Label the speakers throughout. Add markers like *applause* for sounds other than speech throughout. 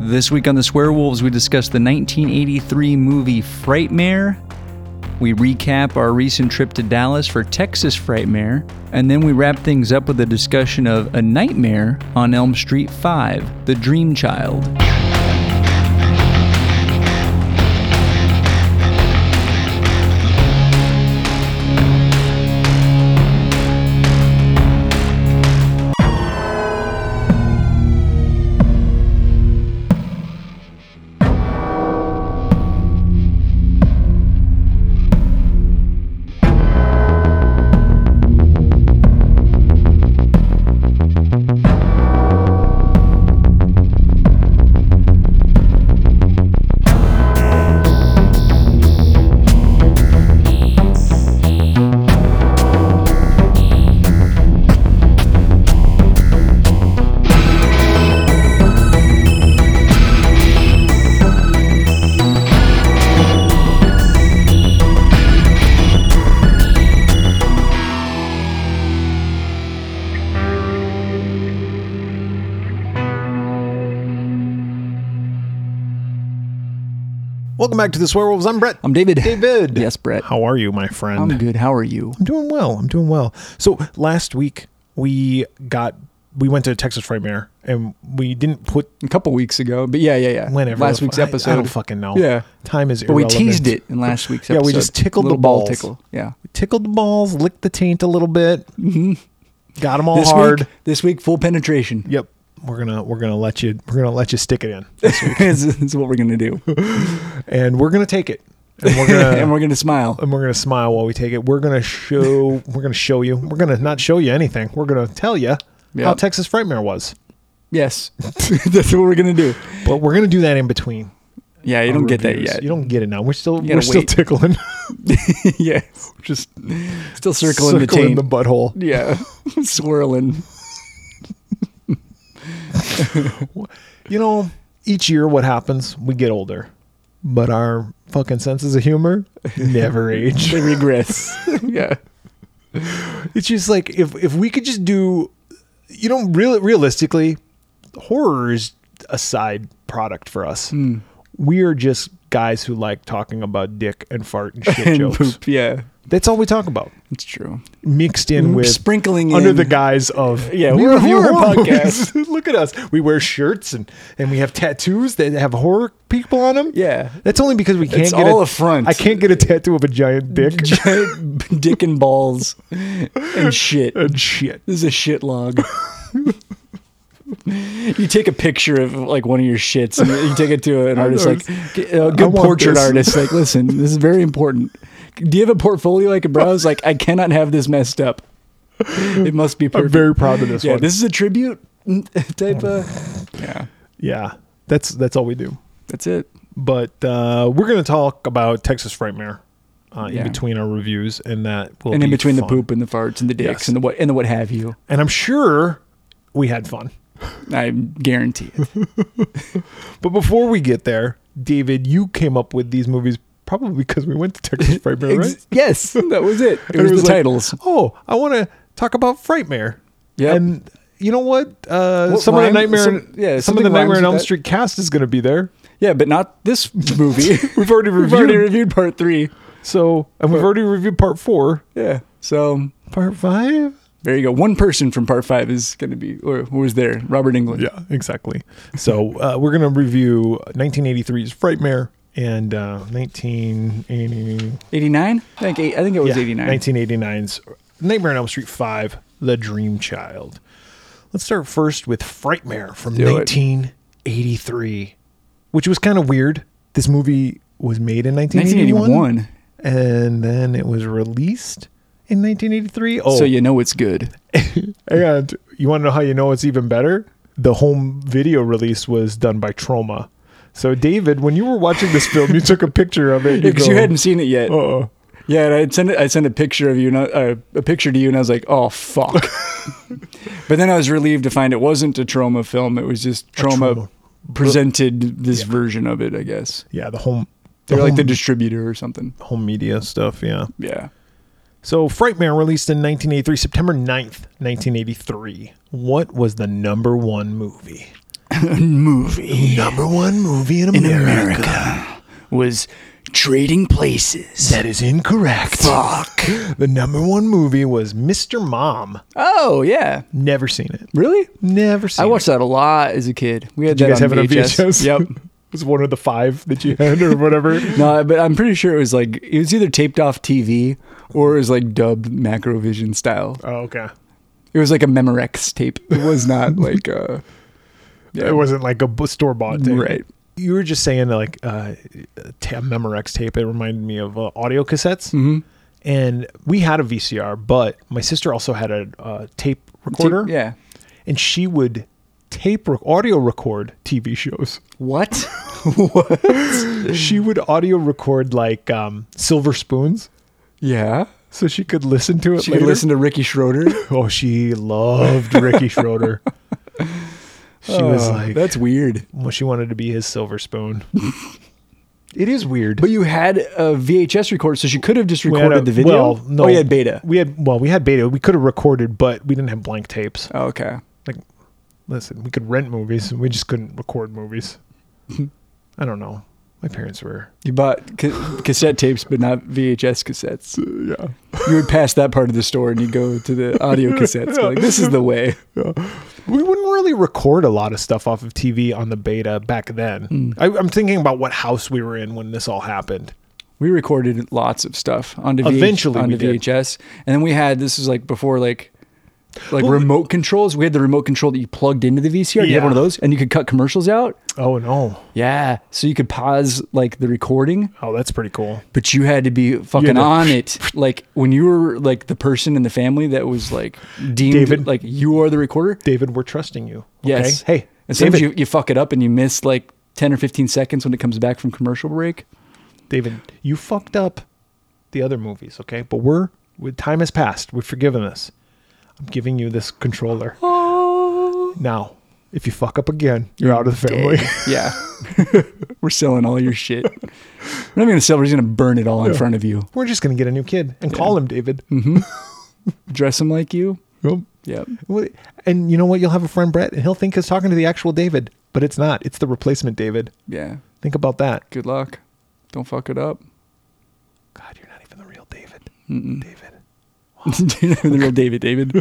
Speaker 1: This week on The Swearwolves, we discuss the 1983 movie Frightmare. We recap our recent trip to Dallas for Texas Frightmare, and then we wrap things up with a discussion of A Nightmare on Elm Street 5, The Dream Child.
Speaker 2: Welcome back to the Swearwolves. I'm Brett.
Speaker 1: I'm David.
Speaker 2: David.
Speaker 1: Yes, Brett.
Speaker 2: Um, How are you, my friend?
Speaker 1: I'm good. How are you?
Speaker 2: I'm doing well. I'm doing well. So last week we got we went to Texas Frightmare and we didn't put
Speaker 1: A couple weeks ago, but yeah, yeah, yeah.
Speaker 2: whenever
Speaker 1: Last
Speaker 2: the f-
Speaker 1: week's
Speaker 2: I-
Speaker 1: episode.
Speaker 2: I, don't fucking know.
Speaker 1: Yeah.
Speaker 2: time is.
Speaker 1: But we
Speaker 2: irrelevant.
Speaker 1: teased it in last week's
Speaker 2: Yeah,
Speaker 1: episode.
Speaker 2: we just tickled the
Speaker 1: Little ball
Speaker 2: balls.
Speaker 1: tickle. Yeah.
Speaker 2: Tickled the balls, licked the taint a little bit. Mm-hmm. Got them all
Speaker 1: This
Speaker 2: hard.
Speaker 1: week, this week, full penetration.
Speaker 2: Yep. We're gonna we're gonna let you we're gonna let you stick it in,
Speaker 1: *laughs* this is what we're gonna do,
Speaker 2: *laughs* and we're gonna take it,
Speaker 1: *laughs*
Speaker 2: and we're gonna
Speaker 1: and we're gonna smile.
Speaker 2: and we're gonna smile while we take it. We're
Speaker 1: *laughs*
Speaker 2: gonna show. we're gonna show you. We're gonna not show you anything. We're gonna tell you how
Speaker 1: Yep.
Speaker 2: Texas Frightmare was.
Speaker 1: Yes,
Speaker 3: *laughs*
Speaker 1: that's what we're gonna do.
Speaker 2: But we're gonna do that in between.
Speaker 1: Yeah, you
Speaker 2: our
Speaker 1: don't get that
Speaker 2: reviews.
Speaker 1: yet.
Speaker 2: You don't get it now. We're still
Speaker 1: gotta
Speaker 2: we're still
Speaker 1: wait.
Speaker 2: tickling,
Speaker 3: *laughs*
Speaker 1: yeah,
Speaker 2: just
Speaker 1: still *laughs* circling, the
Speaker 2: circling
Speaker 1: taint.
Speaker 2: the butthole.
Speaker 3: *laughs*
Speaker 1: yeah, *laughs* swirling.
Speaker 2: You know, each year what happens? We get older, but our fucking senses
Speaker 1: *laughs*
Speaker 2: of humor never age.
Speaker 1: They *laughs* regress. yeah,
Speaker 2: It's just like if if we could just do, you know, real realistically, horror is a side product for us.
Speaker 1: Hmm.
Speaker 2: We are just guys who like talking about dick and fart and
Speaker 1: *laughs*
Speaker 2: shit
Speaker 1: and
Speaker 2: jokes.
Speaker 1: poop. Yeah,
Speaker 2: That's all we talk about,
Speaker 1: it's true. *laughs*
Speaker 2: mixed in with
Speaker 1: Mm, Sprinkling
Speaker 2: under
Speaker 1: in-
Speaker 2: the guise of
Speaker 1: *laughs* Yeah, we're a horror
Speaker 2: movies. *laughs* Look at us. We wear shirts and and we have tattoos that have horror people on them.
Speaker 1: Yeah,
Speaker 2: That's only because we can't
Speaker 1: It's
Speaker 2: get
Speaker 1: all
Speaker 2: a,
Speaker 1: a front.
Speaker 2: I can't get a tattoo of a giant dick
Speaker 1: giant dick and balls and shit.
Speaker 2: and shit.
Speaker 1: This is a shit log. you take a picture of like one of your shits and you take it to an artist, like a
Speaker 2: I
Speaker 1: good
Speaker 2: want
Speaker 1: portrait *laughs*
Speaker 2: this.
Speaker 1: artist. Like, listen, this is very important. Do you have a portfolio I can browse? Like, I cannot have this messed up. It must be
Speaker 2: I'm
Speaker 1: perfect.
Speaker 2: very proud of this
Speaker 1: yeah,
Speaker 2: one.
Speaker 1: this is a tribute type of. Yeah,
Speaker 2: yeah, that's that's all we do.
Speaker 1: that's it.
Speaker 2: But uh, we're gonna talk about Texas Frightmare uh,
Speaker 1: Yeah.
Speaker 2: in between our reviews, and that will
Speaker 1: and in
Speaker 2: be
Speaker 1: between
Speaker 2: fun.
Speaker 1: the poop and the farts and the dicks
Speaker 2: Yes.
Speaker 1: and the what and the what have you,
Speaker 2: And I'm sure we had fun.
Speaker 1: I guarantee it.
Speaker 2: But before we get there, David, you came up with these movies probably because we went to
Speaker 1: *laughs*
Speaker 2: Texas Frightmare, right?
Speaker 1: Ex- yes, *laughs* that was it. It
Speaker 2: And
Speaker 1: was, the
Speaker 2: like,
Speaker 1: titles.
Speaker 2: Oh, I want to talk about Frightmare.
Speaker 1: Yep.
Speaker 2: And you know what? Uh,
Speaker 1: What
Speaker 2: some of the
Speaker 1: rhyme-
Speaker 2: Nightmare,
Speaker 1: some- yeah,
Speaker 2: some of the
Speaker 1: something
Speaker 2: Nightmare
Speaker 1: rhymes
Speaker 2: on
Speaker 1: with
Speaker 2: Elm
Speaker 1: that.
Speaker 2: Street cast is going to be there.
Speaker 1: Yeah, but not this *laughs* movie.
Speaker 2: We've already reviewed,
Speaker 1: We've already reviewed part three.
Speaker 2: so, and we've already reviewed part four,
Speaker 1: Yeah. So
Speaker 2: part five.
Speaker 1: there you go. One person from part five is going to be, or who was there? Robert England.
Speaker 2: Yeah, exactly. So uh, we're going to review 1983's Frightmare and uh, 1980.
Speaker 1: 89? I think, eight, I think it was
Speaker 2: yeah,
Speaker 1: 89.
Speaker 2: 1989's Nightmare on Elm Street 5, The Dream Child. Let's start first with Frightmare from
Speaker 1: Do it.
Speaker 2: 1983, which was kind of weird. This movie was made in 1981,
Speaker 1: 1981.
Speaker 2: and then it was released in 1983. Oh,
Speaker 1: So you know it's good.
Speaker 2: and you want to know how you know it's even better? The home video release was done by Troma. So, David, when you were watching this film, you took a picture of it.
Speaker 1: Because you Oh.
Speaker 2: go,
Speaker 1: hadn't seen it yet.
Speaker 2: Uh-oh.
Speaker 1: Yeah, and I sent it, I sent a picture of you, and I, uh, a picture to you, and I was like, "Oh *laughs* fuck!" but then I was relieved to find it wasn't a trauma film; it was just trauma
Speaker 2: Troma.
Speaker 1: presented this version of it. I guess
Speaker 2: Yeah, the home.
Speaker 1: they're like the
Speaker 2: home-
Speaker 1: distributor or something.
Speaker 2: home media stuff. Yeah.
Speaker 1: Yeah,
Speaker 2: So Frightmare released in 1983, September 9th, 1983. What was the number one movie?
Speaker 3: movie
Speaker 2: Number one movie in
Speaker 3: in
Speaker 2: America.
Speaker 3: America was Trading Places.
Speaker 2: That is incorrect.
Speaker 3: Fuck.
Speaker 2: The number one movie was Mr. Mom.
Speaker 3: Oh yeah,
Speaker 2: Never seen it.
Speaker 3: really?
Speaker 2: Never seen
Speaker 3: I
Speaker 2: it.
Speaker 3: watched that a lot as a kid. We had
Speaker 2: Did you
Speaker 3: that
Speaker 2: guys have it
Speaker 3: on
Speaker 2: on VHS? *laughs*
Speaker 3: Yep.
Speaker 2: it was one of the five that you had or whatever.
Speaker 3: No, but I'm pretty sure it was like it was either taped off TV or it was like dubbed Macrovision style.
Speaker 2: *laughs* oh, okay.
Speaker 3: It was like a Memorex tape. It
Speaker 2: *laughs*
Speaker 3: was not like uh yeah,
Speaker 2: It wasn't like a store bought thing.
Speaker 3: right.
Speaker 2: You were just saying like uh, a ta- Memorex tape. It reminded me of uh, audio cassettes.
Speaker 3: Mhm.
Speaker 2: And we had a VCR, but my sister also had a uh, tape recorder.
Speaker 3: Yeah.
Speaker 2: And she would tape rec- audio record TV shows.
Speaker 3: What? what?
Speaker 2: she would audio record like um, Silver Spoons.
Speaker 3: Yeah.
Speaker 2: So she could listen to it
Speaker 3: She
Speaker 2: later.
Speaker 3: could listen to Ricky Schroeder.
Speaker 2: Oh, she loved Ricky Schroeder. *laughs* She was
Speaker 3: Oh,
Speaker 2: like,
Speaker 3: that's weird.
Speaker 2: well, she wanted to be his silver spoon. *laughs* it is weird.
Speaker 3: But you had a VHS recorder, so she could have just
Speaker 2: We had
Speaker 3: recorded
Speaker 2: a-
Speaker 3: the video.
Speaker 2: Well, no,
Speaker 3: Oh, you had beta.
Speaker 2: We had well, we had beta. We could have recorded, but we didn't have blank tapes.
Speaker 3: Oh, okay.
Speaker 2: Like, listen, we could rent movies, and we just couldn't record
Speaker 3: *laughs*
Speaker 2: movies. I don't know. My parents were.
Speaker 3: You bought ca- cassette tapes, but not VHS cassettes.
Speaker 2: Yeah.
Speaker 3: You would pass that part of the store and you go to the audio cassettes. Be like, this is the way.
Speaker 2: We wouldn't really record a lot of stuff off of TV on the beta back then.
Speaker 3: Hmm.
Speaker 2: I, I'm thinking about what house we were in when this all happened.
Speaker 3: We recorded lots of stuff onto, VH-
Speaker 2: Eventually we
Speaker 3: onto
Speaker 2: did.
Speaker 3: VHS. And then we had, this was like before like like
Speaker 2: Well,
Speaker 3: remote controls. We had the remote control that you plugged into the VCR. You
Speaker 2: Yeah.
Speaker 3: had one of those and you could cut commercials out.
Speaker 2: Oh no!
Speaker 3: Yeah. So you could pause like the recording.
Speaker 2: Oh, that's pretty cool.
Speaker 3: but you had to be fucking
Speaker 2: to-
Speaker 3: on it. Like when you were like the person in the family that was like deemed
Speaker 2: David.
Speaker 3: like you are the recorder.
Speaker 2: David, we're trusting you.
Speaker 3: Yes.
Speaker 2: Okay? Hey,
Speaker 3: And
Speaker 2: David,
Speaker 3: sometimes you, you fuck it up and you miss like ten or fifteen seconds when it comes back from commercial break.
Speaker 2: David, you fucked up the other movies, okay? But we're with time has passed. We've forgiven this. I'm giving you this controller.
Speaker 3: Oh.
Speaker 2: Now, if you fuck up again, you're, out of the family. *laughs*
Speaker 3: yeah. we're selling all your shit. We're not gonna sell, we're just gonna burn it all in front of you.
Speaker 2: We're just gonna get a new kid and call him David.
Speaker 3: Hmm. Dress them like you.
Speaker 2: Yep.
Speaker 3: Yep.
Speaker 2: Well, And you know what? You'll have a friend Brett, and he'll think he's talking to the actual David, but it's not. It's the replacement David.
Speaker 3: Yeah.
Speaker 2: Think about that.
Speaker 3: Good luck. Don't fuck it up.
Speaker 2: God, you're not even the real David. David.
Speaker 3: *laughs* the real
Speaker 2: *laughs*
Speaker 3: David, David.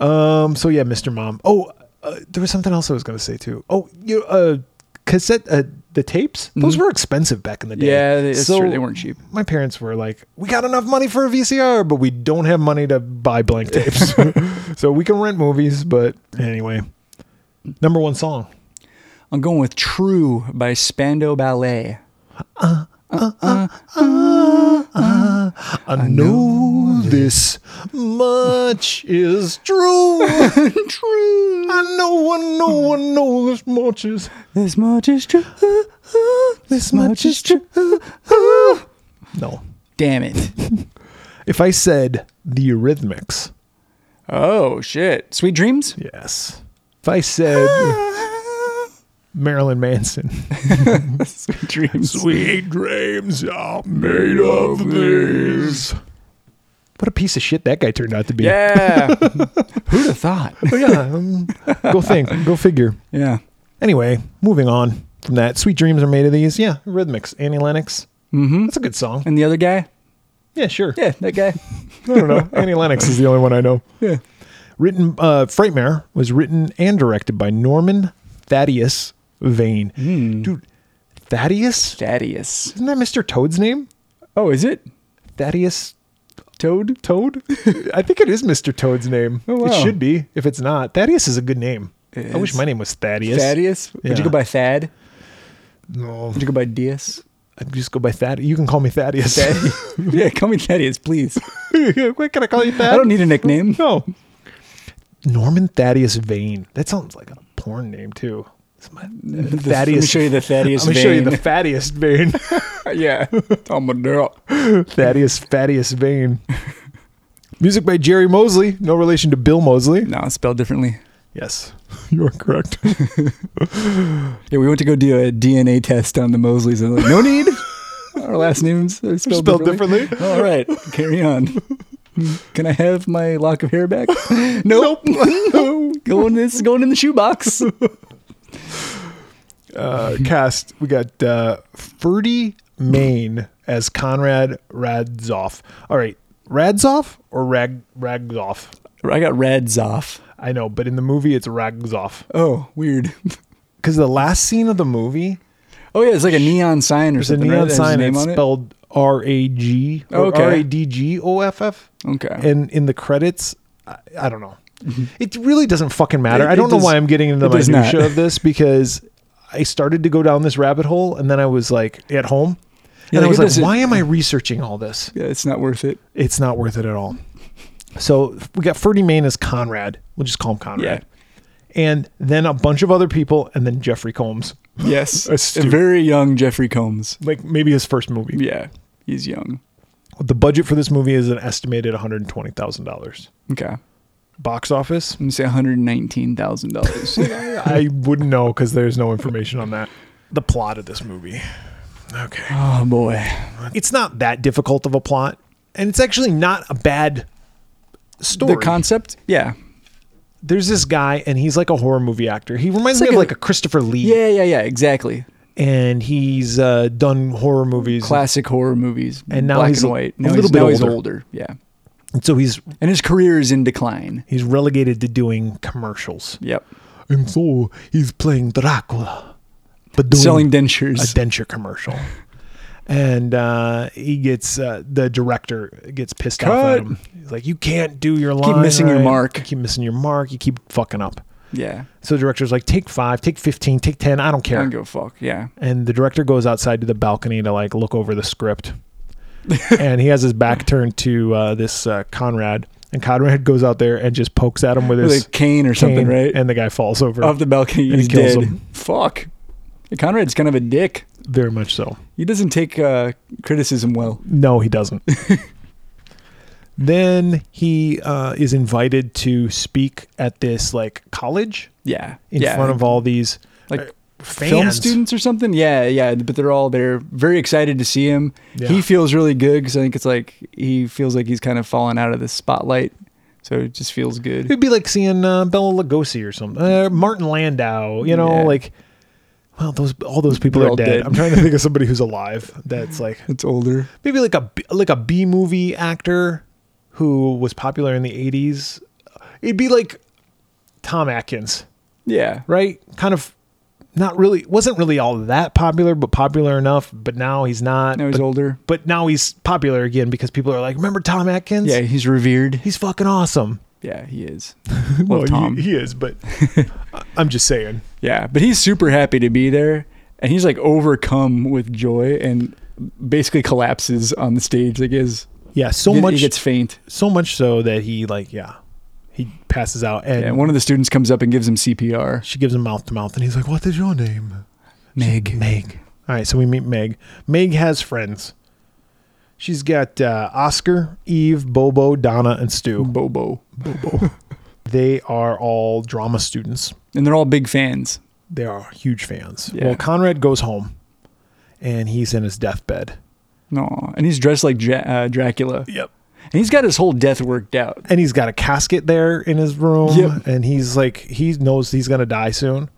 Speaker 2: Um. So yeah, Mr. Mom. Oh, uh, there was something else I was going to say too. Oh, you uh, cassette uh, the tapes. Those were expensive back in the day.
Speaker 3: Mm-hmm. Yeah, that's true. They weren't cheap.
Speaker 2: My parents were like, "We got enough money for a VCR, but we don't have money to buy blank
Speaker 3: *laughs*
Speaker 2: tapes, *laughs* so we can rent movies." But anyway, number one song.
Speaker 3: I'm going with True by Spando Ballet.
Speaker 2: I, know, this much is
Speaker 3: *laughs*
Speaker 2: true. true. I know. I know. I know this much is.
Speaker 3: This much is true.
Speaker 2: This
Speaker 3: much is
Speaker 2: true. No.
Speaker 3: Damn it.
Speaker 2: If I said the Eurythmics,
Speaker 3: Oh, shit. Sweet dreams?
Speaker 2: yes. If I said Marilyn Manson, *laughs*
Speaker 3: *laughs* Sweet dreams.
Speaker 2: sweet dreams are made of these. What a piece of shit that guy turned out to be.
Speaker 3: Yeah. *laughs* Who'd have thought?
Speaker 2: Oh, yeah. um, go think. Go figure.
Speaker 3: Yeah.
Speaker 2: Anyway, moving on from that. Sweet dreams are made of these. Yeah, Eurythmics, Annie Lennox.
Speaker 3: Mm-hmm.
Speaker 2: That's a good song.
Speaker 3: And the other guy?
Speaker 2: Yeah, sure.
Speaker 3: Yeah, that guy.
Speaker 2: I don't know. Annie Lennox is the only one I know.
Speaker 3: *laughs* Yeah.
Speaker 2: Written, uh, Frightmare was written and directed by Norman Thaddeus Vane.
Speaker 3: Hmm.
Speaker 2: Dude, Thaddeus?
Speaker 3: Thaddeus.
Speaker 2: Isn't that Mr. Toad's name?
Speaker 3: Oh, is it?
Speaker 2: Thaddeus
Speaker 3: Toad? *laughs*
Speaker 2: Toad? I think it is Mr. Toad's name.
Speaker 3: Oh,
Speaker 2: It
Speaker 3: wow.
Speaker 2: should be. If it's not, Thaddeus is a good name.
Speaker 3: It
Speaker 2: I wish
Speaker 3: is.
Speaker 2: my name was Thaddeus.
Speaker 3: Thaddeus? Would
Speaker 2: Yeah.
Speaker 3: you go by Thad?
Speaker 2: No,
Speaker 3: Would you go by Dias?
Speaker 2: I just go by Thaddeus. You can call me Thaddeus.
Speaker 3: *laughs* Thaddeus. yeah, call me Thaddeus, please.
Speaker 2: *laughs* Wait, can I call you Thad?
Speaker 3: I don't need a nickname.
Speaker 2: No. Norman Thaddeus Vane. That sounds like a porn name too. It's my-
Speaker 3: Let me
Speaker 2: Thaddeus.
Speaker 3: show you the Thaddeus
Speaker 2: I'm gonna show you the
Speaker 3: vein. *laughs*
Speaker 2: fattiest vein.
Speaker 3: yeah. I'm a girl.
Speaker 2: Thaddeus Thaddeus Vane. Music by Jerry Mosley, no relation to Bill Mosley.
Speaker 3: No, it's spelled differently.
Speaker 2: Yes, *laughs* you are correct.
Speaker 3: Yeah, we went to go do a DNA test on the Mosleys, and they're like,
Speaker 2: *laughs*
Speaker 3: no need. Our last names are spelled,
Speaker 2: Spelled
Speaker 3: differently.
Speaker 2: differently.
Speaker 3: All right,
Speaker 2: *laughs*
Speaker 3: carry on. Can I have my lock of hair back? *laughs* Nope. *laughs*
Speaker 2: Nope.
Speaker 3: going this is going in
Speaker 2: *laughs*
Speaker 3: the shoebox.
Speaker 2: Uh, cast we got uh, Ferdy Main as Conrad Radzoff. All right, Radzoff or Rag Ragzoff?
Speaker 3: I got reds off.
Speaker 2: I know, but in the movie it's Ragzoff
Speaker 3: Oh, weird.
Speaker 2: because the last scene of the movie
Speaker 3: Oh yeah, it's like a neon sign or
Speaker 2: there's a
Speaker 3: something.
Speaker 2: neon
Speaker 3: right? That has his
Speaker 2: sign
Speaker 3: name
Speaker 2: and it's
Speaker 3: on it?
Speaker 2: spelled R A G or
Speaker 3: Okay.
Speaker 2: R A D G O F F.
Speaker 3: *laughs* Okay.
Speaker 2: and in the credits, I, I don't know. It really doesn't fucking matter.
Speaker 3: It-
Speaker 2: I
Speaker 3: it
Speaker 2: don't know
Speaker 3: does-
Speaker 2: why I'm getting into
Speaker 3: it
Speaker 2: the
Speaker 3: does not.
Speaker 2: minutia of this because I started to go down this rabbit hole and then I was like at home
Speaker 3: Yeah,
Speaker 2: and
Speaker 3: like,
Speaker 2: I was
Speaker 3: it
Speaker 2: like,
Speaker 3: doesn't-
Speaker 2: why am I researching all this?
Speaker 3: *laughs* Yeah, it's not worth it.
Speaker 2: It's not worth it at all. So we got Ferdy Main as Conrad. We'll just call him Conrad. And then a bunch of other people and then Jeffrey Combs. *laughs*
Speaker 3: Yes.
Speaker 2: That's
Speaker 3: a
Speaker 2: stupid.
Speaker 3: very young Jeffrey Combs.
Speaker 2: Like maybe his first movie.
Speaker 3: Yeah. He's young.
Speaker 2: The budget for this movie is an estimated $120,000.
Speaker 3: Okay. I'm
Speaker 2: Box office?
Speaker 3: gonna say
Speaker 2: *laughs*
Speaker 3: $119,000.
Speaker 2: I wouldn't know because there's no information on that. The plot of this movie. Okay.
Speaker 3: oh boy.
Speaker 2: It's not that difficult of a plot, and it's actually not a bad story.
Speaker 3: The concept? Yeah.
Speaker 2: there's this guy, and he's like a horror movie actor. He reminds
Speaker 3: It's
Speaker 2: me of
Speaker 3: like
Speaker 2: like
Speaker 3: a-
Speaker 2: a Christopher Lee,
Speaker 3: Yeah, yeah, yeah, exactly.
Speaker 2: and he's uh, done horror movies.
Speaker 3: Classic horror movies.
Speaker 2: And now
Speaker 3: black
Speaker 2: he's
Speaker 3: and
Speaker 2: a-
Speaker 3: white.
Speaker 2: a
Speaker 3: Now
Speaker 2: little
Speaker 3: he's,
Speaker 2: bit
Speaker 3: now he's
Speaker 2: older.
Speaker 3: older. Yeah.
Speaker 2: And so he's
Speaker 3: And his career is in decline.
Speaker 2: he's relegated to doing commercials,
Speaker 3: Yep.
Speaker 2: and so he's playing Dracula, but doing
Speaker 3: Selling
Speaker 2: a
Speaker 3: dentures.
Speaker 2: denture commercial. And uh, he gets uh, the director gets pissed off
Speaker 3: Cut.
Speaker 2: at him. He's like, "You can't do your line.
Speaker 3: missing your
Speaker 2: right.
Speaker 3: mark.
Speaker 2: You keep missing your mark. You keep fucking up."
Speaker 3: yeah.
Speaker 2: So the director's like, "Take five. Take fifteen. Take ten. I don't
Speaker 3: I
Speaker 2: care."
Speaker 3: don't give a fuck. Yeah.
Speaker 2: And the director goes outside to the balcony to like look over the script, *laughs* and he has his back turned to uh, this uh, Conrad. And Conrad goes out there and just pokes at him with his
Speaker 3: With a cane or
Speaker 2: cane,
Speaker 3: something, right?
Speaker 2: And the guy falls over.
Speaker 3: Off the balcony.
Speaker 2: And he
Speaker 3: He's
Speaker 2: kills
Speaker 3: dead.
Speaker 2: him.
Speaker 3: Fuck. Conrad's kind of a dick.
Speaker 2: Very much so.
Speaker 3: He doesn't take uh, criticism well.
Speaker 2: No, he
Speaker 3: *laughs*
Speaker 2: doesn't. then he uh, is invited to speak at this like college
Speaker 3: Yeah.
Speaker 2: in
Speaker 3: yeah.
Speaker 2: front of all these
Speaker 3: Like,
Speaker 2: uh, fans.
Speaker 3: film students or something. Yeah, yeah. But they're all they're very excited to see him.
Speaker 2: Yeah.
Speaker 3: He feels really good because I think it's like he feels like he's kind of fallen out of the spotlight, so it just feels good.
Speaker 2: It'd be like seeing uh, Bella Lugosi or something, uh, Martin Landau. You know,
Speaker 3: Yeah.
Speaker 2: like well, those all those people
Speaker 3: They're
Speaker 2: are
Speaker 3: all
Speaker 2: dead.
Speaker 3: dead.
Speaker 2: I'm trying to think of somebody who's alive. That's like
Speaker 3: It's older.
Speaker 2: maybe like a B- like a B movie actor who was popular in the 80s. It'd be like Tom Atkins.
Speaker 3: Yeah,
Speaker 2: right? Kind of not really wasn't really all that popular, but popular enough. But now he's not.
Speaker 3: now he's
Speaker 2: but,
Speaker 3: older.
Speaker 2: but now he's popular again because people are like, remember Tom Atkins?
Speaker 3: Yeah, he's revered.
Speaker 2: he's fucking awesome.
Speaker 3: Yeah, he
Speaker 2: *laughs*
Speaker 3: is. Well, Tom.
Speaker 2: He, he is, but I- I'm just saying.
Speaker 3: yeah, but he's super happy to be there, and he's like overcome with joy and basically collapses on the stage. Like is
Speaker 2: Yeah, so
Speaker 3: he,
Speaker 2: much,
Speaker 3: he gets faint.
Speaker 2: so much so that he like, yeah, he passes out, and
Speaker 3: And one of the students comes up and gives him CPR.
Speaker 2: she gives him mouth to mouth, and he's like, "What is your name?"
Speaker 3: Meg.
Speaker 2: Meg. All right, so we meet Meg. Meg has friends. She's got uh, Oscar, Eve, Bobo, Donna, and Stu.
Speaker 3: Bobo.
Speaker 2: *laughs* They are all drama students.
Speaker 3: And they're all big fans.
Speaker 2: They are huge fans.
Speaker 3: Yeah.
Speaker 2: Well, Conrad goes home and he's in his deathbed.
Speaker 3: No, and he's dressed like Dra- uh, Dracula,
Speaker 2: Yep.
Speaker 3: and he's got his whole death worked out.
Speaker 2: And he's got a casket there in his room.
Speaker 3: Yep.
Speaker 2: And he's like, he knows he's going to die soon.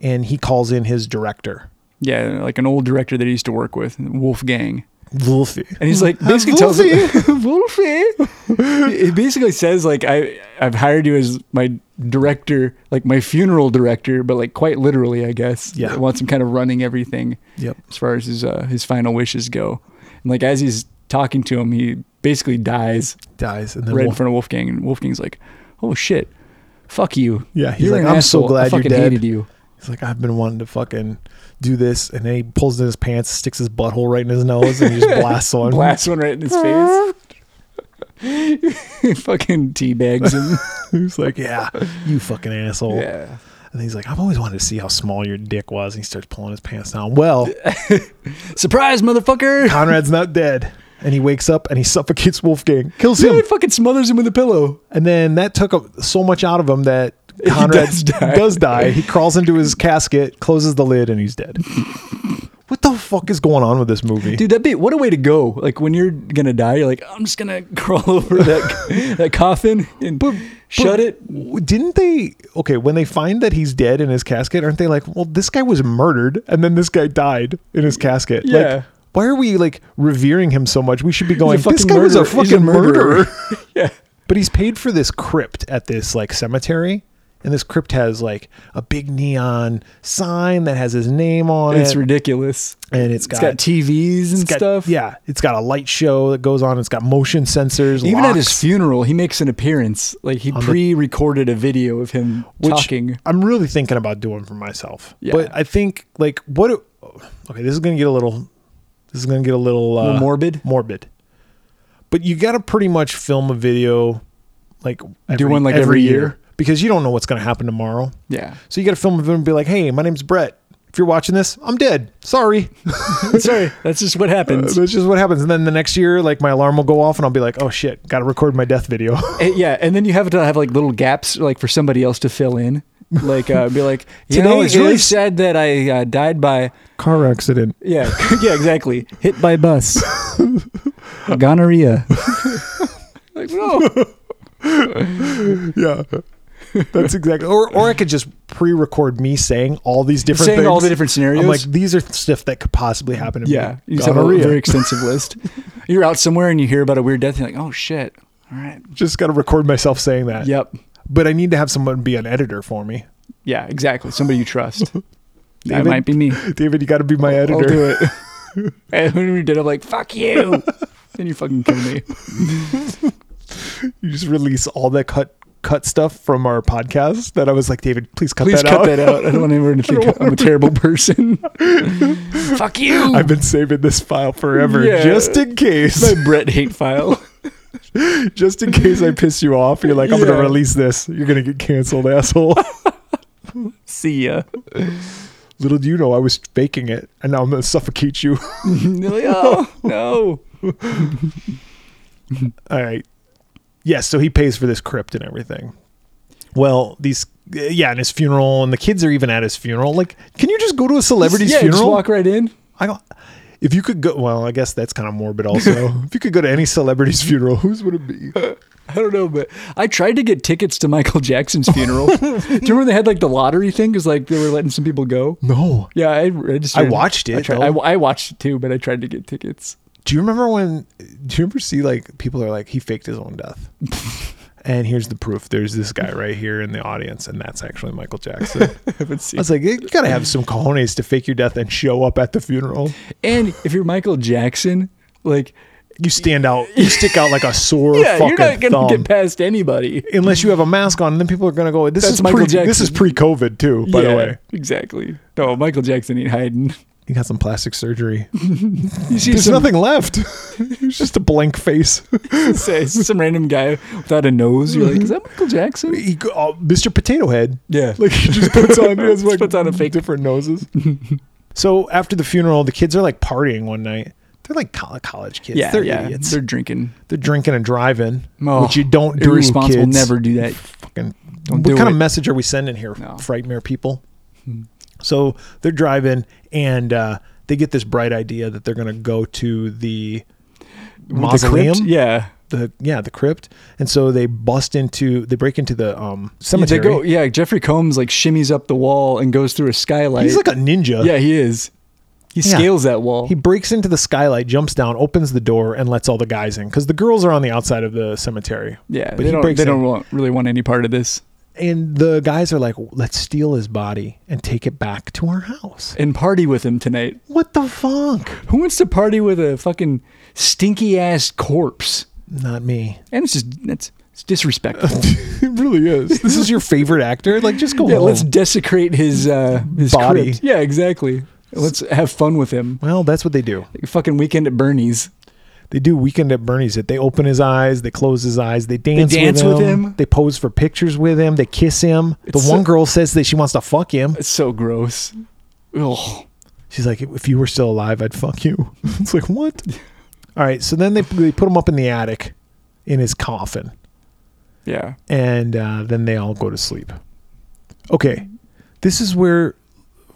Speaker 2: And he calls in his director,
Speaker 3: Yeah, like an old director that he used to work with, Wolfgang,
Speaker 2: *laughs* Wolfie.
Speaker 3: and he's like basically tells
Speaker 2: *laughs*
Speaker 3: him, *laughs* Wolfie. He basically says like I I've hired you as my director, like my funeral director, but like quite literally, I guess.
Speaker 2: Yeah.
Speaker 3: I want some kind of running everything
Speaker 2: Yep.
Speaker 3: as far as his uh, his final wishes go, and like as he's talking to him, he basically dies
Speaker 2: Dies. And then
Speaker 3: right in
Speaker 2: Wolf-
Speaker 3: front of Wolfgang, and Wolfgang's like, "Oh shit, fuck you."
Speaker 2: Yeah. He's
Speaker 3: You're
Speaker 2: like,
Speaker 3: an
Speaker 2: I'm
Speaker 3: asshole.
Speaker 2: so glad
Speaker 3: I
Speaker 2: you're
Speaker 3: fucking
Speaker 2: dead.
Speaker 3: hated you.
Speaker 2: He's like, I've been wanting to fucking do this. And then he pulls in his pants, sticks his butthole right in his nose, and he just blasts
Speaker 3: *laughs*
Speaker 2: on.
Speaker 3: Blast one right in his face. *laughs* He fucking
Speaker 2: *laughs*
Speaker 3: teabags him.
Speaker 2: *laughs* He's like, yeah, you fucking asshole.
Speaker 3: yeah.
Speaker 2: And he's like, I've always wanted to see how small your dick was. And he starts pulling his pants down. Well,
Speaker 3: Surprise,
Speaker 2: *laughs*
Speaker 3: motherfucker!
Speaker 2: Conrad's not dead. And he wakes up and he *laughs* suffocates Wolfgang, kills
Speaker 3: He
Speaker 2: him.
Speaker 3: fucking smothers him with a pillow.
Speaker 2: *laughs* And then that took up so much out of him that Conrad *laughs*
Speaker 3: does die.
Speaker 2: does die. He crawls into his casket, closes the lid, and he's dead. what the fuck is going on with this movie?
Speaker 3: Dude, that'd be what a way to go. Like when you're gonna die, you're like, I'm just gonna *laughs* crawl over
Speaker 2: *laughs*
Speaker 3: that that coffin and shut
Speaker 2: But
Speaker 3: it.
Speaker 2: w- Didn't they? Okay, when they find that he's dead in his casket, aren't they like, well, this guy was murdered and then this guy died in his casket?
Speaker 3: Yeah.
Speaker 2: Like, why are we like revering him so much? We should be going, this
Speaker 3: fucking
Speaker 2: guy was a
Speaker 3: murderer. He's
Speaker 2: fucking
Speaker 3: a
Speaker 2: murderer.
Speaker 3: murderer."
Speaker 2: *laughs*
Speaker 3: Yeah.
Speaker 2: But he's paid for this crypt at this like cemetery. And this crypt has like a big neon sign that has his name on
Speaker 3: It's
Speaker 2: it.
Speaker 3: ridiculous.
Speaker 2: and it's
Speaker 3: It's got
Speaker 2: got,
Speaker 3: TVs and
Speaker 2: it's got-
Speaker 3: stuff.
Speaker 2: Yeah. It's got a light show that goes on. It's got motion sensors.
Speaker 3: Even at his
Speaker 2: locks.
Speaker 3: funeral, he makes an appearance. Like he
Speaker 2: the-
Speaker 3: pre-recorded a video of him
Speaker 2: which
Speaker 3: talking.
Speaker 2: I'm really thinking about doing for myself.
Speaker 3: Yeah.
Speaker 2: But I think like what it- okay, this is going to get a little this is going to get a little, uh,
Speaker 3: little morbid?
Speaker 2: Morbid. But you got to pretty much film a video like every,
Speaker 3: one, like, every year?
Speaker 2: because you don't know what's going to happen tomorrow.
Speaker 3: Yeah.
Speaker 2: So you got to film a video and be like, "Hey, my name's Brett. If you're watching this, I'm dead. Sorry."
Speaker 3: *laughs* Sorry, *laughs* that's just what
Speaker 2: *laughs* Uh,
Speaker 3: happens.
Speaker 2: That's just what happens. And then the next year, like my alarm will go off and I'll be like, "Oh shit, got to record my death video."
Speaker 3: Eh, yeah, and then you have to have like little gaps, like for somebody else to fill in. Like uh, be *laughs* like, you
Speaker 2: Today
Speaker 3: know, it's really
Speaker 2: is-
Speaker 3: sad that I uh, died by
Speaker 2: *laughs* Car accident.
Speaker 3: *laughs* yeah, *laughs* yeah, exactly, hit by *laughs* bus, *laughs* gonorrhea. like no,
Speaker 2: Yeah. That's exactly. Or or I could just pre-record me saying all these different
Speaker 3: saying
Speaker 2: things.
Speaker 3: all the different scenarios.
Speaker 2: I'm like these are stuff that could possibly happen to
Speaker 3: yeah,
Speaker 2: me.
Speaker 3: you just have a
Speaker 2: Gonorrhea.
Speaker 3: very *laughs* extensive list. You're out somewhere and you hear about a weird death. You're like, oh shit. All right.
Speaker 2: Just got to record myself saying that.
Speaker 3: Yep.
Speaker 2: But I need to have someone be an editor for me.
Speaker 3: Yeah. Exactly. Somebody you *laughs* trust. that
Speaker 2: David?
Speaker 3: might be me.
Speaker 2: David, you got to be my editor.
Speaker 3: *laughs* I'll do it. *laughs* and when we did, I'm like, fuck *laughs* you. Then you fucking kill me.
Speaker 2: You just release all that cut cut stuff from our podcast that I was like, David, please cut
Speaker 3: Please
Speaker 2: that
Speaker 3: cut
Speaker 2: out.
Speaker 3: that out. *laughs* I don't want anyone to think I'm a terrible person. *laughs* Fuck you.
Speaker 2: I've been saving this file forever
Speaker 3: Yeah.
Speaker 2: just in case.
Speaker 3: my Brett hate file.
Speaker 2: just in case I piss you off. You're like, I'm going
Speaker 3: Yeah.
Speaker 2: to release this. You're going to get canceled, asshole.
Speaker 3: *laughs* See ya.
Speaker 2: Little do you know, I was faking it, and now I'm going to suffocate you. *laughs*
Speaker 3: They're *laughs* like, oh *laughs* no.
Speaker 2: All right. Yes, so he pays for this crypt and everything. Well, these yeah, and his funeral, and the kids are even at his funeral. Like, can you just go to a celebrity's
Speaker 3: yeah, just
Speaker 2: funeral?
Speaker 3: walk right in.
Speaker 2: I don't. If you could go, well, I guess that's kind of morbid.
Speaker 3: *laughs*
Speaker 2: Also, if you could go to any celebrity's funeral, whose would it be?
Speaker 3: I don't know, but I tried to get tickets to Michael
Speaker 1: *laughs*
Speaker 3: Jackson's funeral. Do you remember when they had like the lottery thing? Because like they were letting some people go.
Speaker 2: No.
Speaker 3: Yeah, I registered.
Speaker 2: I watched it,
Speaker 3: I, tried, I,
Speaker 2: though.
Speaker 3: I watched it too, but I tried to get tickets. *laughs*
Speaker 2: Do you remember when? Do you ever see like people are like he faked his own
Speaker 3: *laughs*
Speaker 2: death? and here's the proof. There's this guy right here in the audience, and that's actually Michael Jackson.
Speaker 3: *laughs* I haven't seen.
Speaker 2: I was like, you gotta have some cojones to fake your death and show up at the funeral.
Speaker 3: And if you're Michael Jackson, like
Speaker 2: You stand out.
Speaker 3: *laughs*
Speaker 2: You stick out like a sore
Speaker 3: yeah,
Speaker 2: fucking
Speaker 3: you're not
Speaker 2: thumb.
Speaker 3: gonna get past *laughs* anybody.
Speaker 2: Unless you have a mask on, then people are gonna go. This
Speaker 3: That's
Speaker 2: is
Speaker 3: Michael
Speaker 2: pre. This
Speaker 3: Jackson.
Speaker 2: is pre-COVID too. By
Speaker 3: Yeah,
Speaker 2: the way,
Speaker 3: exactly. No, Michael Jackson ain't hiding. *laughs*
Speaker 2: he got some plastic surgery.
Speaker 3: You see
Speaker 2: There's
Speaker 3: some,
Speaker 2: nothing left. *laughs* it's just a blank face. *laughs*
Speaker 3: say, some random guy without a nose. You're like, is *laughs* that Michael Jackson?
Speaker 2: He, go- oh, Mr. Potato Head.
Speaker 3: Yeah.
Speaker 2: Like he just
Speaker 3: *laughs*
Speaker 2: puts on. He has like
Speaker 3: Puts on a fake-
Speaker 2: different
Speaker 3: *laughs*
Speaker 2: noses. so after the funeral, the kids are like partying one night. They're like col- college kids.
Speaker 3: yeah,
Speaker 2: they're
Speaker 3: yeah.
Speaker 2: idiots.
Speaker 3: They're
Speaker 2: They're,
Speaker 3: drinking.
Speaker 2: drinking and driving,
Speaker 3: Oh,
Speaker 2: which you don't do.
Speaker 3: Irresponsible.
Speaker 2: kids.
Speaker 3: Never do that.
Speaker 2: fucking
Speaker 3: Don't
Speaker 2: what
Speaker 3: do
Speaker 2: kind of
Speaker 3: it.
Speaker 2: message are we sending here
Speaker 3: No. Hmm.
Speaker 2: frightmare people so they're driving and uh, they get this bright idea that they're going to go to the
Speaker 3: With the crypt?
Speaker 2: mausoleum
Speaker 3: Yeah.
Speaker 2: the- yeah the crypt and so they bust into they break into the um
Speaker 3: Yeah,
Speaker 2: cemetery
Speaker 3: They go, yeah, Jeffrey Combs like shimmies up the wall and goes through a skylight.
Speaker 2: he's like a ninja
Speaker 3: yeah, he is. He
Speaker 2: Yeah.
Speaker 3: scales that wall.
Speaker 2: he breaks into the skylight jumps down opens the door and lets all the guys in because the girls are on the outside of the cemetery
Speaker 3: yeah,
Speaker 2: but
Speaker 3: they
Speaker 2: he
Speaker 3: don't.
Speaker 2: breaks
Speaker 3: They
Speaker 2: in.
Speaker 3: don't want, really want any part of this.
Speaker 2: and the guys are like let's steal his body and take it back to our house
Speaker 3: And party with him tonight.
Speaker 2: what the fuck
Speaker 3: Who wants to party with a fucking stinky ass corpse?
Speaker 2: not me
Speaker 3: And it's just that's
Speaker 2: *laughs*
Speaker 3: it's disrespectful.
Speaker 2: it really is. This is your favorite actor? Like, just go
Speaker 3: yeah,
Speaker 2: home.
Speaker 3: let's desecrate his uh, his
Speaker 2: Body.
Speaker 3: crypt. Yeah, exactly. Let's have fun with him.
Speaker 2: well, that's what they do.
Speaker 3: Like fucking weekend at Bernie's.
Speaker 2: They do Weekend at Bernie's. It. They open his eyes. They close his eyes. They dance.
Speaker 3: dance
Speaker 2: with,
Speaker 3: with
Speaker 2: him.
Speaker 3: him?
Speaker 2: They pose for pictures with him. They kiss him.
Speaker 3: It's
Speaker 2: the one
Speaker 3: so-
Speaker 2: girl says that she wants to fuck him.
Speaker 3: It's so gross. Ugh.
Speaker 2: She's like, "If you were still alive, I'd fuck you." *laughs* it's like what? All right. So then they they put him up in the attic, in his coffin,
Speaker 3: Yeah.
Speaker 2: and uh, then they all go to sleep. Okay, this is where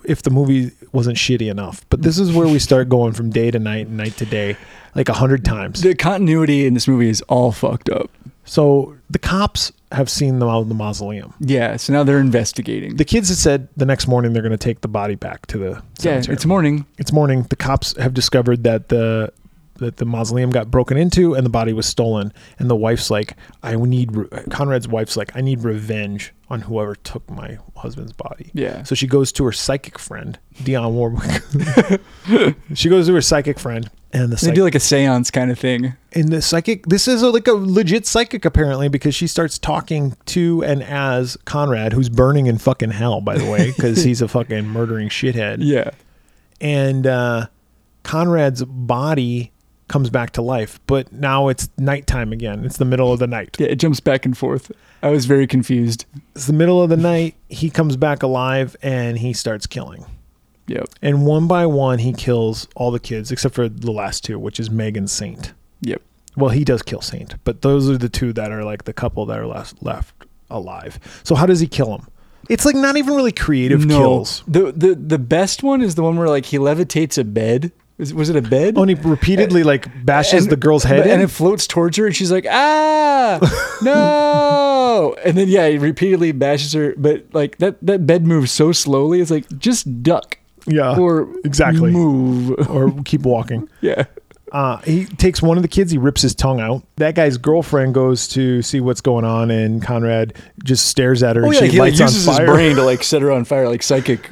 Speaker 2: if the movie wasn't shitty enough. But this is where we start going from day to night and night to day, like a hundred times.
Speaker 3: The continuity in this movie is all fucked up.
Speaker 2: So the cops have seen them out in the mausoleum.
Speaker 3: Yeah, so now they're investigating.
Speaker 2: The kids had said the next morning they're going to take the body back to the
Speaker 3: yeah,
Speaker 2: cemetery.
Speaker 3: it's morning.
Speaker 2: it's morning. The cops have discovered that the that the mausoleum got broken into and the body was stolen. And the wife's like, I need re- Conrad's wife's like, I need revenge on whoever took my husband's body.
Speaker 3: Yeah.
Speaker 2: So she goes to her psychic friend, Dion Warwick. *laughs* she goes to her psychic friend, and the
Speaker 3: they
Speaker 2: psych-
Speaker 3: do like a seance kind of thing.
Speaker 2: and the psychic. This is a, like a legit psychic apparently because she starts talking to and as Conrad, who's burning in fucking hell by the way, because he's a fucking murdering shithead
Speaker 3: Yeah.
Speaker 2: and uh, Conrad's body comes back to life, but now it's nighttime again. It's the middle of the night.
Speaker 3: Yeah, it jumps back and forth. I was very confused.
Speaker 2: It's the middle of the night. He comes back alive and he starts killing.
Speaker 3: Yep.
Speaker 2: And one by one, he kills all the kids except for the last two, which is Meg and Saint.
Speaker 3: Yep.
Speaker 2: Well, he does kill Saint, but those are the two that are like the couple that are left left alive. So how does he kill them? It's like not even really creative kills.
Speaker 3: The, the the best one is the one where like he levitates a bed. Is, was it a bed?
Speaker 2: Only repeatedly like bashes the girl's Oh, head in.
Speaker 3: and it floats towards her, and she's like, "Ah,
Speaker 2: *laughs*
Speaker 3: no!" And then yeah, he repeatedly bashes her, but like that that bed moves so slowly. It's like just duck
Speaker 2: yeah,
Speaker 3: or
Speaker 2: Uh, exactly.
Speaker 3: move. *laughs*
Speaker 2: or keep walking.
Speaker 3: Yeah,
Speaker 2: Uh, he takes one of the kids, he rips his tongue out. That guy's girlfriend goes to see what's going on, and Conrad just stares at her. and she
Speaker 3: Oh, he like,
Speaker 2: lights
Speaker 3: uses
Speaker 2: on
Speaker 3: his
Speaker 2: fire.
Speaker 3: brain to like set her on fire, like psychic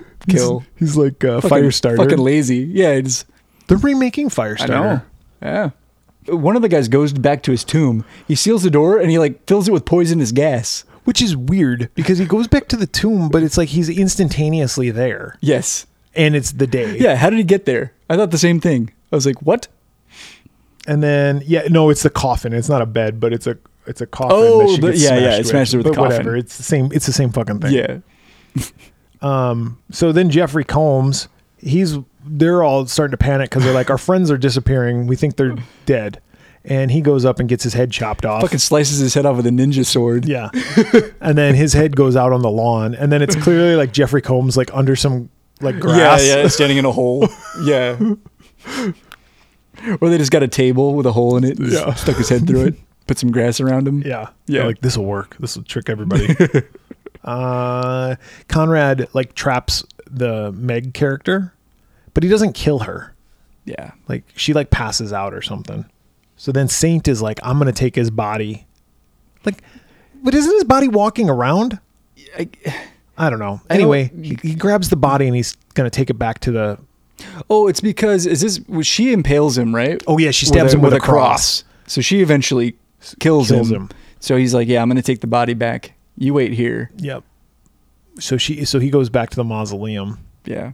Speaker 2: *laughs*
Speaker 3: kill.
Speaker 2: He's, he's like uh,
Speaker 3: Fucking-
Speaker 2: Firestarter.
Speaker 3: Fucking lazy. Yeah, it's
Speaker 2: They're remaking Firestarter.
Speaker 3: I know. Yeah. One of the guys goes back to his tomb. He seals the door and he like fills it with poisonous gas.
Speaker 2: Which is weird because he goes back to the tomb, but it's like he's instantaneously there,
Speaker 3: Yes.
Speaker 2: and it's the day.
Speaker 3: Yeah. How did he get there? I thought the same thing. I was like, what?
Speaker 2: And then yeah, no, it's the coffin. It's not a bed, but it's a it's a coffin.
Speaker 3: Oh,
Speaker 2: that she
Speaker 3: the-
Speaker 2: gets
Speaker 3: yeah, yeah,
Speaker 2: smashed
Speaker 3: it smashed it with
Speaker 2: but
Speaker 3: the coffin.
Speaker 2: Whatever. It's the same. It's the same fucking thing.
Speaker 3: Yeah.
Speaker 2: Um, so then Jeffrey Combs, he's they're all starting to panic because they're like, our friends are disappearing. We think they're dead, and he goes up and gets his head chopped off.
Speaker 3: Fucking slices his head off with a ninja
Speaker 2: *laughs*
Speaker 3: sword.
Speaker 2: yeah, and then his head goes out on the lawn, and then it's clearly like Jeffrey Combs like under some like grass.
Speaker 3: Yeah, yeah, standing in a hole. *laughs* Yeah. or they just got a table with a hole in it. and
Speaker 2: Yeah.
Speaker 3: Stuck his head *laughs* through it. Put some grass around him.
Speaker 2: Yeah.
Speaker 3: Yeah.
Speaker 2: They're like this will work. This will trick
Speaker 3: *laughs*
Speaker 2: everybody. uh, Conrad like traps the Meg character, but he doesn't kill her.
Speaker 3: Yeah.
Speaker 2: like she like passes out or something so then saint is like i'm gonna take his body like but isn't his body walking around
Speaker 3: I-
Speaker 2: i don't know
Speaker 3: don't-
Speaker 2: anyway he, he grabs the body and he's gonna take it back to the
Speaker 3: Oh, it's because is this well, she impales him, right?
Speaker 2: Oh, yeah, she stabs him with a cross.
Speaker 3: So she eventually kills,
Speaker 2: Kills
Speaker 3: him.
Speaker 2: him.
Speaker 3: So he's like, "Yeah, I'm going to take the body back. You wait here."
Speaker 2: yep so she so he goes back to the mausoleum
Speaker 3: Yeah.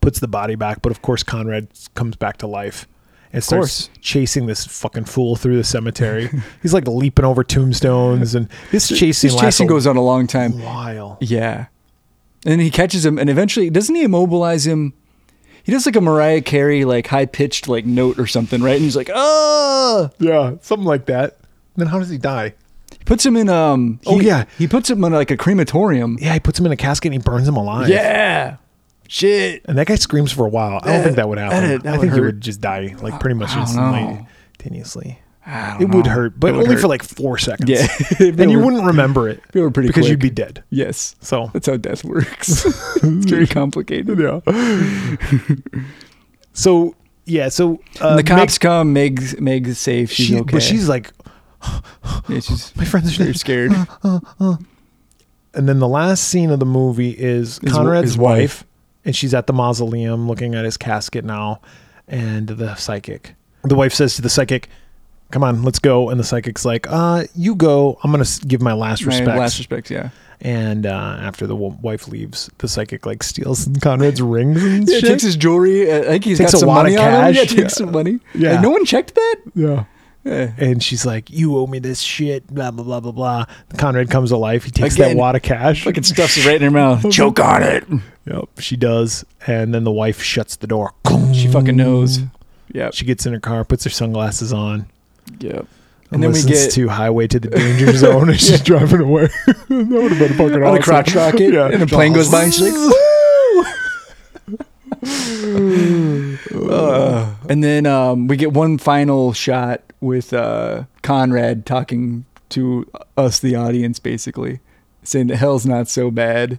Speaker 2: puts the body back but of course conrad comes back to life and starts
Speaker 3: course.
Speaker 2: chasing this fucking fool through the
Speaker 3: *laughs*
Speaker 2: cemetery he's like leaping over tombstones and this chasing
Speaker 3: This
Speaker 2: lasts
Speaker 3: chasing
Speaker 2: a
Speaker 3: goes on a long time.
Speaker 2: while
Speaker 3: Yeah. And he catches him and eventually doesn't he immobilize him? He does like a Mariah Carey like high pitched like note or something, right? And he's like, "Oh!"
Speaker 2: yeah something like that then how does he die
Speaker 3: He puts him in um
Speaker 2: Oh,
Speaker 3: he-
Speaker 2: yeah.
Speaker 3: He puts him in like a crematorium.
Speaker 2: Yeah, he puts him in a casket and he burns him alive.
Speaker 3: Yeah. Shit.
Speaker 2: And that guy screams for a while. I don't think that would happen.
Speaker 3: eh, that- that
Speaker 2: I think
Speaker 3: would
Speaker 2: he
Speaker 3: hurt.
Speaker 2: would just die like pretty much
Speaker 3: I don't know.
Speaker 2: instantaneously.
Speaker 3: I don't
Speaker 2: It would
Speaker 3: know.
Speaker 2: hurt, but
Speaker 3: It would
Speaker 2: only
Speaker 3: hurt.
Speaker 2: for like four seconds.
Speaker 3: Yeah. *laughs*
Speaker 2: *laughs* and you wouldn't remember it
Speaker 3: They were pretty
Speaker 2: because
Speaker 3: quick.
Speaker 2: you'd be dead.
Speaker 3: Yes.
Speaker 2: So
Speaker 3: That's how
Speaker 2: *laughs*
Speaker 3: death works. it's very complicated.
Speaker 2: yeah. so yeah, so uh,
Speaker 3: the
Speaker 2: Meg-
Speaker 3: cops come. Meg, Meg's safe. She's
Speaker 2: she,
Speaker 3: okay.
Speaker 2: but she's like,
Speaker 3: yeah, she's
Speaker 2: my friends are *laughs*
Speaker 3: very
Speaker 2: dead.
Speaker 3: scared.
Speaker 2: And then the last scene of the movie is
Speaker 3: His-
Speaker 2: Conrad's
Speaker 3: his
Speaker 2: wife,
Speaker 3: wife.
Speaker 2: and she's at the mausoleum looking at his casket now, and the psychic. The wife says to the psychic, "Come on, let's go." And the psychic's like, "Uh, you go. I'm gonna s- give my last
Speaker 3: My
Speaker 2: respects."
Speaker 3: Last respects. Yeah.
Speaker 2: and uh, after the w- wife leaves, the psychic like steals Conrad's rings and
Speaker 3: yeah
Speaker 2: shit.
Speaker 3: takes his jewelry. uh, I think he's
Speaker 2: Takes a
Speaker 3: got some
Speaker 2: wad of
Speaker 3: money on
Speaker 2: cash.
Speaker 3: him. Yeah. Takes
Speaker 2: Yeah.
Speaker 3: some money.
Speaker 2: Yeah.
Speaker 3: Like, no one checked that.
Speaker 2: yeah.
Speaker 3: Yeah.
Speaker 2: And she's like, "You owe me this shit." Blah blah blah blah blah. Conrad comes to life. He takes that
Speaker 3: Again.
Speaker 2: wad of cash.
Speaker 3: Fucking stuffs it right in
Speaker 2: *laughs*
Speaker 3: her mouth. Choke on it.
Speaker 2: Yep, she does. And then the wife shuts the door.
Speaker 3: She fucking knows.
Speaker 2: Mm.
Speaker 3: Yep.
Speaker 2: She gets in her car, puts her sunglasses on,
Speaker 3: Yep.
Speaker 2: and,
Speaker 3: And then we
Speaker 2: listens
Speaker 3: get-
Speaker 2: to "Highway to the
Speaker 3: *laughs*
Speaker 2: Danger Zone" as she's driving *laughs* away. that would have been fucking
Speaker 3: On
Speaker 2: awesome.
Speaker 3: a crotch rocket.
Speaker 2: Yeah.
Speaker 3: And a plane goes by. And she's like, And then um, we get one final shot with uh, Conrad talking to us, the audience, basically saying that hell's not so bad.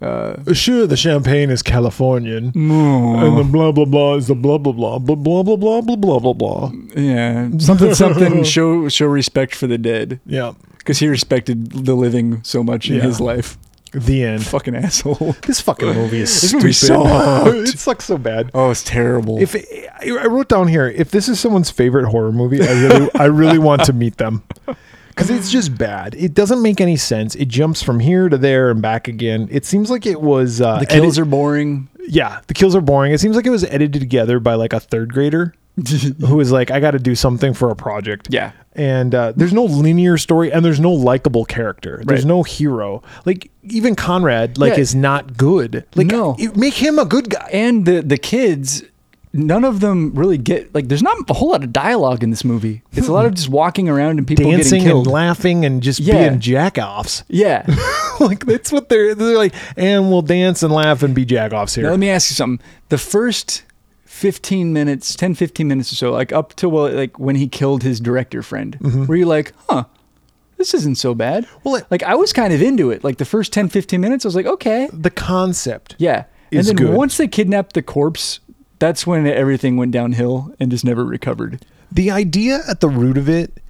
Speaker 3: Uh,
Speaker 2: Sure, the champagne is Californian. And the
Speaker 3: no.
Speaker 2: blah blah blah is the blah blah blah blah blah blah blah blah blah blah blah.
Speaker 3: yeah, something, *laughs* something. Show, show respect for the dead,
Speaker 2: Yeah.
Speaker 3: because he respected the living so much in
Speaker 2: Yeah.
Speaker 3: his life.
Speaker 2: The end.
Speaker 3: Fucking asshole.
Speaker 2: This fucking movie is
Speaker 3: This movie
Speaker 2: stupid.
Speaker 3: sucked.
Speaker 2: *laughs* it sucks so bad.
Speaker 3: Oh, it's terrible.
Speaker 2: If I I wrote down here, if this is someone's favorite horror movie, I really, I really want to meet them *laughs* because it's just bad. It doesn't make any sense. It jumps from here to there and back again. It seems like it was uh,
Speaker 3: the kills
Speaker 2: edit-
Speaker 3: are boring.
Speaker 2: yeah, the kills are boring. It seems like it was edited together by like a third
Speaker 3: *laughs*
Speaker 2: grader who was like, I got to do something for a project.
Speaker 3: yeah.
Speaker 2: and uh, there's no linear story and there's no likable character there's
Speaker 3: Right.
Speaker 2: no hero like even conrad like
Speaker 3: Yeah.
Speaker 2: is not good like
Speaker 3: No.
Speaker 2: it- make him a good guy
Speaker 3: and the the kids none of them really get like there's not a whole lot of dialogue in this movie it's a lot of just walking around and people getting
Speaker 2: dancing and
Speaker 3: killed
Speaker 2: laughing and just
Speaker 3: Yeah.
Speaker 2: being jackoffs *laughs*
Speaker 3: yeah *laughs*
Speaker 2: like that's what they're they're like and we'll dance and laugh and be jackoffs
Speaker 3: now,
Speaker 2: here
Speaker 3: let me ask you something the first 15 minutes 10 15 minutes or so like up to well like when he killed his director friend were you like huh this isn't so bad
Speaker 2: Mm-hmm. Well, it-
Speaker 3: like i was kind of into it like the first 10 15 minutes i was like okay
Speaker 2: the concept
Speaker 3: yeah and
Speaker 2: Is
Speaker 3: then
Speaker 2: good.
Speaker 3: once they kidnapped the corpse that's when everything went downhill and just never recovered
Speaker 2: the idea at the root of it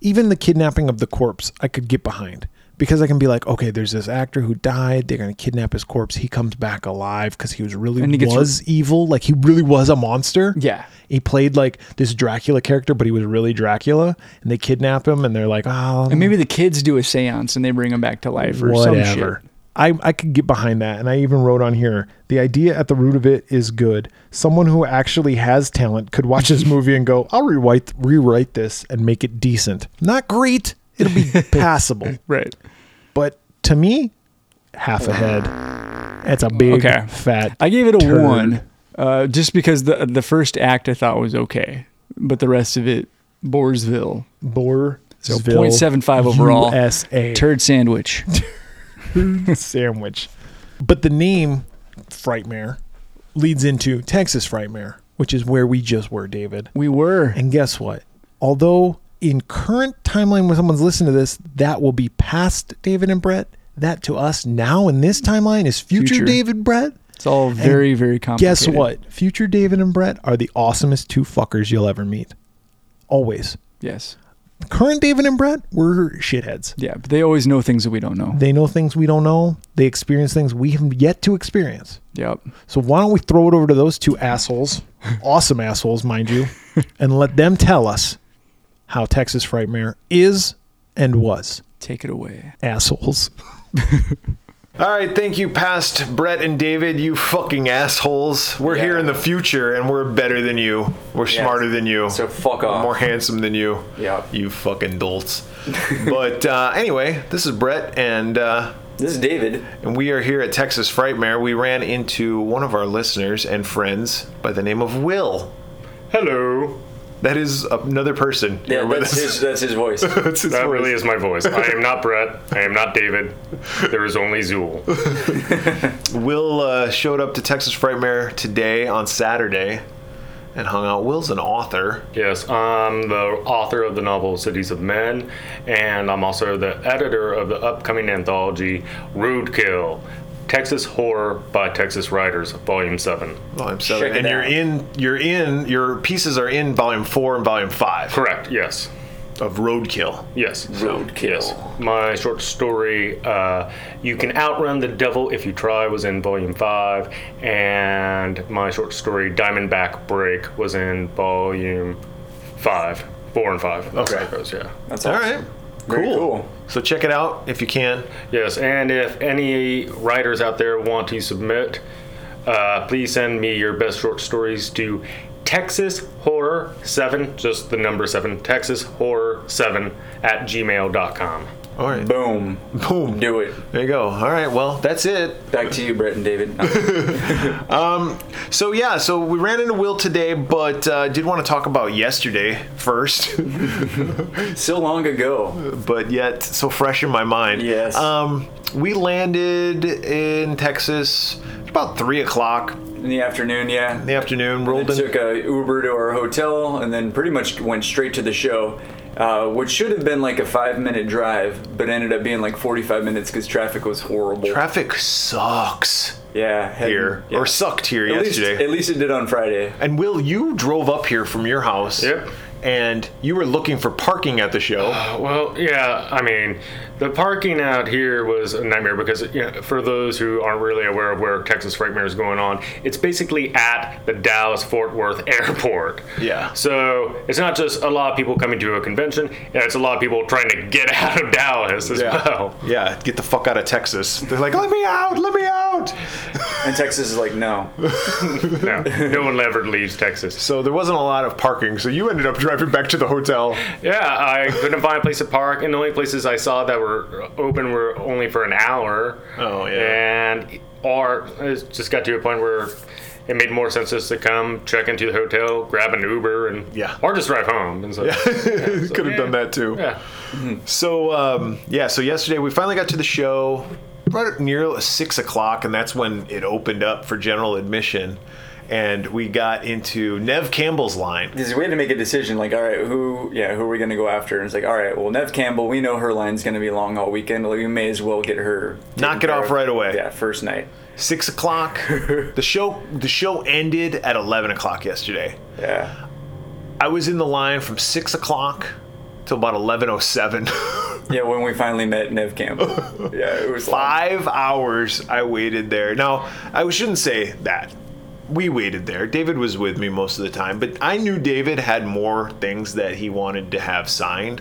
Speaker 2: even the kidnapping of the corpse i could get behind because i can be like okay there's this actor who died they're going to kidnap his corpse he comes back alive because he was really
Speaker 3: And he gets
Speaker 2: was evil like he really was a monster
Speaker 3: Yeah.
Speaker 2: he played like this dracula character but he was really dracula and they kidnap him and they're like oh
Speaker 3: And maybe the kids do a seance and they bring him back to life or some
Speaker 2: whatever.
Speaker 3: shit.
Speaker 2: I, I could get behind that. And I even wrote on here the idea at the root of it is good. Someone who actually has talent could watch this movie and go, I'll rewrite, rewrite this and make it decent. Not great, it'll
Speaker 3: *laughs*
Speaker 2: be passable.
Speaker 3: Right.
Speaker 2: But to me, half a head. That's a big,
Speaker 3: Okay.
Speaker 2: fat.
Speaker 3: I gave it a
Speaker 2: Turd.
Speaker 3: one uh, just because the the first act I thought was okay, but the rest of it, Boersville.
Speaker 2: bore.
Speaker 3: So 0.75 overall.
Speaker 2: USA.
Speaker 3: *laughs* Turd sandwich.
Speaker 2: sandwich. But the name Frightmare leads into Texas Frightmare, which is where we just were, David.
Speaker 3: We were.
Speaker 2: And guess what? Although in current timeline when someone's listening to this, that will be past David and Brett. That to us now in this timeline is future,
Speaker 3: Future.
Speaker 2: David Brett.
Speaker 3: It's all very, very complicated.
Speaker 2: Guess what? Future David and Brett are the awesomest two fuckers you'll ever meet. Always.
Speaker 3: Yes.
Speaker 2: Current David and Brett, we're shitheads.
Speaker 3: Yeah, but they always know things that we don't know.
Speaker 2: They know things we don't know. They experience things we have yet to experience.
Speaker 3: Yep.
Speaker 2: So why don't we throw it over to those two
Speaker 4: *laughs*
Speaker 2: assholes, awesome assholes, mind you, and let them tell us how Texas Frightmare is and was
Speaker 3: Take it away.
Speaker 2: assholes.
Speaker 4: All right, thank you, past Brett and David, you fucking assholes. We're here in the future and we're better than you. We're smarter than you.
Speaker 5: So fuck off.
Speaker 4: More handsome than you.
Speaker 5: Yeah.
Speaker 4: You fucking
Speaker 5: *laughs*
Speaker 4: dolts. but uh, anyway, this is Brett and. Uh,
Speaker 5: This is David.
Speaker 4: and we are here at Texas Frightmare. We ran into one of our listeners and friends by the name of Will. Hello. That is another person.
Speaker 5: Yeah,
Speaker 4: here with
Speaker 5: that's
Speaker 4: us.
Speaker 5: his, that's his
Speaker 4: *laughs*
Speaker 5: voice.
Speaker 4: That's his
Speaker 6: That
Speaker 4: voice.
Speaker 6: really is my voice. I am not Brett. I am not David. There is only Zool.
Speaker 4: Will uh, showed up to Texas Frightmare today on Saturday and hung out. Will's an author.
Speaker 6: Yes, I'm the author of the novel Cities of Men, and I'm also the editor of the upcoming anthology Roadkill Texas Horror by Texas Writers, Volume 7.
Speaker 4: Well, I'm seven.
Speaker 5: Check it
Speaker 4: and you're
Speaker 5: out.
Speaker 4: in you're in your pieces are in volume four and volume five
Speaker 6: Correct, yes.
Speaker 4: of Roadkill.
Speaker 6: Yes.
Speaker 5: Roadkill.
Speaker 6: Yes. My short story, uh, You Can Outrun the Devil If You Try, was in Volume 5, and my short story, Diamondback Break, was in Volume 5. 4 and 5. That's how
Speaker 4: Okay.
Speaker 6: it goes, yeah.
Speaker 5: That's
Speaker 4: All
Speaker 5: awesome.
Speaker 4: right. Cool.
Speaker 5: Very cool.
Speaker 4: So check it out if you can.
Speaker 6: Yes, and if any writers out there want to submit, uh, please send me your best short stories to Texas Horror 7, just the number 7, Texas Horror 7 at gmail.com.
Speaker 4: All right.
Speaker 5: Boom.
Speaker 4: Boom.
Speaker 5: Do it.
Speaker 4: There you go. All right. Well, that's it.
Speaker 5: Back to you, Brett and David. No.
Speaker 4: *laughs* So yeah, so we ran into Will today, but uh, did want to talk about yesterday first, *laughs*
Speaker 5: so long ago.
Speaker 4: but yet so fresh in my mind.
Speaker 5: Yes.
Speaker 4: Um, we landed in Texas about three o'clock.
Speaker 5: in the afternoon, yeah.
Speaker 4: in the afternoon,
Speaker 5: We
Speaker 4: rolled in.
Speaker 5: took a Uber to our hotel and then pretty much went straight to the show, uh, which should have been like a five minute drive, but ended up being like 45 minutes because traffic was horrible.
Speaker 4: Traffic sucks
Speaker 5: yeah, heading-
Speaker 4: here,
Speaker 5: yeah.
Speaker 4: or sucked here
Speaker 5: at least,
Speaker 4: yesterday.
Speaker 5: at least it did on Friday.
Speaker 4: And Will, you drove up here from your house.
Speaker 6: Yep.
Speaker 4: And you were looking for parking at the
Speaker 6: *laughs*
Speaker 4: show.
Speaker 6: Well, yeah, I mean, the parking out here was a nightmare because, you know, for those who aren't really aware of where Texas Frightmare is going on, it's basically at the Dallas Fort Worth *laughs* Airport.
Speaker 4: Yeah.
Speaker 6: So it's not just a lot of people coming to a convention, it's a lot of people trying to get *laughs* out of Dallas as well.
Speaker 4: Yeah, get the fuck out of Texas. They're like, let me out, let me out.
Speaker 5: And Texas is like, no.
Speaker 6: No, no one ever leaves Texas.
Speaker 4: So there wasn't a lot of parking. So you ended up *laughs* driving back to the hotel.
Speaker 6: Yeah, I couldn't find a place to park, and the only places I saw that were open were only for an hour.
Speaker 4: Oh, yeah.
Speaker 6: And or it just got to a point where it made more sense just to come check into the hotel, grab an Uber, and
Speaker 4: Yeah.
Speaker 6: or just drive home. And so, yeah,
Speaker 4: *laughs* Could have done that too.
Speaker 6: yeah. Mm-hmm.
Speaker 4: So um, yeah, so yesterday we finally got to the show right near six o'clock, and that's when it opened up for general admission, and we got into Nev Campbell's line.
Speaker 5: Because we had to make a decision, like, all right, who, yeah, who are we going to go after? And it's like, all right, well, Nev Campbell, we know her line's going to be long all weekend. Like, we may as well get her. taken
Speaker 4: Knock it
Speaker 5: care
Speaker 4: off right away.
Speaker 5: Yeah, first night.
Speaker 4: Six o'clock. *laughs* the show the show ended at eleven o'clock yesterday.
Speaker 5: Yeah.
Speaker 4: I was in the line from six o'clock till about eleven oh seven. *laughs*
Speaker 5: Yeah, when we finally met Nev Campbell. yeah, it was long.
Speaker 4: Five hours I waited there. Now I shouldn't say that. We waited there. David was with me most of the time, but I knew David had more things that he wanted to have signed,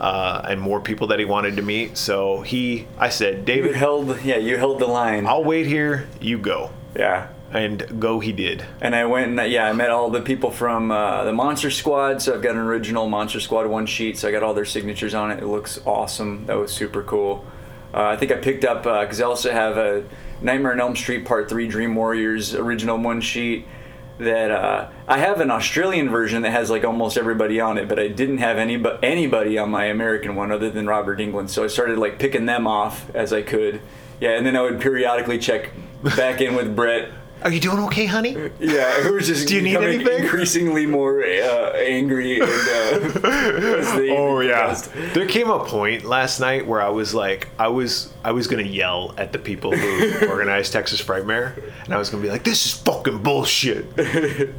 Speaker 4: uh, and more people that he wanted to meet. So he, I said,
Speaker 5: You *laughs*
Speaker 4: David,
Speaker 5: held, yeah, you held the line.
Speaker 4: I'll wait here. You go,
Speaker 5: Yeah.
Speaker 4: and go he did.
Speaker 5: And I went and, I- yeah, I met all the people from uh, the Monster Squad. So I've got an original Monster Squad one sheet. So I got all their signatures on it. It looks awesome. That was super cool. Uh, I think I picked up, because I also have a Nightmare on Elm Street Part 3 Dream Warriors original one sheet that uh, I have an Australian version that has like almost everybody on it, but I didn't have any but anybody on my American one other than Robert England. So I started like picking them off as I could. Yeah, and then I would periodically check back in with Brett
Speaker 4: Are you doing okay, honey?
Speaker 5: yeah, it was just
Speaker 4: Do you need
Speaker 5: becoming
Speaker 4: anything?
Speaker 5: increasingly more uh, angry.
Speaker 4: *laughs*
Speaker 5: And, uh, as the
Speaker 4: Oh
Speaker 5: evening
Speaker 4: yeah.
Speaker 5: progressed.
Speaker 4: There came a point last night where I was like, I was I was gonna yell at the people who organized Texas Frightmare, and I was gonna be like, this is fucking bullshit.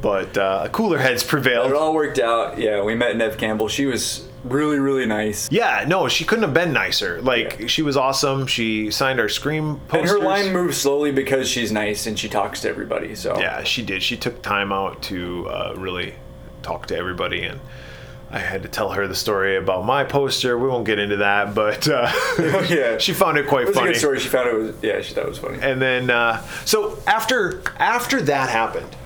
Speaker 4: *laughs* But uh, cooler heads
Speaker 5: It
Speaker 4: prevailed.
Speaker 5: all worked out. Yeah, we met Nev Campbell. She was really, really nice.
Speaker 4: Yeah, no, she couldn't have been nicer. Like she was awesome. She signed our scream
Speaker 5: And
Speaker 4: posters.
Speaker 5: her line moves slowly because she's nice and she talks to everybody. So
Speaker 4: Yeah, she did. She took time out to uh, really talk to everybody, and I had to tell her the story about my poster. We won't get into that, but uh,
Speaker 5: *laughs* *laughs* Yeah.
Speaker 4: she found it quite
Speaker 5: it was
Speaker 4: funny.
Speaker 5: a good story. She found it was yeah, she thought it was funny.
Speaker 4: and then uh, so after after that happened,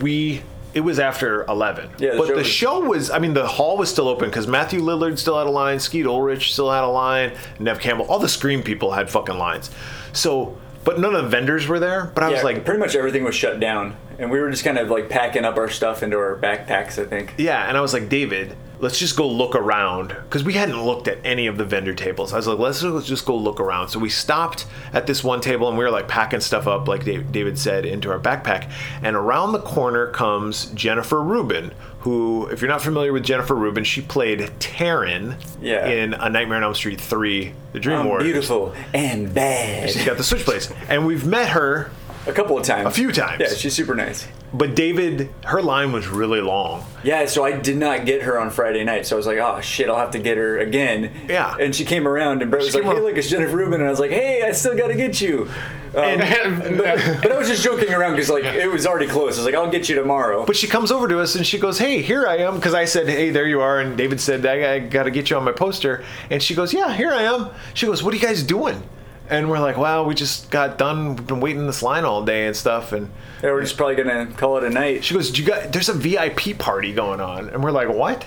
Speaker 4: we it was after eleven.
Speaker 5: Yeah, the
Speaker 4: but
Speaker 5: show
Speaker 4: the
Speaker 5: was-
Speaker 4: show was I mean the hall was still open because Matthew Lillard still had a line, Skeet Ulrich still had a line, Nev Campbell, all the Scream people had fucking lines. So, but none of the vendors were there. But I
Speaker 5: yeah,
Speaker 4: was like,
Speaker 5: pretty much everything was shut down, and we were just kind of like packing up our stuff into our backpacks. I think.
Speaker 4: Yeah, and I was like, David, let's just go look around because we hadn't looked at any of the vendor tables. I was like, let's just go look around. So we stopped at this one table and we were like packing stuff up, like Da- David said, into our backpack. And around the corner comes Jennifer Rubin, who, if you're not familiar with Jennifer Rubin, she played Taryn
Speaker 5: Yeah.
Speaker 4: in A Nightmare on Elm Street 3, The Dream
Speaker 5: I'm
Speaker 4: Warriors.
Speaker 5: Um, beautiful and
Speaker 4: She's *laughs*
Speaker 5: bad.
Speaker 4: got the switchblades, and we've met her
Speaker 5: A couple of times.
Speaker 4: a few times.
Speaker 5: Yeah, she's super nice.
Speaker 4: but David, her line was really long.
Speaker 5: Yeah, so I did not get her on Friday night, so I was like, oh shit, I'll have to get her again.
Speaker 4: Yeah.
Speaker 5: And she came around, and Brett was
Speaker 4: She
Speaker 5: like,
Speaker 4: came
Speaker 5: hey,
Speaker 4: ar-
Speaker 5: look, it's Jennifer Rubin. And I was like, hey, I still gotta get you. Um, but, but I was just joking around because like it was already close. I was like, I'll get you tomorrow.
Speaker 4: But she comes over to us and she goes, "Hey, here I am," because I said, "Hey, there you are," and David said, "I, I got to get you on my poster." And she goes, "Yeah, here I am." She goes, "What are you guys doing?" And we're like, "Wow, we just got done. We've been waiting in this line all day and stuff." And
Speaker 5: Yeah, we're just probably gonna call it a night.
Speaker 4: she goes, "You got? There's a VIP party going on," and we're like, "What?"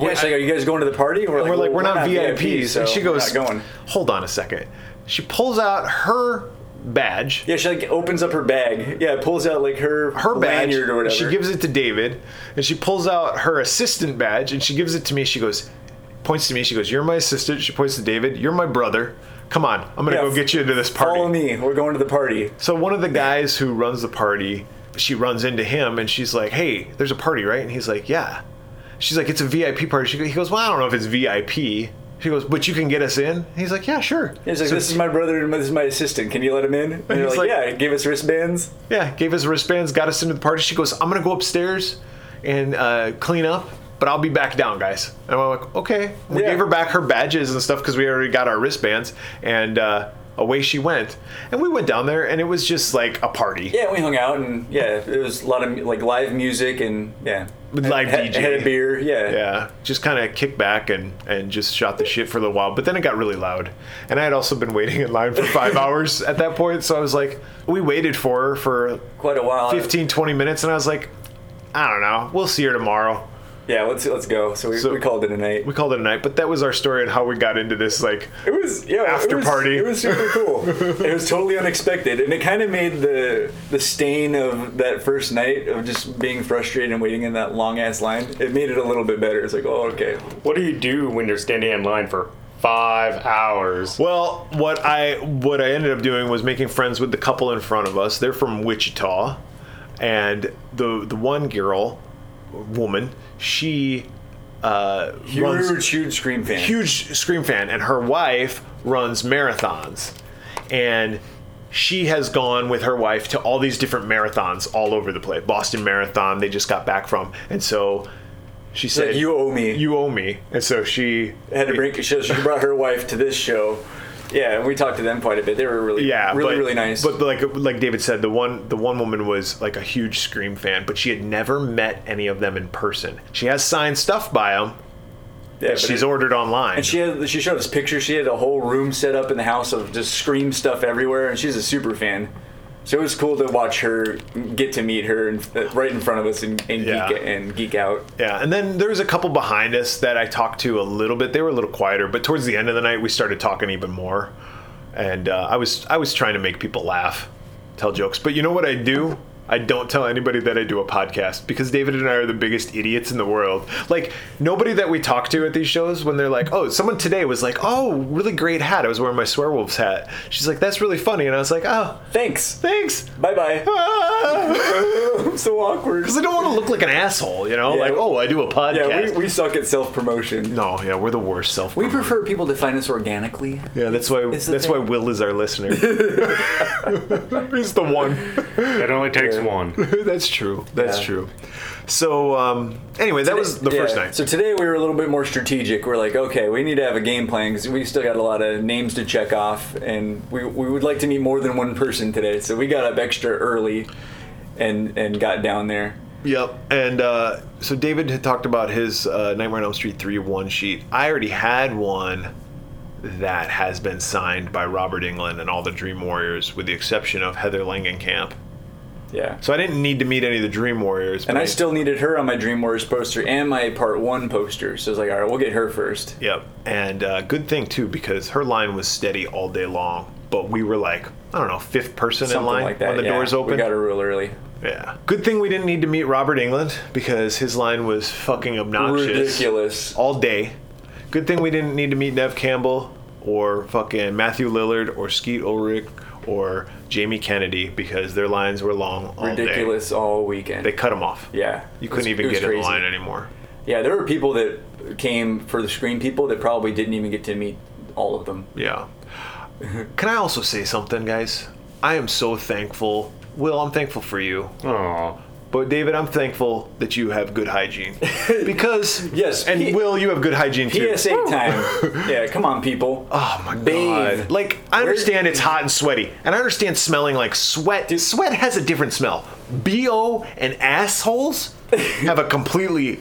Speaker 5: yeah, she's like, are you guys going to the party?
Speaker 4: And we're like,
Speaker 5: "Well,
Speaker 4: "We're, not, VIPs."
Speaker 5: so
Speaker 4: and she
Speaker 5: we're
Speaker 4: goes,
Speaker 5: not going.
Speaker 4: "Hold on a second. She pulls out her badge.
Speaker 5: Yeah, she like opens up her bag. Yeah, pulls out like her
Speaker 4: her badge.
Speaker 5: lanyard or whatever.
Speaker 4: She gives it to David, and she pulls out her assistant badge and she gives it to me. She goes, points to me. She goes, "You're my assistant." She points to David. "You're my brother." Come on, I'm gonna
Speaker 5: Yeah,
Speaker 4: go get you into this party.
Speaker 5: Follow me. We're going to the party.
Speaker 4: So one of the guys who runs the party she runs into him and she's like, "Hey, there's a party, right?" And he's like, "Yeah." She's like, "It's a VIP party." She, he goes, "Well, I don't know if it's VIP." She goes, "But you can get us in." He's like, "Yeah, sure."
Speaker 5: He's like, this is my brother and this is my assistant. Can you let him in? And they're
Speaker 4: He's like-
Speaker 5: like, yeah, give us wristbands.
Speaker 4: Yeah, gave us wristbands, got us into the party. She goes, I'm gonna go upstairs and uh, clean up, but I'll be back down, guys. And I'm like, okay. We
Speaker 5: Yeah.
Speaker 4: gave her back her badges and stuff because we already got our wristbands, and uh, away she went. And we went down there, and it was just like a party.
Speaker 5: Yeah, we hung out and yeah, it was a lot of like live music and yeah,
Speaker 4: With live
Speaker 5: had,
Speaker 4: DJ.
Speaker 5: had a beer. Yeah,
Speaker 4: Yeah, just kind of kicked back and, and just shot the shit for a little while. But then it got really loud. And I had also been waiting in line for *laughs* five hours at that point. So I was like, we waited for her for
Speaker 5: quite a while.
Speaker 4: 15, 20 minutes. And I was like, I don't know. We'll see her tomorrow.
Speaker 5: Yeah, let's let's go. So we,
Speaker 4: So-
Speaker 5: we called it a night.
Speaker 4: we called it a night but that was our story on how we got into this like
Speaker 5: It was yeah, it
Speaker 4: After
Speaker 5: was-
Speaker 4: party.
Speaker 5: It was
Speaker 4: *laughs*
Speaker 5: super cool. it was totally unexpected, and it kind of made the the stain of that first night of just being frustrated and waiting in that long ass line. It made it a little bit better. It's like, oh okay,
Speaker 6: *laughs* What do you do when you're standing in line for five hours?
Speaker 4: well what i what i ended up doing was making friends with the couple in front of us they're from wichita and the the one girl woman she uh runs-
Speaker 5: huge huge scream fan.
Speaker 4: huge Scream fan, and her wife runs marathons. And she has gone with her wife to all these different marathons all over the place. Boston Marathon, they just got back from. And so she said,
Speaker 5: like, "You owe me."
Speaker 4: You owe me. And so she.
Speaker 5: Had to bring she, she brought her wife to this show. Yeah, and we talked to them quite a bit. They were really
Speaker 4: Yeah,
Speaker 5: really
Speaker 4: but-
Speaker 5: really nice.
Speaker 4: But like like David said, the one the one woman was like a huge Scream fan, but she had never met any of them in person. She has signed stuff by them.
Speaker 5: yeah, but
Speaker 4: She's
Speaker 5: it-
Speaker 4: ordered online.
Speaker 5: And she had, she showed us pictures. She had a whole room set up in the house of just scream stuff everywhere, and she's a super fan. So it was cool to watch her get to meet her and, uh, right in front of us and, and,
Speaker 4: Yeah.
Speaker 5: geek, and geek out.
Speaker 4: Yeah, and then there was a couple behind us that I talked to a little bit. They were a little quieter, but towards the end of the night, we started talking even more. And uh, I was I was trying to make people laugh, tell jokes. But you know what I do? I don't tell anybody that I do a podcast because David and I are the biggest idiots in the world. Like nobody that we talk to at these shows when they're like, "Oh, someone today was like, oh, really great hat. I was wearing my swearwolf's hat." She's like, "That's really funny," and I was like, "Oh,
Speaker 5: Thanks.
Speaker 4: thanks." *laughs*
Speaker 5: Bye bye.
Speaker 4: Because
Speaker 5: *laughs* I'm so awkward.
Speaker 4: I don't want to look like an asshole, you know?
Speaker 5: Yeah.
Speaker 4: like, oh, I do a podcast.
Speaker 5: Yeah, we, we suck at self promotion.
Speaker 4: No, yeah, we're the worst self.
Speaker 5: We prefer people to find us organically.
Speaker 4: Yeah, that's why.
Speaker 5: It's the
Speaker 4: That's why
Speaker 5: thing.
Speaker 4: Will is our
Speaker 5: *laughs*
Speaker 4: listener. *laughs* He's the one.
Speaker 6: It only
Speaker 2: *laughs*
Speaker 6: takes one.
Speaker 4: that's true. That's
Speaker 5: Yeah.
Speaker 4: true. So um, anyway, that was the
Speaker 5: Yeah.
Speaker 4: first night.
Speaker 5: So today we were a little bit more strategic. We're like, okay, we need to have a game plan because we still got a lot of names to check off, and we, we would like to meet more than one person today. So we got up extra early, and and got down there.
Speaker 4: Yep. And uh, so David had talked about his uh, Nightmare on Elm Street three one sheet. I already had one that has been signed by Robert England and all the Dream Warriors, with the exception of Heather Langenkamp.
Speaker 5: Yeah.
Speaker 4: So I didn't need to meet any of the Dream Warriors.
Speaker 5: And
Speaker 4: but
Speaker 5: I still needed her on my Dream Warriors poster and my part one poster. So I was like, all right, we'll get her first.
Speaker 4: Yep. And uh, good thing too because her line was steady all day long, but we were like I don't know fifth person
Speaker 5: Something
Speaker 4: in line
Speaker 5: like that.
Speaker 4: when the
Speaker 5: yeah.
Speaker 4: doors open.
Speaker 5: We got her real early.
Speaker 4: Yeah. Good thing we didn't need to meet Robert England because his line was fucking obnoxious
Speaker 5: Ridiculous.
Speaker 4: Oh, all day. Good thing we didn't need to meet Nev Campbell or fucking Matthew Lillard or Skeet Ulrich or Jamie Kennedy because their lines were long all day.
Speaker 5: Ridiculous all weekend.
Speaker 4: They cut them off.
Speaker 5: yeah.
Speaker 4: You
Speaker 5: It
Speaker 4: couldn't
Speaker 5: was- it
Speaker 4: even
Speaker 5: was
Speaker 4: get in
Speaker 5: crazy.
Speaker 4: the line anymore.
Speaker 5: Yeah, there were people that came for the screen people that probably didn't even get to meet all of them. *laughs*
Speaker 4: Yeah. Can I also say something, guys? I am so thankful. Will, I'm thankful for you.
Speaker 6: Aw.
Speaker 4: But David, I'm thankful that you have good
Speaker 5: *laughs*
Speaker 4: hygiene. Because
Speaker 5: Yes,
Speaker 4: and
Speaker 5: P-
Speaker 4: Will, you have good hygiene too.
Speaker 5: PSA
Speaker 4: *laughs*
Speaker 5: time. yeah, come on, people.
Speaker 4: Oh my
Speaker 5: Bathe.
Speaker 4: god. Like I
Speaker 5: Where-
Speaker 4: understand it's hot and sweaty, and I understand smelling like sweat. Sweat has a different smell. BO and
Speaker 5: *laughs*
Speaker 4: assholes have a completely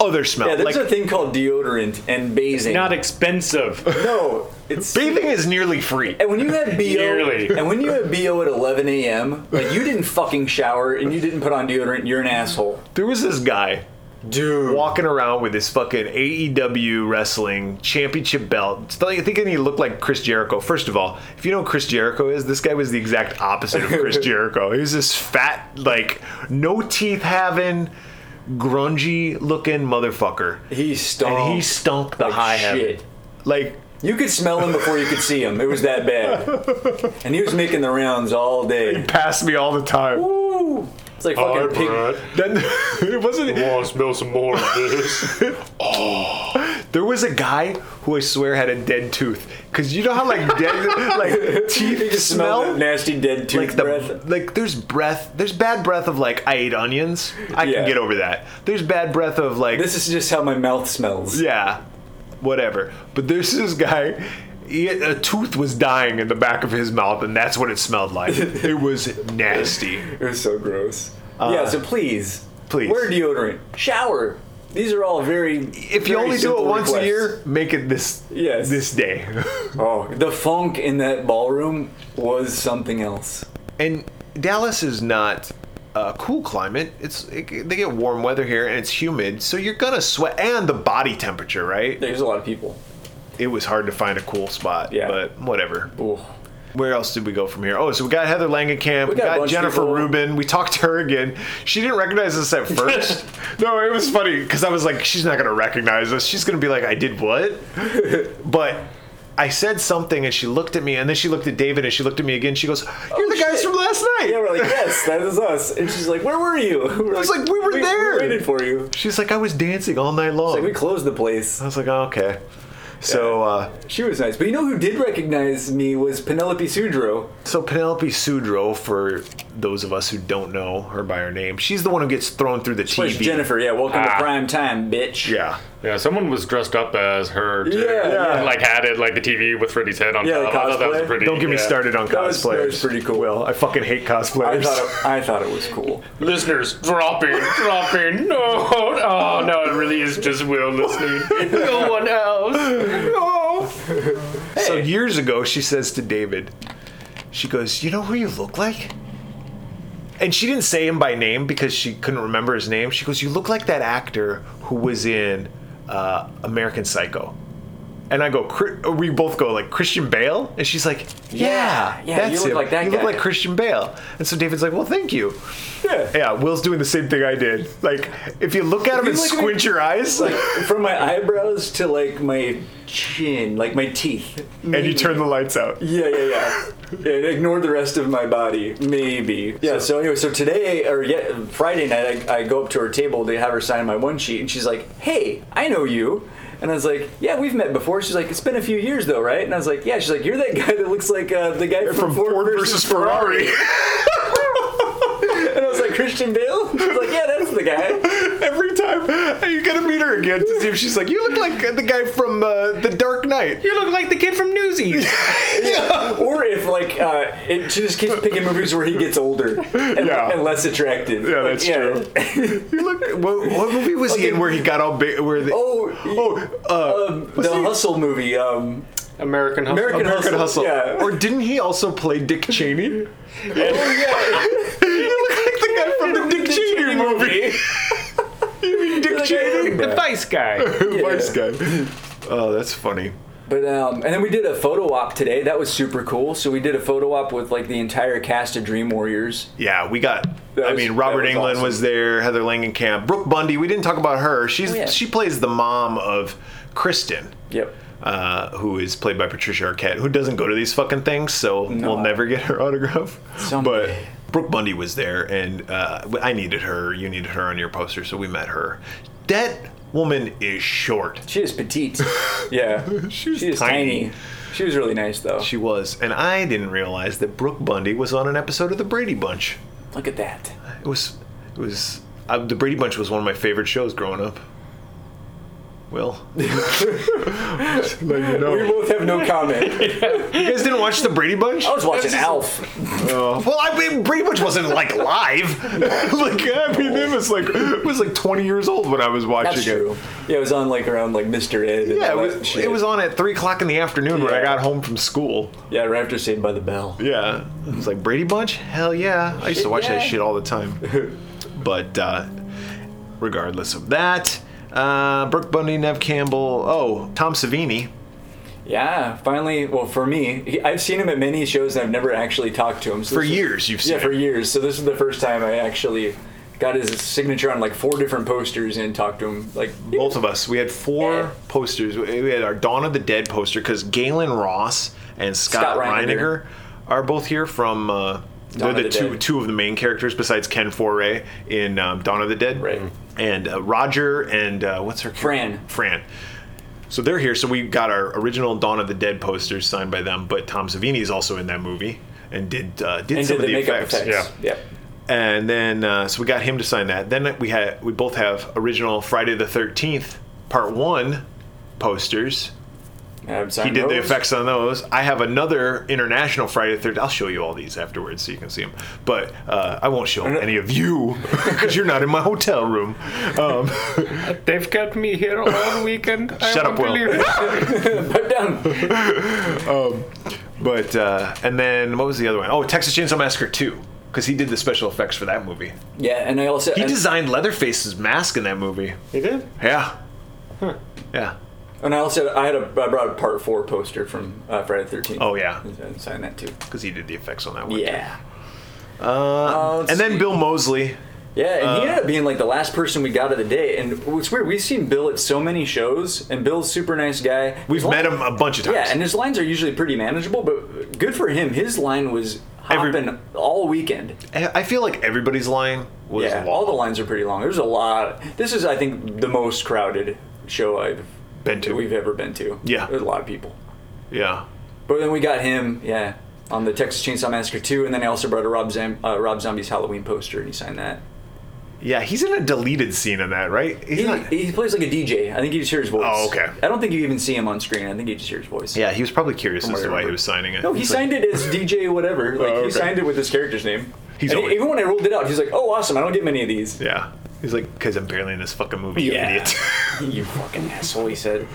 Speaker 4: other smell.
Speaker 5: yeah, there's
Speaker 4: like
Speaker 5: a thing called deodorant and bathing.
Speaker 6: Not expensive.
Speaker 5: no, it's
Speaker 4: *laughs* bathing is nearly free.
Speaker 5: And when you had
Speaker 6: Yearly.
Speaker 5: bo, and when you had bo at 11 a.m., like you didn't fucking shower and you didn't put on deodorant, you're an asshole,
Speaker 4: There was this guy
Speaker 5: dude.
Speaker 4: walking around with his fucking AEW wrestling championship belt. It's like- Thinking he looked like Chris Jericho. First of all, if you know who Chris Jericho is, this guy was the exact opposite of
Speaker 5: *laughs*
Speaker 4: Chris Jericho. He was this fat, like no teeth having, grungy looking motherfucker.
Speaker 5: He stunk.
Speaker 4: And he stunk the
Speaker 5: like
Speaker 4: high
Speaker 5: shit.
Speaker 4: heaven. Like
Speaker 5: You could smell him before you could see him. It was that bad, and he was making the rounds all day.
Speaker 4: passed me all the time.
Speaker 5: Woo. It's like fucking pig.
Speaker 4: *laughs* Then it wasn't.
Speaker 6: want to smell some more of this?
Speaker 4: There was a guy who I swear had a dead tooth. Cause you know how like
Speaker 5: *laughs*
Speaker 4: dead like
Speaker 5: You
Speaker 4: teeth
Speaker 5: just smell
Speaker 4: smell.
Speaker 5: that nasty dead tooth
Speaker 4: like the
Speaker 5: breath.
Speaker 4: like there's breath there's bad breath of like I ate onions. I
Speaker 5: Yeah.
Speaker 4: can get over that. There's bad breath of like
Speaker 5: This is just how my mouth smells.
Speaker 4: yeah, whatever. But there's this guy. He, a tooth was dying in the back of his mouth, and that's what it smelled
Speaker 5: *laughs*
Speaker 4: like. it was nasty.
Speaker 5: It was so gross. yeah, so please,
Speaker 4: Uh, please.
Speaker 5: wear deodorant, shower. These are all very.
Speaker 4: If you only do it once a year, make it this
Speaker 5: Yes.
Speaker 4: this day.
Speaker 5: Oh, the funk in that ballroom was something else.
Speaker 4: and Dallas is not a cool climate. It's it, they get warm weather here, and it's humid, so you're gonna sweat. And the body temperature, right?
Speaker 5: There's a lot of people.
Speaker 4: It was hard to find a cool spot.
Speaker 5: Yeah.
Speaker 4: but whatever.
Speaker 5: Ooh.
Speaker 4: Where else did we go from here? Oh, so we got Heather Langenkamp, we
Speaker 5: got a
Speaker 4: got,
Speaker 5: bunch of
Speaker 4: Jennifer
Speaker 5: people.
Speaker 4: Rubin. We talked to her again. She didn't recognize us at
Speaker 5: *laughs*
Speaker 4: first. no, it was funny because I was like, she's not going to recognize us. She's going to be like, I did
Speaker 5: *laughs*
Speaker 4: what? but I said something and she looked at me and then she looked at David and she looked at me again. She goes, You're the guys
Speaker 5: Oh, shit.
Speaker 4: from last night.
Speaker 5: Yeah, we're like, yes, that is us. And she's like, where were you? *laughs* We're
Speaker 4: I was like, "We were there."
Speaker 5: We waited for you.
Speaker 4: She's like, I was dancing all night long.
Speaker 5: Like, we closed the place.
Speaker 4: I was like, oh, okay. So, uh,
Speaker 5: She was nice. But you know who did recognize me was Penelope Sudro.
Speaker 4: So Penelope Sudro, for those of us who don't know her by her name, she's the one who gets thrown through the
Speaker 5: Plus
Speaker 4: TV.
Speaker 5: Jennifer, yeah, welcome
Speaker 6: Ah.
Speaker 5: to prime time, bitch.
Speaker 4: Yeah.
Speaker 6: *laughs* yeah, someone was dressed up as her. Too.
Speaker 5: Yeah, yeah.
Speaker 6: Like had it like the TV with Freddy's head on
Speaker 5: Yeah,
Speaker 6: top.
Speaker 5: the
Speaker 6: I thought that was
Speaker 5: cosplay.
Speaker 6: pretty.
Speaker 4: Don't get me
Speaker 6: yeah.
Speaker 4: started on
Speaker 5: That was, that
Speaker 4: cosplayers.
Speaker 5: was pretty cool.
Speaker 4: Well, I fucking hate cosplayers.
Speaker 5: I thought, it, I thought it was cool.
Speaker 6: Listeners, drop in, drop in. No, oh no, it really is just Will listening. *laughs* No one else.
Speaker 4: So years ago, she says to David, she goes, "You know who you look like?" And she didn't say him by name because she couldn't remember his name. She goes, "You look like that actor who was in uh, American Psycho." And I go, "Chri- we both go like Christian Bale, and she's like, "Yeah,
Speaker 5: Yeah, yeah,
Speaker 4: that's
Speaker 5: you look
Speaker 4: him.
Speaker 5: like that
Speaker 4: you
Speaker 5: guy."
Speaker 4: look like Christian Bale." And so David's like, "Well, thank you."
Speaker 5: Yeah.
Speaker 4: Yeah, Will's doing the same thing I did. Like, if you look at him
Speaker 5: you
Speaker 4: and
Speaker 5: look at
Speaker 4: squint
Speaker 5: him-
Speaker 4: your eyes, like,
Speaker 5: From my eyebrows to like my chin, like my teeth.
Speaker 4: and you turn the lights out.
Speaker 5: Yeah, yeah, yeah. yeah ignore the rest of my body, maybe. Yeah. So, anyway, so today or yeah, Friday night, I, I go up to her table to have her sign my one sheet, and she's like, "Hey, I know you." And I was like, "Yeah, we've met before." She's like, "It's been a few years though, right?" And I was like, "Yeah." She's like, "You're that *laughs* guy that looks like uh, the guy from,
Speaker 4: From
Speaker 5: Ford, versus."
Speaker 4: Ferrari.
Speaker 5: *laughs* And I was like, "Christian Bale?" She's like, "Yeah, that's the guy."
Speaker 4: Every time you gotta meet her again to see if she's like, you look like the guy from uh, The Dark Knight. You look like the kid from Newsies.
Speaker 5: Or if like uh, it, she just keeps picking movies where he gets older and,
Speaker 4: Yeah.
Speaker 5: and less attractive.
Speaker 4: Yeah,
Speaker 5: Like,
Speaker 4: that's true. *laughs* you look. What, what movie was he in where he got all big? Where the
Speaker 5: *laughs* Oh,
Speaker 4: uh,
Speaker 5: um,
Speaker 4: what's
Speaker 5: the
Speaker 4: the-
Speaker 5: Hustle movie. Um,
Speaker 6: American Hustle.
Speaker 5: American,
Speaker 4: American Hustle.
Speaker 5: Hustle. Yeah.
Speaker 4: Or didn't he also play Dick Cheney? *laughs* you
Speaker 5: yeah.
Speaker 4: look like the guy from the Dick Cheney *laughs* movie. you mean Dick Cheney?
Speaker 6: The Vice guy.
Speaker 4: Vice guy. Oh, that's funny.
Speaker 5: But um, and then we did a photo op today. That was super cool. So we did a photo op with like the entire cast of Dream Warriors.
Speaker 4: Yeah, we got.
Speaker 5: That
Speaker 4: I
Speaker 5: was-
Speaker 4: mean, Robert
Speaker 5: that was
Speaker 4: England
Speaker 5: awesome.
Speaker 4: was there. Heather Langenkamp, Brooke Bundy. We didn't talk about her. She's
Speaker 5: Oh, yeah.
Speaker 4: she plays the mom of Kristen,
Speaker 5: Yep.
Speaker 4: uh, who is played by Patricia Arquette, who doesn't go to these fucking things, so we'll never get her autograph.
Speaker 5: Someday.
Speaker 4: But Brooke Bundy was there, and uh, I needed her. You needed her on your poster, so we met her. That woman is short.
Speaker 5: She is *laughs* petite. yeah. She
Speaker 4: was
Speaker 5: is tiny. She was really nice though.
Speaker 4: She was, and I didn't realize that Brooke Bundy was on an episode of The Brady Bunch.
Speaker 5: Look at that.
Speaker 4: It was, it was. I, the Brady Bunch was one of my favorite shows growing up. Will, you
Speaker 5: We both have no *laughs* comment.
Speaker 4: guys didn't watch the Brady Bunch?
Speaker 5: *laughs* I was watching Alf.
Speaker 4: Well, I mean, Brady Bunch wasn't like
Speaker 5: *laughs*
Speaker 4: live. *laughs* like I mean, it was like it was like 20 years old when I was watching
Speaker 5: That's
Speaker 4: it.
Speaker 5: true. Yeah, it was on like around like Mr. Ed. And
Speaker 4: Yeah, it
Speaker 5: all that
Speaker 4: was,
Speaker 5: shit.
Speaker 4: it was on at three o'clock in the afternoon when I
Speaker 5: Yeah.
Speaker 4: got home from school.
Speaker 5: Yeah, right after Saved by the Bell.
Speaker 4: Yeah, it was like Brady Bunch. Hell yeah, I used to watch that shit all the
Speaker 5: *laughs*
Speaker 4: time. but uh, regardless of that, uh, Brooke Bundy, Nev Campbell, oh Tom Savini,
Speaker 5: Yeah, finally. Well, for me, he, I've seen him at many shows, and I've never actually talked to him. So
Speaker 4: For
Speaker 5: this is-
Speaker 4: years you've
Speaker 5: yeah,
Speaker 4: seen
Speaker 5: for
Speaker 4: him.
Speaker 5: years. So this is the first time I actually got his signature on like four different posters and talked to him. Like,
Speaker 4: both of us. We had four
Speaker 5: Yeah.
Speaker 4: posters. We had our Dawn of the Dead poster because Galen Ross and Scott,
Speaker 5: Scott Reiniger.
Speaker 4: Reiniger are both here from uh,
Speaker 5: Dawn
Speaker 4: They're
Speaker 5: of
Speaker 4: the,
Speaker 5: the
Speaker 4: two
Speaker 5: Dead.
Speaker 4: two of the main characters besides Ken Foray in um, Dawn of the Dead,
Speaker 5: Right.
Speaker 4: And uh, Roger and uh, what's her
Speaker 5: Fran.
Speaker 4: Fran. So they're here. So we got our original Dawn of the Dead posters signed by them, but Tom Savini is also in that movie and did uh, did
Speaker 5: and
Speaker 4: some
Speaker 5: did the,
Speaker 4: of the
Speaker 5: makeup
Speaker 4: effects.
Speaker 5: effects. Yeah.
Speaker 4: And then uh, so we got him to sign that. Then we had we both have original Friday the Thirteenth Part One posters.
Speaker 5: Adam
Speaker 4: He
Speaker 5: Sandler
Speaker 4: did the
Speaker 5: was- *laughs*
Speaker 4: effects on those. I have another international Friday the 13th. I'll show you all these afterwards so you can see them. But uh, I won't show any of you *laughs* because you're not in my hotel room. Um,
Speaker 6: They've kept me here all weekend.
Speaker 4: Shut up, Will.
Speaker 5: Put down.
Speaker 4: but, uh, and then what was the other one? Oh, Texas Chainsaw Massacre 2. Because he did the special effects for that movie.
Speaker 5: Yeah, and I also
Speaker 4: He
Speaker 5: and,
Speaker 4: designed Leatherface's mask in that movie.
Speaker 6: He did.
Speaker 4: Yeah. Yeah.
Speaker 5: and I also I had a I brought a part four poster from uh, Friday the Thirteenth.
Speaker 4: Oh, yeah.
Speaker 5: and signed that too.
Speaker 4: Because he did the effects on that one.
Speaker 5: Yeah,
Speaker 4: Uh,
Speaker 5: let's
Speaker 4: and then
Speaker 5: see.
Speaker 4: Bill Mosley.
Speaker 5: yeah, and
Speaker 4: Uh,
Speaker 5: he ended up being like the last person we got of the day. And it's weird, we've seen Bill at so many shows, and Bill's a super nice guy.
Speaker 4: We've
Speaker 5: His
Speaker 4: met
Speaker 5: line-
Speaker 4: him a bunch of times.
Speaker 5: Yeah, and his lines are usually pretty manageable, but good for him. His line was
Speaker 4: Every-
Speaker 5: hopping all weekend.
Speaker 4: I feel like everybody's line was
Speaker 5: Yeah,
Speaker 4: long.
Speaker 5: all the lines are pretty long. There's a lot. This is, I think, the most crowded show I've
Speaker 4: Been to.
Speaker 5: that we've ever been to.
Speaker 4: Yeah.
Speaker 5: there's a lot of people.
Speaker 4: yeah.
Speaker 5: But then we got him, yeah, on the Texas Chainsaw Massacre 2, and then I also brought a Rob, Zam- uh, Rob Zombie's Halloween poster, and he signed that.
Speaker 4: Yeah, he's in a deleted scene in that, right? He's
Speaker 5: He,
Speaker 4: not-
Speaker 5: he plays like a DJ. I think you just hear his voice.
Speaker 4: Oh, okay.
Speaker 5: I don't think you even see him on screen. I think you just hear his voice.
Speaker 4: yeah, he was probably curious as
Speaker 5: what I
Speaker 4: to why he
Speaker 5: remember.
Speaker 4: was signing it.
Speaker 5: No, he
Speaker 4: It's like- Oh,
Speaker 5: signed it as DJ whatever. Like,
Speaker 4: okay.
Speaker 5: he signed it with his character's name.
Speaker 4: He's
Speaker 5: And he-
Speaker 4: always-
Speaker 5: even when I rolled it out, he's like, oh, awesome. I don't get many of these.
Speaker 4: Yeah, he's like, because I'm barely in this fucking movie, you
Speaker 5: Yeah.
Speaker 4: idiot. *laughs*
Speaker 5: *laughs* you fucking asshole, he said.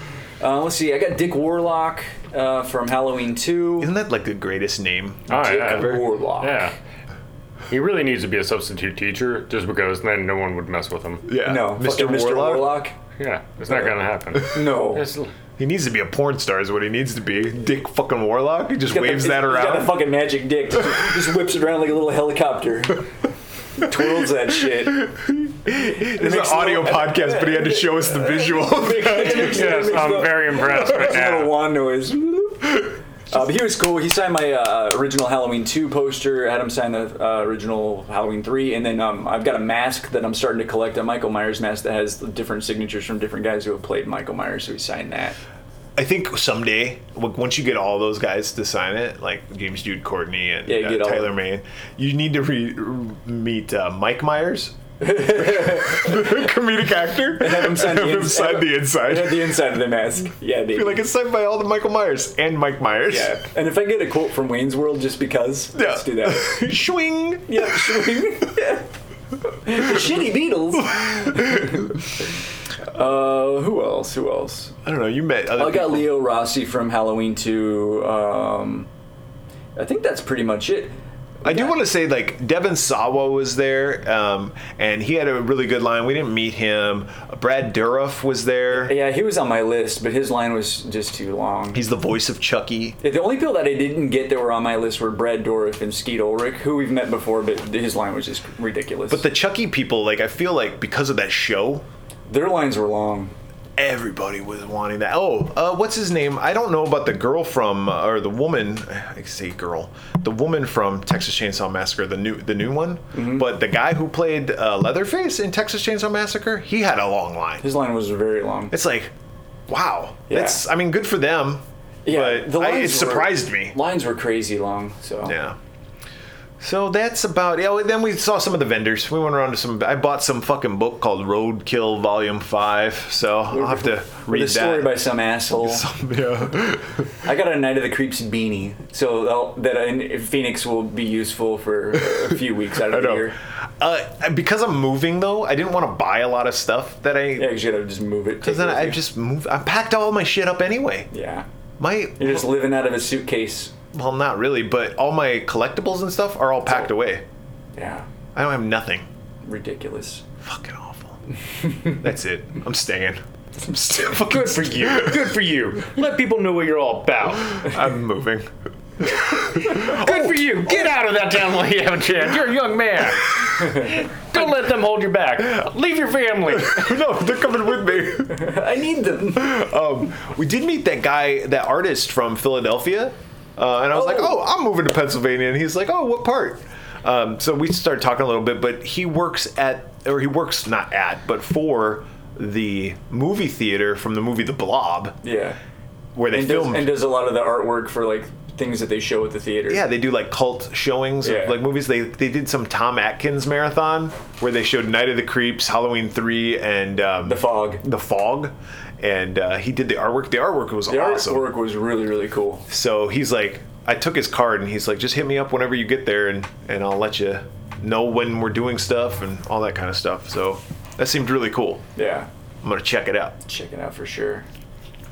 Speaker 5: Uh, let's see. I got Dick Warlock uh, from Halloween 2.
Speaker 4: Isn't that like the greatest name?
Speaker 6: Oh,
Speaker 5: Dick
Speaker 6: yeah, ever.
Speaker 5: Warlock.
Speaker 6: Yeah. He really needs to be a substitute teacher just because then no one would mess with him.
Speaker 4: Yeah,
Speaker 5: No, fucking Mr. Warlock.
Speaker 6: Yeah, it's not going to happen.
Speaker 5: No.
Speaker 6: It's-
Speaker 4: He needs to be a porn star, is what he needs to be. Dick fucking Warlock. He just
Speaker 5: Got the-
Speaker 4: waves that
Speaker 5: he's
Speaker 4: around.
Speaker 5: Got a fucking magic dick. Just, just whips it around like a
Speaker 4: *laughs*
Speaker 5: little helicopter. Twirls that shit.
Speaker 4: this is an
Speaker 5: makes a *laughs*
Speaker 4: audio
Speaker 5: little-
Speaker 4: podcast, but he had to show us the visual.
Speaker 5: *laughs*
Speaker 6: *laughs* yes, I'm very *laughs* impressed right
Speaker 5: It's a little
Speaker 6: now.
Speaker 5: wand noise. *laughs* Uh, but he was cool. He signed my uh, original Halloween 2 poster. Adam signed the uh, original Halloween 3. And then um, I've got a mask that I'm starting to collect, a Michael Myers mask that has the different signatures from different guys who have played Michael Myers. So he signed *laughs* that.
Speaker 4: I think someday, w- once you get all those guys to sign it, like James Jude Courtney and
Speaker 5: Yeah,
Speaker 4: uh,
Speaker 5: get all-
Speaker 4: Tyler Main, you need to re- re- meet uh, Mike
Speaker 5: *laughs*
Speaker 4: Myers, *laughs* the comedic actor, and
Speaker 5: have him sign the ins-
Speaker 4: sign the
Speaker 5: I
Speaker 4: inside.
Speaker 5: had *laughs* the inside of the mask. Yeah, baby.
Speaker 4: Be like it's signed by all the Michael Myers and Mike Myers.
Speaker 5: yeah. And if I get a quote from Wayne's World just because,
Speaker 4: Yeah.
Speaker 5: let's do *laughs* that.
Speaker 4: *laughs* Swing.
Speaker 5: Yeah, the shitty *laughs* Beatles. uh, who else? Who else?
Speaker 4: I don't know. You met. Other
Speaker 5: Oh, I got
Speaker 4: people.
Speaker 5: Leo Rossi from Halloween 2. Um, I think that's pretty much it.
Speaker 4: I do want to say like Devin Sawa was there, um, and he had a really good line. We didn't meet him. Brad Dourif was there.
Speaker 5: Yeah, he was on my list, but his line was just too long.
Speaker 4: He's the voice of Chucky.
Speaker 5: Yeah, The only people that I didn't get that were on my list were Brad Dorif and Skeet Ulrich, who we've met before, but his line was just ridiculous.
Speaker 4: But the Chucky people, like I feel like because of that show,
Speaker 5: their lines were long.
Speaker 4: everybody was wanting that. Oh, uh, what's his name? I don't know about the girl from uh, or the woman. I can say girl, the woman from Texas Chainsaw Massacre, the new the new one. But the guy who played uh, Leatherface in Texas Chainsaw Massacre, he had a long line.
Speaker 5: His line was very long.
Speaker 4: It's like, wow,
Speaker 5: Yeah.
Speaker 4: that's. I mean, good for them. but I- it
Speaker 5: lines were-
Speaker 4: surprised me.
Speaker 5: Lines were crazy long, so.
Speaker 4: Yeah. So that's about. Yeah. well, Then we saw some of the vendors. We went around to some. I bought some fucking book called Roadkill Volume Five. So I'll have to read
Speaker 5: With a story
Speaker 4: that.
Speaker 5: by some asshole.
Speaker 4: *laughs* yeah.
Speaker 5: I got a Night of the Creeps beanie, so that'll- that in Phoenix will be useful for a few weeks
Speaker 4: *laughs*
Speaker 5: out
Speaker 4: I
Speaker 5: of the
Speaker 4: know.
Speaker 5: year.
Speaker 4: Uh, because I'm moving though, I didn't want to buy a lot of stuff that I.
Speaker 5: Yeah, 'cause you gotta just move it. take
Speaker 4: Because then
Speaker 5: it with
Speaker 4: I
Speaker 5: you.
Speaker 4: just moved. I packed all my shit up anyway.
Speaker 5: yeah,
Speaker 4: My
Speaker 5: you're just living out of a suitcase.
Speaker 4: well, not really, but all my collectibles and stuff are all packed away.
Speaker 5: Yeah,
Speaker 4: I don't have nothing.
Speaker 5: ridiculous. *laughs*
Speaker 4: Fucking awful. That's it. I'm staying.
Speaker 6: *laughs*
Speaker 4: I'm staying.
Speaker 6: Good for you. Good for you. Let people know what you're all about.
Speaker 4: I'm moving.
Speaker 6: Good for you. Get out of that town while you have a chance. You're a young man. Don't let them hold you back. Leave your family.
Speaker 4: no, they're coming with me.
Speaker 5: I need them. *laughs*
Speaker 4: Um, we did meet that guy, that artist from Philadelphia, uh, and I was like, "Oh,
Speaker 5: Oh.
Speaker 4: I'm moving to Pennsylvania," and he's like, "Oh, what part?" Um, so we started talking a little bit, but he works at, or he works not at, but for the movie theater from the movie The Blob,
Speaker 5: Yeah.
Speaker 4: where they
Speaker 5: And does,
Speaker 4: film.
Speaker 5: and does a lot of the artwork for like things that they show at the theater.
Speaker 4: yeah, they do like cult showings of
Speaker 5: Yeah.
Speaker 4: like movies. They they did some Tom Atkins marathon where they showed Night of the Creeps, Halloween three, and um,
Speaker 5: The fog.
Speaker 4: The Fog, and uh, he did the artwork. The artwork was
Speaker 5: The
Speaker 4: awesome.
Speaker 5: artwork was really really cool.
Speaker 4: So he's like, I took his card and he's like, just hit me up whenever you get there and, and I'll let you know when we're doing stuff and all that kind of stuff. So that seemed really cool.
Speaker 5: Yeah.
Speaker 4: I'm gonna check it out.
Speaker 5: Check it out for
Speaker 4: *laughs*
Speaker 5: sure.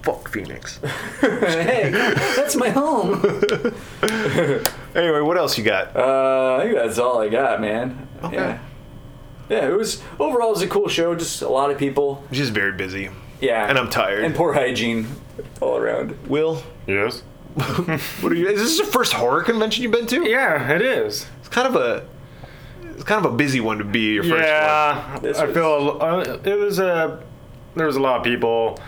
Speaker 4: Fuck Phoenix.
Speaker 5: hey, that's my home.
Speaker 4: anyway, what else you got?
Speaker 5: Uh, I think that's all I got, man.
Speaker 4: Okay.
Speaker 5: Yeah. Yeah, it was overall it was a cool show. Just a lot of people.
Speaker 4: I'm just very busy.
Speaker 5: Yeah.
Speaker 4: And I'm tired.
Speaker 5: And poor hygiene all around.
Speaker 4: Will,
Speaker 6: Yes.
Speaker 4: what are you? Is this your first *laughs* horror convention you've been to?
Speaker 6: Yeah, it is.
Speaker 4: It's kind of a it's kind of a busy one to be your first one.
Speaker 6: yeah,
Speaker 5: This
Speaker 6: I
Speaker 5: was-
Speaker 6: feel uh, it was a there was a lot of people.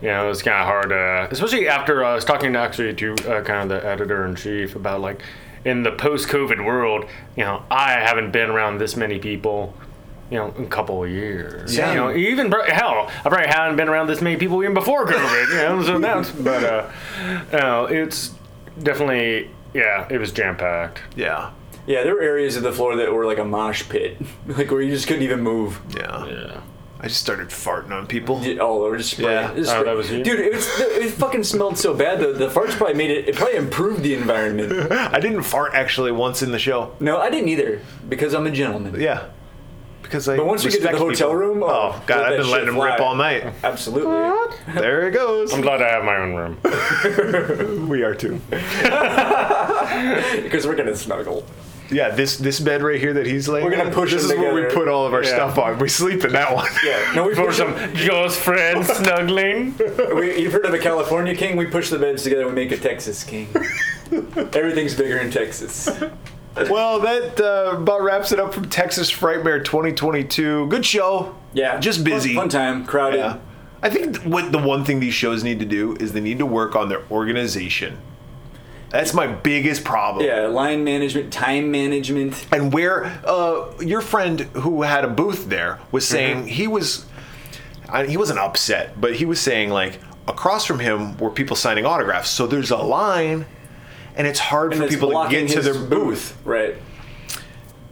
Speaker 6: You know, it was kind of hard, uh, especially after I was talking to actually to uh, kind of the editor in chief about like in the post-COVID world. You know, I haven't been around this many people. You know, in a couple of years.
Speaker 4: Yeah.
Speaker 6: You know, even pro- hell, I probably haven't been around this many people even before COVID. you know, so
Speaker 4: *laughs*
Speaker 6: that's but uh, you know, it's definitely yeah, it was jam packed.
Speaker 4: Yeah.
Speaker 5: Yeah, there were areas of the floor that were like a mosh pit, *laughs* like where you just couldn't even move.
Speaker 4: Yeah.
Speaker 6: Yeah.
Speaker 4: I just started farting on people.
Speaker 5: Yeah, All over, just spray.
Speaker 4: Yeah.
Speaker 5: just
Speaker 6: Oh,
Speaker 5: spray.
Speaker 6: that was you?
Speaker 5: Dude, it, was, it fucking smelled so bad. The, the farts probably made it. It probably improved the environment.
Speaker 4: *laughs* I didn't fart actually once in the show.
Speaker 5: No, I didn't either because I'm a gentleman.
Speaker 4: Yeah. Because I
Speaker 5: But once we get to the
Speaker 4: respect
Speaker 5: hotel
Speaker 4: people.
Speaker 5: room, oh,
Speaker 4: oh god,
Speaker 5: let
Speaker 4: I've
Speaker 5: that
Speaker 4: been
Speaker 5: shit
Speaker 4: letting him
Speaker 5: fly.
Speaker 4: rip all
Speaker 5: *laughs*
Speaker 4: night.
Speaker 5: Absolutely.
Speaker 4: There it goes.
Speaker 6: I'm glad I have my own room.
Speaker 4: We are too.
Speaker 5: *laughs* Because we're gonna snuggle.
Speaker 4: Yeah, this this bed right here that he's laying.
Speaker 5: We're gonna
Speaker 4: on,
Speaker 5: push
Speaker 4: This is
Speaker 5: them
Speaker 4: where we
Speaker 5: together.
Speaker 4: put all of our
Speaker 6: Yeah.
Speaker 4: stuff on. We sleep in that one.
Speaker 5: Yeah.
Speaker 6: *laughs*
Speaker 5: No, we
Speaker 6: For
Speaker 5: push
Speaker 6: some ghost friends snuggling.
Speaker 5: *laughs* We, you've heard of a California king? We push the beds together. We make a Texas king. Everything's bigger in Texas.
Speaker 4: Well, that uh, about wraps it up from Texas Frightmare 2022. Good show.
Speaker 5: Yeah,
Speaker 4: Just
Speaker 5: fun-
Speaker 4: busy.
Speaker 5: Fun, time, crowded.
Speaker 4: Yeah. I think th- what the one thing these shows need to do is they need to work on their organization. That's my biggest problem.
Speaker 5: Yeah, line management, time management.
Speaker 4: and where uh, your friend who had a booth there
Speaker 5: Mm-hmm.
Speaker 4: was saying he was I, he wasn't upset but he was saying like across from him were people signing autographs so there's a line and it's hard
Speaker 5: and
Speaker 4: for
Speaker 5: it's
Speaker 4: people to
Speaker 5: blocking
Speaker 4: get to
Speaker 5: his
Speaker 4: their booth.
Speaker 5: Right.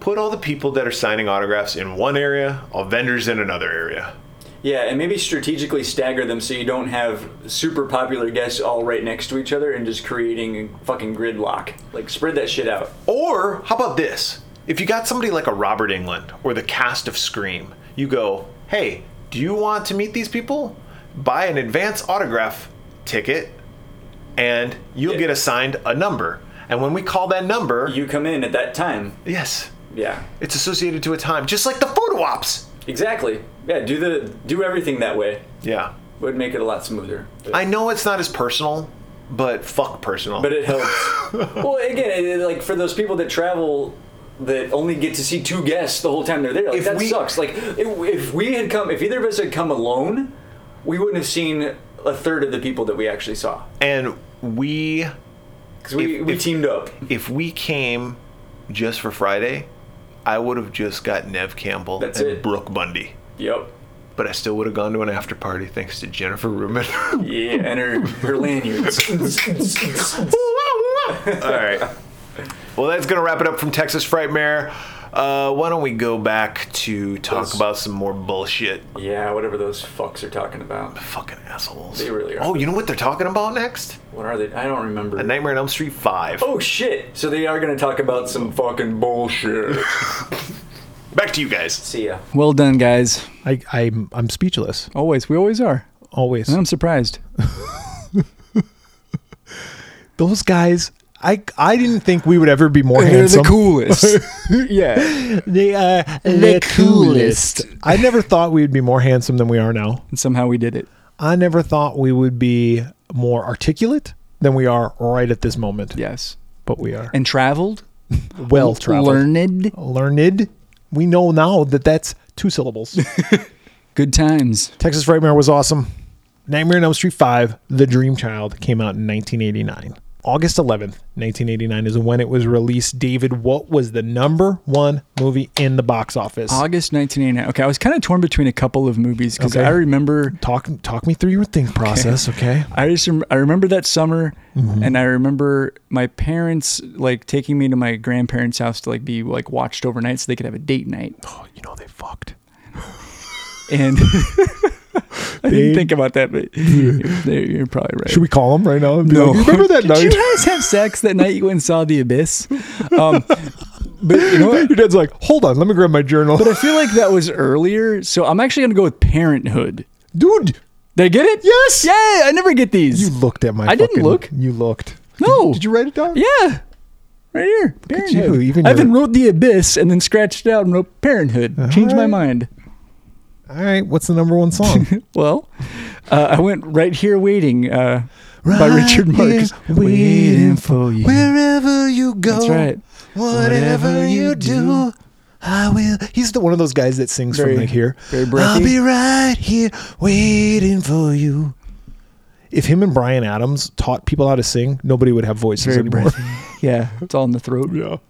Speaker 4: put all the people that are signing autographs in one area all vendors in another area
Speaker 5: Yeah, and maybe strategically stagger them so you don't have super popular guests all right next to each other and just creating a fucking gridlock. Like, spread that shit out.
Speaker 4: Or how about this? If you got somebody like a Robert England or the cast of Scream, you go, hey, do you want to meet these people? Buy an advance autograph ticket and you'll
Speaker 5: Yeah.
Speaker 4: get assigned a number. And when we call that number,
Speaker 5: You come in at that time.
Speaker 4: yes,
Speaker 5: Yeah,
Speaker 4: it's associated to a time, just like the photo ops.
Speaker 5: exactly. Yeah, do the do everything that way.
Speaker 4: Yeah.
Speaker 5: Would make it a lot smoother.
Speaker 4: I know it's not as personal, but fuck personal.
Speaker 5: but it
Speaker 4: *laughs*
Speaker 5: helps. well, again, it- it- like for those people that travel that only get to see two guests the whole time they're there, like
Speaker 4: If
Speaker 5: that
Speaker 4: we-
Speaker 5: sucks. Like if, if we had come, if either of us had come alone, we wouldn't have seen a third of the people that we actually saw
Speaker 4: and we,
Speaker 5: because we,
Speaker 4: If-
Speaker 5: we
Speaker 4: if-
Speaker 5: teamed up.
Speaker 4: if we came just for Friday, I would have just got Nev Campbell
Speaker 5: That's
Speaker 4: and
Speaker 5: it.
Speaker 4: Brooke Bundy.
Speaker 5: Yep.
Speaker 4: but I still would have gone to an after party thanks to Jennifer Rubin. *laughs*
Speaker 5: Yeah, and her, her lanyards.
Speaker 4: All right. Well, that's going to wrap it up from Texas Frightmare. Uh, why don't we go back to talk
Speaker 5: Those-
Speaker 4: about some more bullshit?
Speaker 5: yeah, whatever those fucks are talking about.
Speaker 4: Fucking assholes.
Speaker 5: They really are.
Speaker 4: Oh, you know what they're talking about next?
Speaker 5: What are they? I don't remember.
Speaker 4: A Nightmare on Elm Street 5.
Speaker 5: oh shit! So they are gonna talk about some fucking bullshit.
Speaker 4: Back to you guys.
Speaker 5: See ya.
Speaker 3: Well done, guys.
Speaker 2: I, I'm I'm speechless.
Speaker 3: Always. We always are.
Speaker 2: Always.
Speaker 3: And I'm surprised.
Speaker 2: Those guys. I I didn't think we would ever be more
Speaker 3: They're
Speaker 2: handsome.
Speaker 3: the *laughs* coolest. yeah.
Speaker 2: They are
Speaker 3: the coolest.
Speaker 2: I never thought we'd be more handsome than we are now.
Speaker 3: And somehow we did it.
Speaker 2: I never thought we would be more articulate than we are right at this moment.
Speaker 3: Yes.
Speaker 2: But we are
Speaker 3: And traveled.
Speaker 2: well traveled,
Speaker 3: Learned.
Speaker 2: learned. We know now that that's two syllables.
Speaker 3: Good times.
Speaker 2: Texas Frightmare was awesome. Nightmare on Elm Street 5, The Dream Child, came out in 1989. August 11th, 1989 is when it was released. David, what was the number one movie in the box office?
Speaker 3: August 1989. Okay, I was kind of torn between a couple of movies because
Speaker 2: Okay.
Speaker 3: I remember
Speaker 2: talk talk me through your think process, okay?
Speaker 3: I just rem- I remember that summer,
Speaker 2: Mm-hmm.
Speaker 3: and I remember my parents like taking me to my grandparents' house to like be like watched overnight so they could have a date night.
Speaker 2: Oh, you know they fucked.
Speaker 3: And *laughs* I didn't think about
Speaker 2: *laughs*
Speaker 3: that, but you're, you're probably right.
Speaker 2: Should we call them right now? and be
Speaker 3: No.
Speaker 2: like, "You remember that
Speaker 3: *laughs* Did
Speaker 2: night? *laughs*
Speaker 3: you guys have sex that night you went and saw The Abyss? Um, but you know what?
Speaker 2: Your dad's like, hold on, let me grab my journal.
Speaker 3: But I feel like that was earlier, so I'm actually gonna go with Parenthood.
Speaker 2: Dude,
Speaker 3: Did I get it?
Speaker 2: Yes!
Speaker 3: Yeah, I never get these.
Speaker 2: you looked at my.
Speaker 3: I didn't
Speaker 2: fucking-
Speaker 3: look.
Speaker 2: You looked.
Speaker 3: No.
Speaker 2: Did you write it down?
Speaker 3: Yeah. Right here.
Speaker 2: at you,
Speaker 3: Parenthood.
Speaker 2: even
Speaker 3: I even
Speaker 2: your-
Speaker 3: wrote The Abyss and then scratched it out and wrote Parenthood. Changed my
Speaker 2: right.
Speaker 3: mind.
Speaker 2: All right. What's the number one
Speaker 3: *laughs*
Speaker 2: song?
Speaker 3: Well, uh, I went Right Here Waiting uh, by Richard Marx.
Speaker 2: waiting
Speaker 3: for you.
Speaker 2: Wherever you go,
Speaker 3: That's right. Whatever you do,
Speaker 2: I will. He's the one of those guys that sings
Speaker 3: Very-
Speaker 2: from like here.
Speaker 3: very breathy.
Speaker 2: I'll be right here waiting for you. If him and Brian Adams taught people how to sing, nobody would have voices
Speaker 3: Very
Speaker 2: anymore.
Speaker 3: breathy. Yeah, it's all in the throat.
Speaker 2: yeah. *laughs*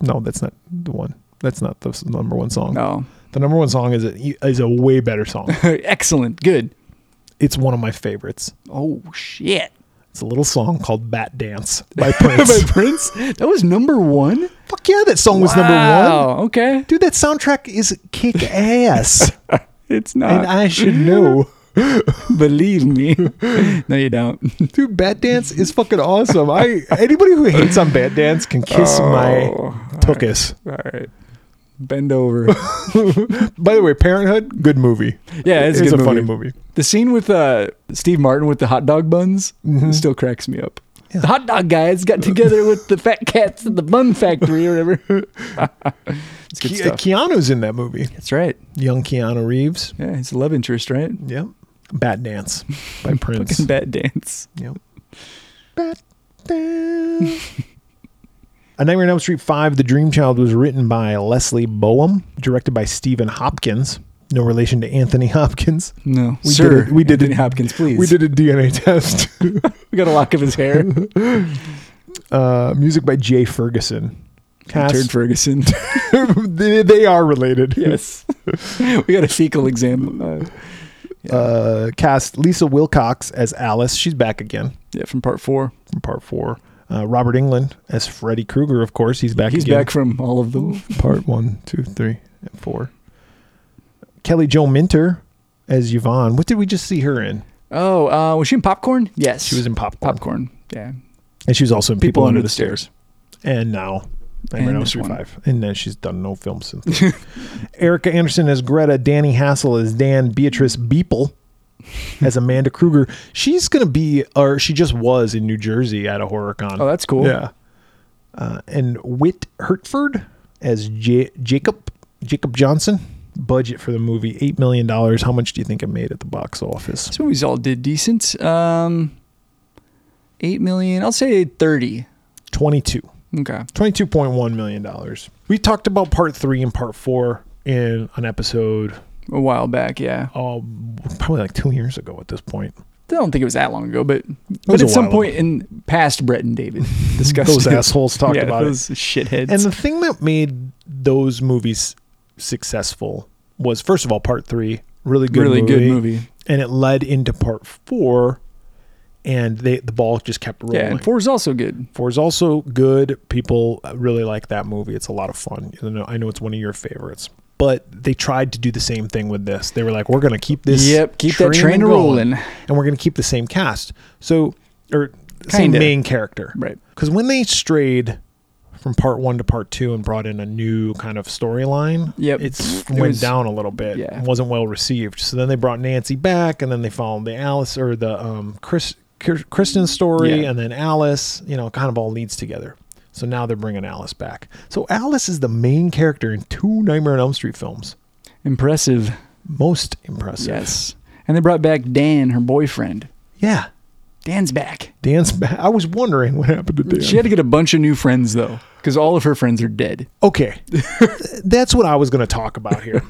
Speaker 2: No, that's not the one. That's not the s- number one song.
Speaker 3: No. *laughs*
Speaker 2: The number one song is a, is a way better song.
Speaker 3: Excellent. Good.
Speaker 2: it's one of my favorites.
Speaker 3: Oh, shit.
Speaker 2: It's a little song called "Bat Dance"
Speaker 3: *laughs*
Speaker 2: by Prince.
Speaker 3: Prince? That was number one?
Speaker 2: Fuck yeah, that song was number one.
Speaker 3: Wow, Oh, Okay.
Speaker 2: Dude, that soundtrack is kick ass.
Speaker 3: *laughs* It's not.
Speaker 2: and I should
Speaker 3: *laughs*
Speaker 2: know. *laughs*
Speaker 3: Believe me. *laughs* no, you don't. *laughs*
Speaker 2: Dude, Bat Dance is fucking awesome. I anybody who hates on Bat Dance can kiss
Speaker 3: Oh,
Speaker 2: my tuchus. *laughs*
Speaker 3: All right. Bend over.
Speaker 2: By the way, Parenthood, good movie.
Speaker 3: Yeah, it's,
Speaker 2: it's
Speaker 3: good
Speaker 2: a funny movie.
Speaker 3: The scene with uh, Steve Martin with the hot dog buns still cracks me up. The hot dog guys got together with the fat cats at the bun factory or whatever. it's good
Speaker 2: Ke-
Speaker 3: stuff.
Speaker 2: Keanu's in that movie.
Speaker 3: That's right.
Speaker 2: Young Keanu Reeves.
Speaker 3: Yeah, it's a love interest, right?
Speaker 2: Yep. Bat Dance
Speaker 3: *laughs*
Speaker 2: by Prince.
Speaker 3: Fucking bad dance.
Speaker 2: *laughs* Yep. Bat Dance. A Nightmare on Elm Street 5, The Dream Child was written by Leslie Boehm, directed by Stephen Hopkins. No relation to Anthony *laughs* Hopkins.
Speaker 3: No,
Speaker 2: We
Speaker 3: sir.
Speaker 2: did it- we did
Speaker 3: Anthony
Speaker 2: it-
Speaker 3: Hopkins, please.
Speaker 2: We did a DNA test.
Speaker 3: We got a lock of his hair.
Speaker 2: uh, music by Jay Ferguson.
Speaker 3: Turd
Speaker 2: Cast,
Speaker 3: Ferguson.
Speaker 2: *laughs* they, they are related.
Speaker 3: yes. *laughs* we got a fecal exam. Uh,
Speaker 2: *laughs* Uh, cast Lisa Wilcox as Alice. She's back again
Speaker 3: yeah, from part four.
Speaker 2: from part four. Uh, Robert England as Freddy Krueger, of course. He's back
Speaker 3: He's
Speaker 2: again.
Speaker 3: back from all of them.
Speaker 2: part one, two, three, and four. Kelly Joe Minter as Yvonne. What did we just see her in?
Speaker 3: Oh, uh, was she in popcorn? Yes.
Speaker 2: She was in Popcorn.
Speaker 3: popcorn. Yeah.
Speaker 2: And she was also in People, Under, the Stairs.
Speaker 3: Stairs.
Speaker 2: And now. Nightmare
Speaker 3: And
Speaker 2: on Elm
Speaker 3: this
Speaker 2: Street
Speaker 3: one.
Speaker 2: 5. And then she's done no films since. *laughs* Erica Anderson as Greta. Danny Hassel as Dan. Beatrice
Speaker 3: *laughs*
Speaker 2: Beeple as Amanda Kruger. She's going to be, or she just was in New Jersey at a HorrorCon.
Speaker 3: Oh, that's cool.
Speaker 2: Yeah. Uh, and Whit Hertford as J- Jacob Jacob Johnson. Budget for the movie eight million dollars. How much do you think it made at the box office?
Speaker 3: This movies all did decent. Um, eight million. I'll say thirty.
Speaker 2: Twenty-two.
Speaker 3: Okay.
Speaker 2: $22.1 million. We talked about part three and part four in an episode
Speaker 3: A while back, yeah.
Speaker 2: oh, probably like two years ago at this point.
Speaker 3: I don't think it was that long ago, but
Speaker 2: was
Speaker 3: but
Speaker 2: a
Speaker 3: at some
Speaker 2: while ago.
Speaker 3: point in past, Brett and David discussed
Speaker 2: *laughs* Those
Speaker 3: it.
Speaker 2: assholes talked
Speaker 3: yeah,
Speaker 2: about
Speaker 3: those shitheads.
Speaker 2: it. And the thing that made those movies successful was, first of all, part three, really good
Speaker 3: really
Speaker 2: movie.
Speaker 3: good movie.
Speaker 2: And it led into part four, and they, the ball just kept rolling.
Speaker 3: Yeah, and four is also good.
Speaker 2: Four is also good. People really like that movie. It's a lot of fun. You know, I know it's one of your favorites. But they tried to do the same thing with this. They were like, "We're going to keep this,
Speaker 3: Yep, keep that train
Speaker 2: going,
Speaker 3: rolling.
Speaker 2: and we're going to keep the same cast." So, or same
Speaker 3: Kinda.
Speaker 2: main character,
Speaker 3: Right.
Speaker 2: Because when they strayed from part one to part two and brought in a new kind of storyline,
Speaker 3: Yep.
Speaker 2: it's
Speaker 3: It
Speaker 2: went
Speaker 3: was-
Speaker 2: down a little bit.
Speaker 3: Yeah.
Speaker 2: It wasn't well received. So then they brought Nancy back, and then they followed the Alice or the um Chris Kir- Kristen story,
Speaker 3: Yeah.
Speaker 2: and then Alice. You know, kind of all leads together. So now they're bringing Alice back. So Alice is the main character in two Nightmare on Elm Street films.
Speaker 3: Impressive.
Speaker 2: Most impressive.
Speaker 3: Yes. And they brought back Dan, her boyfriend.
Speaker 2: Yeah.
Speaker 3: Dan's back.
Speaker 2: Dan's *laughs* back. I was wondering what happened to Dan.
Speaker 3: She had to get a bunch of new friends though, because all of her friends are dead.
Speaker 2: Okay. *laughs*
Speaker 3: *laughs*
Speaker 2: That's what I was going to talk about here.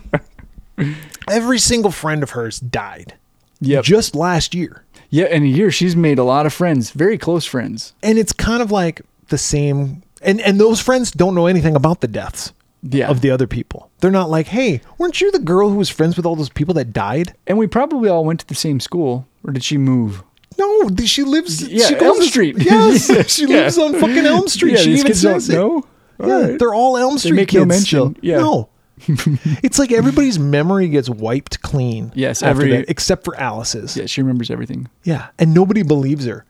Speaker 2: Every single friend of hers died.
Speaker 3: Yep.
Speaker 2: just last year.
Speaker 3: Yeah, in a year she's made a lot of friends, very close friends.
Speaker 2: And it's kind of like the same and and those friends don't know anything about the deaths
Speaker 3: Yeah.
Speaker 2: of the other people. They're not like, "Hey, weren't you the girl who was friends with all those people that died?"
Speaker 3: and we probably all went to the same school, or did she move?
Speaker 2: No, th- she lives
Speaker 3: Yeah,
Speaker 2: she
Speaker 3: Elm
Speaker 2: to-
Speaker 3: Street.
Speaker 2: *laughs* Yes,
Speaker 3: *laughs* Yeah.
Speaker 2: she lives on fucking Elm Street.
Speaker 3: Yeah,
Speaker 2: she
Speaker 3: these
Speaker 2: even
Speaker 3: kids don't
Speaker 2: says it.
Speaker 3: know? All
Speaker 2: yeah,
Speaker 3: right.
Speaker 2: they're all Elm Street
Speaker 3: make no
Speaker 2: kids.
Speaker 3: mention.
Speaker 2: still.
Speaker 3: Yeah. *laughs*
Speaker 2: No. it's like everybody's memory gets wiped clean.
Speaker 3: Yes,
Speaker 2: after
Speaker 3: every-
Speaker 2: that, except for Alice's.
Speaker 3: Yeah, she remembers everything.
Speaker 2: Yeah, and nobody believes her.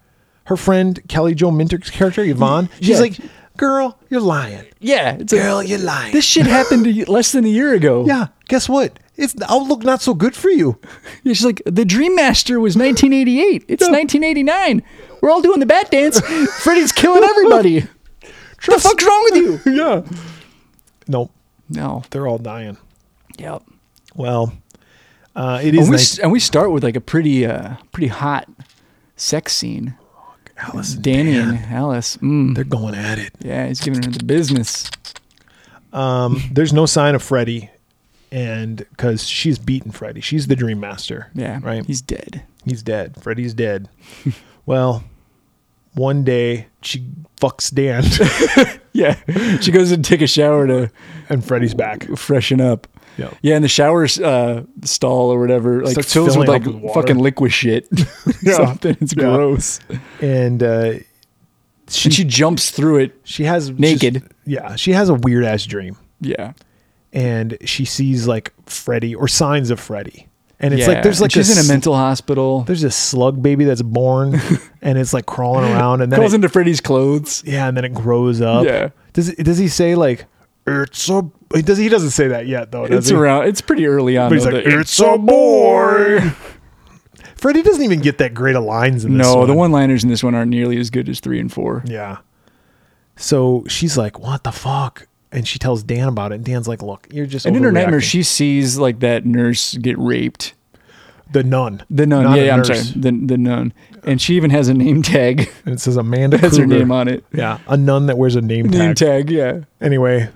Speaker 2: Her friend Kelly Joe Minter's character Yvonne, she's
Speaker 3: Yeah.
Speaker 2: like, "Girl, you're lying.
Speaker 3: Yeah, it's a,
Speaker 2: Girl, you're lying."
Speaker 3: this shit happened to you less than a year ago.
Speaker 2: yeah, guess what? It's the outlook not so good for you.
Speaker 3: Yeah, she's like the Dream Master was 1988. It's 1989. We're all doing the bat dance.
Speaker 2: *laughs*
Speaker 3: Freddy's killing everybody.
Speaker 2: Trust.
Speaker 3: the fuck's wrong with
Speaker 2: *laughs*
Speaker 3: you?
Speaker 2: yeah. Nope,
Speaker 3: No.
Speaker 2: they're all dying.
Speaker 3: Yep.
Speaker 2: Well, uh, it is.
Speaker 3: And we,
Speaker 2: nice-
Speaker 3: and we start with like a pretty uh pretty hot sex scene.
Speaker 2: Alice and
Speaker 3: Danny
Speaker 2: Dan,
Speaker 3: and Alice. Mm,
Speaker 2: they're going at it.
Speaker 3: yeah, he's giving her the business.
Speaker 2: Um, there's no sign of Freddy, and because she's beaten Freddy, she's the Dream Master.
Speaker 3: Yeah.
Speaker 2: right.
Speaker 3: He's dead.
Speaker 2: He's dead. Freddy's dead. *laughs* well, one day she fucks Dan, *laughs*
Speaker 3: Yeah. she goes to take a shower to
Speaker 2: and Freddy's back.
Speaker 3: freshen up.
Speaker 2: Yeah.
Speaker 3: Yeah, in the shower uh, stall or whatever, like
Speaker 2: Starts
Speaker 3: fills with
Speaker 2: filling
Speaker 3: like
Speaker 2: up with water.
Speaker 3: fucking liquid shit. *laughs* Something. It's
Speaker 2: Yeah.
Speaker 3: gross.
Speaker 2: And uh, she,
Speaker 3: And
Speaker 2: she
Speaker 3: she jumps through it.
Speaker 2: has just-
Speaker 3: Naked.
Speaker 2: yeah, she has a weird ass dream,
Speaker 3: Yeah.
Speaker 2: and she sees like Freddy or signs of Freddy, and it's
Speaker 3: yeah.
Speaker 2: like there's
Speaker 3: And
Speaker 2: like
Speaker 3: she's in a
Speaker 2: s-
Speaker 3: mental hospital.
Speaker 2: There's this slug baby that's
Speaker 3: *laughs*
Speaker 2: born, and it's like crawling around, and then
Speaker 3: Crawls
Speaker 2: it,
Speaker 3: into Freddy's clothes.
Speaker 2: yeah, and then it grows up.
Speaker 3: Yeah.
Speaker 2: Does it- does he say like it's a? He does he doesn't say that yet though? does
Speaker 3: It's
Speaker 2: he?
Speaker 3: around. It's pretty early on.
Speaker 2: But he's
Speaker 3: though,
Speaker 2: like,
Speaker 3: that-
Speaker 2: it's
Speaker 3: *laughs*
Speaker 2: a boy. Freddy doesn't even get that great of lines in this.
Speaker 3: No,
Speaker 2: one.
Speaker 3: the one-liners in this one aren't nearly as good as three and four.
Speaker 2: Yeah. So she's like, "What the fuck?" And she tells Dan about it. And Dan's like, "Look, you're just."
Speaker 3: And in her
Speaker 2: overreacting."
Speaker 3: nightmare, she sees like that nurse get raped.
Speaker 2: the nun,
Speaker 3: The nun.
Speaker 2: Not
Speaker 3: yeah,
Speaker 2: a
Speaker 3: yeah, I'm sorry.
Speaker 2: nurse.
Speaker 3: The the nun. And she even has a name tag. *laughs*
Speaker 2: and it says Amanda
Speaker 3: has her
Speaker 2: Krueger.
Speaker 3: name on it.
Speaker 2: Yeah, a nun that wears a name tag.
Speaker 3: Name tag. Yeah.
Speaker 2: Anyway,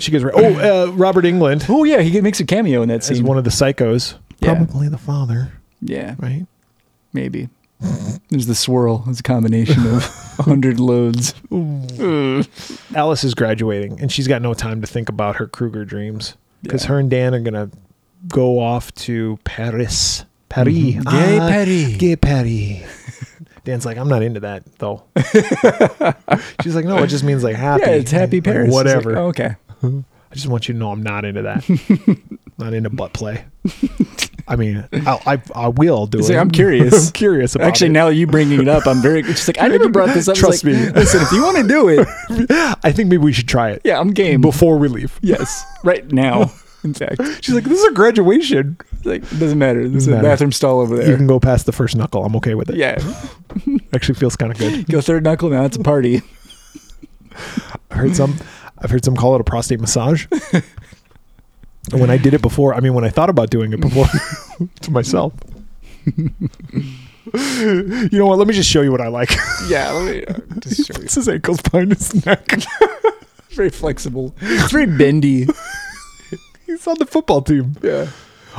Speaker 2: she gets. Ra- oh, uh, Robert England
Speaker 3: Oh yeah, he get- makes a cameo in that
Speaker 2: is
Speaker 3: scene.
Speaker 2: one of the psychos.
Speaker 3: Yeah.
Speaker 2: Probably the father,
Speaker 3: yeah,
Speaker 2: right?
Speaker 3: maybe. There's the swirl. It's a combination *laughs* of hundred loads.
Speaker 2: Alice is graduating, and she's got no time to think about her Kruger dreams because her and Dan are gonna go off to Paris. Paris.
Speaker 3: Mm-hmm. Gay
Speaker 2: Ah,
Speaker 3: Paris.
Speaker 2: Gay Paris. *laughs* Dan's like, I'm not into that
Speaker 3: *laughs*
Speaker 2: though. She's like, no, it just means like happy.
Speaker 3: Yeah, it's happy
Speaker 2: Like,
Speaker 3: Paris. It's like,
Speaker 2: whatever.
Speaker 3: oh, okay.
Speaker 2: I just want you to know I'm not into that.
Speaker 3: *laughs*
Speaker 2: not into butt play. I mean, I'll, I I will do
Speaker 3: It's
Speaker 2: it. *laughs*
Speaker 3: like, I'm curious.
Speaker 2: I'm curious about
Speaker 3: Actually,
Speaker 2: it.
Speaker 3: now you bringing it up, I'm very. It's like I never brought this up. It's
Speaker 2: Trust
Speaker 3: like,
Speaker 2: me.
Speaker 3: Listen, if you want to do it,
Speaker 2: *laughs* I think maybe we should try it
Speaker 3: yeah, I'm game.
Speaker 2: before we leave.
Speaker 3: Yes, right *laughs* now. In fact,
Speaker 2: She's like, this is a graduation.
Speaker 3: like it doesn't matter. There's a
Speaker 2: matter.
Speaker 3: bathroom stall over
Speaker 2: You
Speaker 3: there.
Speaker 2: can go past the first knuckle. I'm okay with it.
Speaker 3: *laughs* yeah,
Speaker 2: actually feels kind of good.
Speaker 3: go third knuckle now. It's a party.
Speaker 2: I've heard some, I've heard some call it a prostate
Speaker 3: *laughs*
Speaker 2: massage. And when I did it before, I mean, when I thought about doing it
Speaker 3: *laughs*
Speaker 2: before to myself, you know what? Let me just show you what I like.
Speaker 3: *laughs*
Speaker 2: *laughs*
Speaker 3: Yeah, let me uh, just show you.
Speaker 2: it's his ankles behind his neck.
Speaker 3: *laughs* Very flexible. It's very bendy.
Speaker 2: He's on the football team.
Speaker 3: Yeah.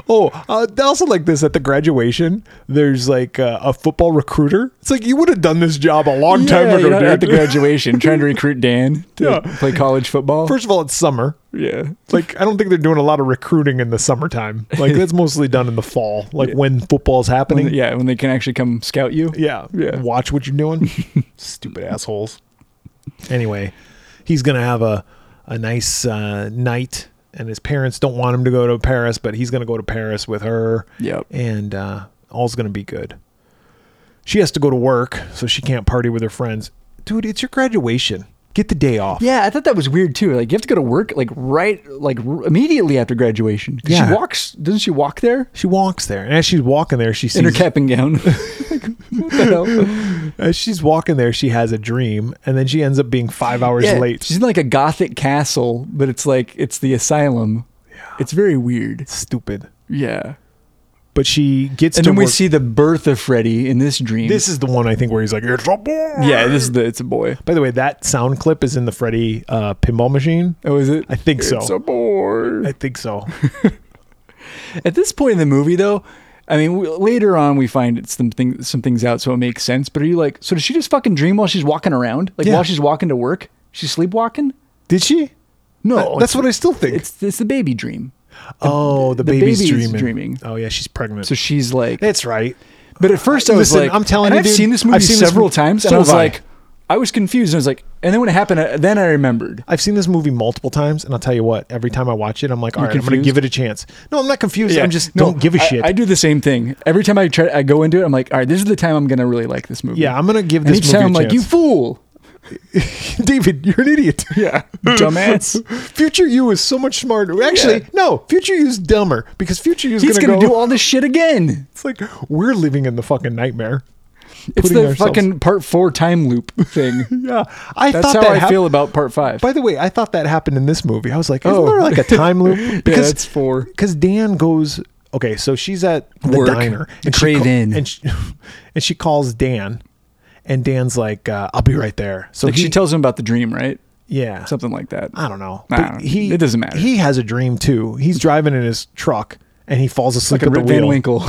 Speaker 2: Oh, uh, I also like this at the graduation. There's like uh, a football recruiter. It's like you would have done this job a long time
Speaker 3: Yeah,
Speaker 2: ago,
Speaker 3: you're not
Speaker 2: dude.
Speaker 3: At the *laughs* graduation, trying to recruit Dan to
Speaker 2: Yeah.
Speaker 3: play college football.
Speaker 2: First of all, it's summer.
Speaker 3: yeah,
Speaker 2: like I don't think they're doing a lot of recruiting in the summertime. Like that's mostly done in the fall, like when football's happening.
Speaker 3: when, yeah, when they can actually come scout you.
Speaker 2: yeah,
Speaker 3: Yeah.
Speaker 2: Watch what you're
Speaker 3: *laughs*
Speaker 2: doing, stupid assholes. Anyway, he's gonna have a a nice uh, night, and his parents don't want him to go to Paris, but he's gonna go to Paris with her.
Speaker 3: Yep.
Speaker 2: and uh, all's gonna be good. She has to go to work, so she can't party with her friends. Dude, it's your graduation. Get the day off.
Speaker 3: Yeah, I thought that was weird too. Like you have to go to work like right like r- immediately after graduation. 'Cause She
Speaker 2: Yeah.
Speaker 3: walks, doesn't she walk there
Speaker 2: She walks there, and as she's walking there, she sees
Speaker 3: in her cap and *laughs* gown? Like, what the hell?
Speaker 2: As she's walking there, she has a dream, and then she ends up being five hours
Speaker 3: *laughs* Yeah,
Speaker 2: late.
Speaker 3: She's in like a gothic castle, but it's like it's the asylum. Yeah. It's very weird.
Speaker 2: Stupid.
Speaker 3: Yeah.
Speaker 2: But she gets
Speaker 3: And
Speaker 2: to
Speaker 3: then we
Speaker 2: work-
Speaker 3: see the birth of Freddy in this dream.
Speaker 2: This is the one I think where he's like, "It's a boy."
Speaker 3: yeah, this is the it's a boy.
Speaker 2: By the way, that sound clip is in the Freddy uh, pinball machine.
Speaker 3: Oh, is it?
Speaker 2: I think
Speaker 3: It's
Speaker 2: so.
Speaker 3: a boy.
Speaker 2: I think so.
Speaker 3: At this point in the movie, though, I mean, we, later on we find it's some things, some things out, so it makes sense. But are you like, so does she just fucking dream while she's walking around? Like
Speaker 2: Yeah.
Speaker 3: while she's walking to work, she's sleepwalking?
Speaker 2: Did she?
Speaker 3: No,
Speaker 2: That's
Speaker 3: it's-
Speaker 2: what I still think.
Speaker 3: It's it's the baby dream.
Speaker 2: oh, the,
Speaker 3: the
Speaker 2: baby's,
Speaker 3: baby's
Speaker 2: dreaming.
Speaker 3: dreaming.
Speaker 2: Oh yeah, she's pregnant.
Speaker 3: So she's like,
Speaker 2: That's right.
Speaker 3: but at first I was
Speaker 2: Listen,
Speaker 3: like,
Speaker 2: I'm telling
Speaker 3: and
Speaker 2: you,
Speaker 3: I've
Speaker 2: dude,
Speaker 3: seen this movie
Speaker 2: I've seen this
Speaker 3: several
Speaker 2: mo-
Speaker 3: times, and
Speaker 2: so
Speaker 3: I was
Speaker 2: have I.
Speaker 3: like, I was confused, and I was like, and then when it happened, uh, then I remembered.
Speaker 2: I've seen this movie multiple times, and I'll tell you what. Every time I watch it, I'm like, all right, I'm going
Speaker 3: confused?
Speaker 2: to give it a chance. No, I'm not confused. I'm just
Speaker 3: No,
Speaker 2: don't give a
Speaker 3: I-
Speaker 2: shit.
Speaker 3: I do the same thing every time I try. I go into it. I'm like, all right, this is the time I'm gonna really like this movie.
Speaker 2: yeah, I'm going to give
Speaker 3: and
Speaker 2: this
Speaker 3: each
Speaker 2: movie
Speaker 3: time
Speaker 2: a
Speaker 3: I'm like, you
Speaker 2: chance.
Speaker 3: fool,
Speaker 2: *laughs* David, you're an idiot. *laughs*
Speaker 3: yeah, *laughs* dumbass.
Speaker 2: Future you is so much smarter. Actually,
Speaker 3: Yeah.
Speaker 2: no, future you's dumber because future you's
Speaker 3: He's
Speaker 2: going to
Speaker 3: gonna do all this shit again.
Speaker 2: It's like we're living in the fucking nightmare.
Speaker 3: It's
Speaker 2: Putting
Speaker 3: the
Speaker 2: ourselves-
Speaker 3: fucking part four time loop *laughs* thing.
Speaker 2: Yeah, I
Speaker 3: That's
Speaker 2: thought
Speaker 3: how
Speaker 2: that
Speaker 3: I
Speaker 2: hap-
Speaker 3: feel about part five.
Speaker 2: By the way, I thought that happened in this movie. I was like, isn't
Speaker 3: Oh.
Speaker 2: there like a time
Speaker 3: *laughs*
Speaker 2: loop?
Speaker 3: because it's four.
Speaker 2: because Dan goes okay, so she's at the
Speaker 3: Work.
Speaker 2: diner
Speaker 3: The
Speaker 2: she ca-
Speaker 3: Craven.
Speaker 2: and she, *laughs* and she calls Dan, and Dan's like, uh, "I'll be right there." So
Speaker 3: Like
Speaker 2: he,
Speaker 3: she tells him about the dream, right?
Speaker 2: yeah
Speaker 3: Something like that.
Speaker 2: I don't know,
Speaker 3: I don't know. It doesn't matter.
Speaker 2: He has a dream too. He's driving in his truck and he falls asleep at
Speaker 3: Fucking
Speaker 2: the
Speaker 3: Rip
Speaker 2: wheel.
Speaker 3: Van *laughs* Winkle.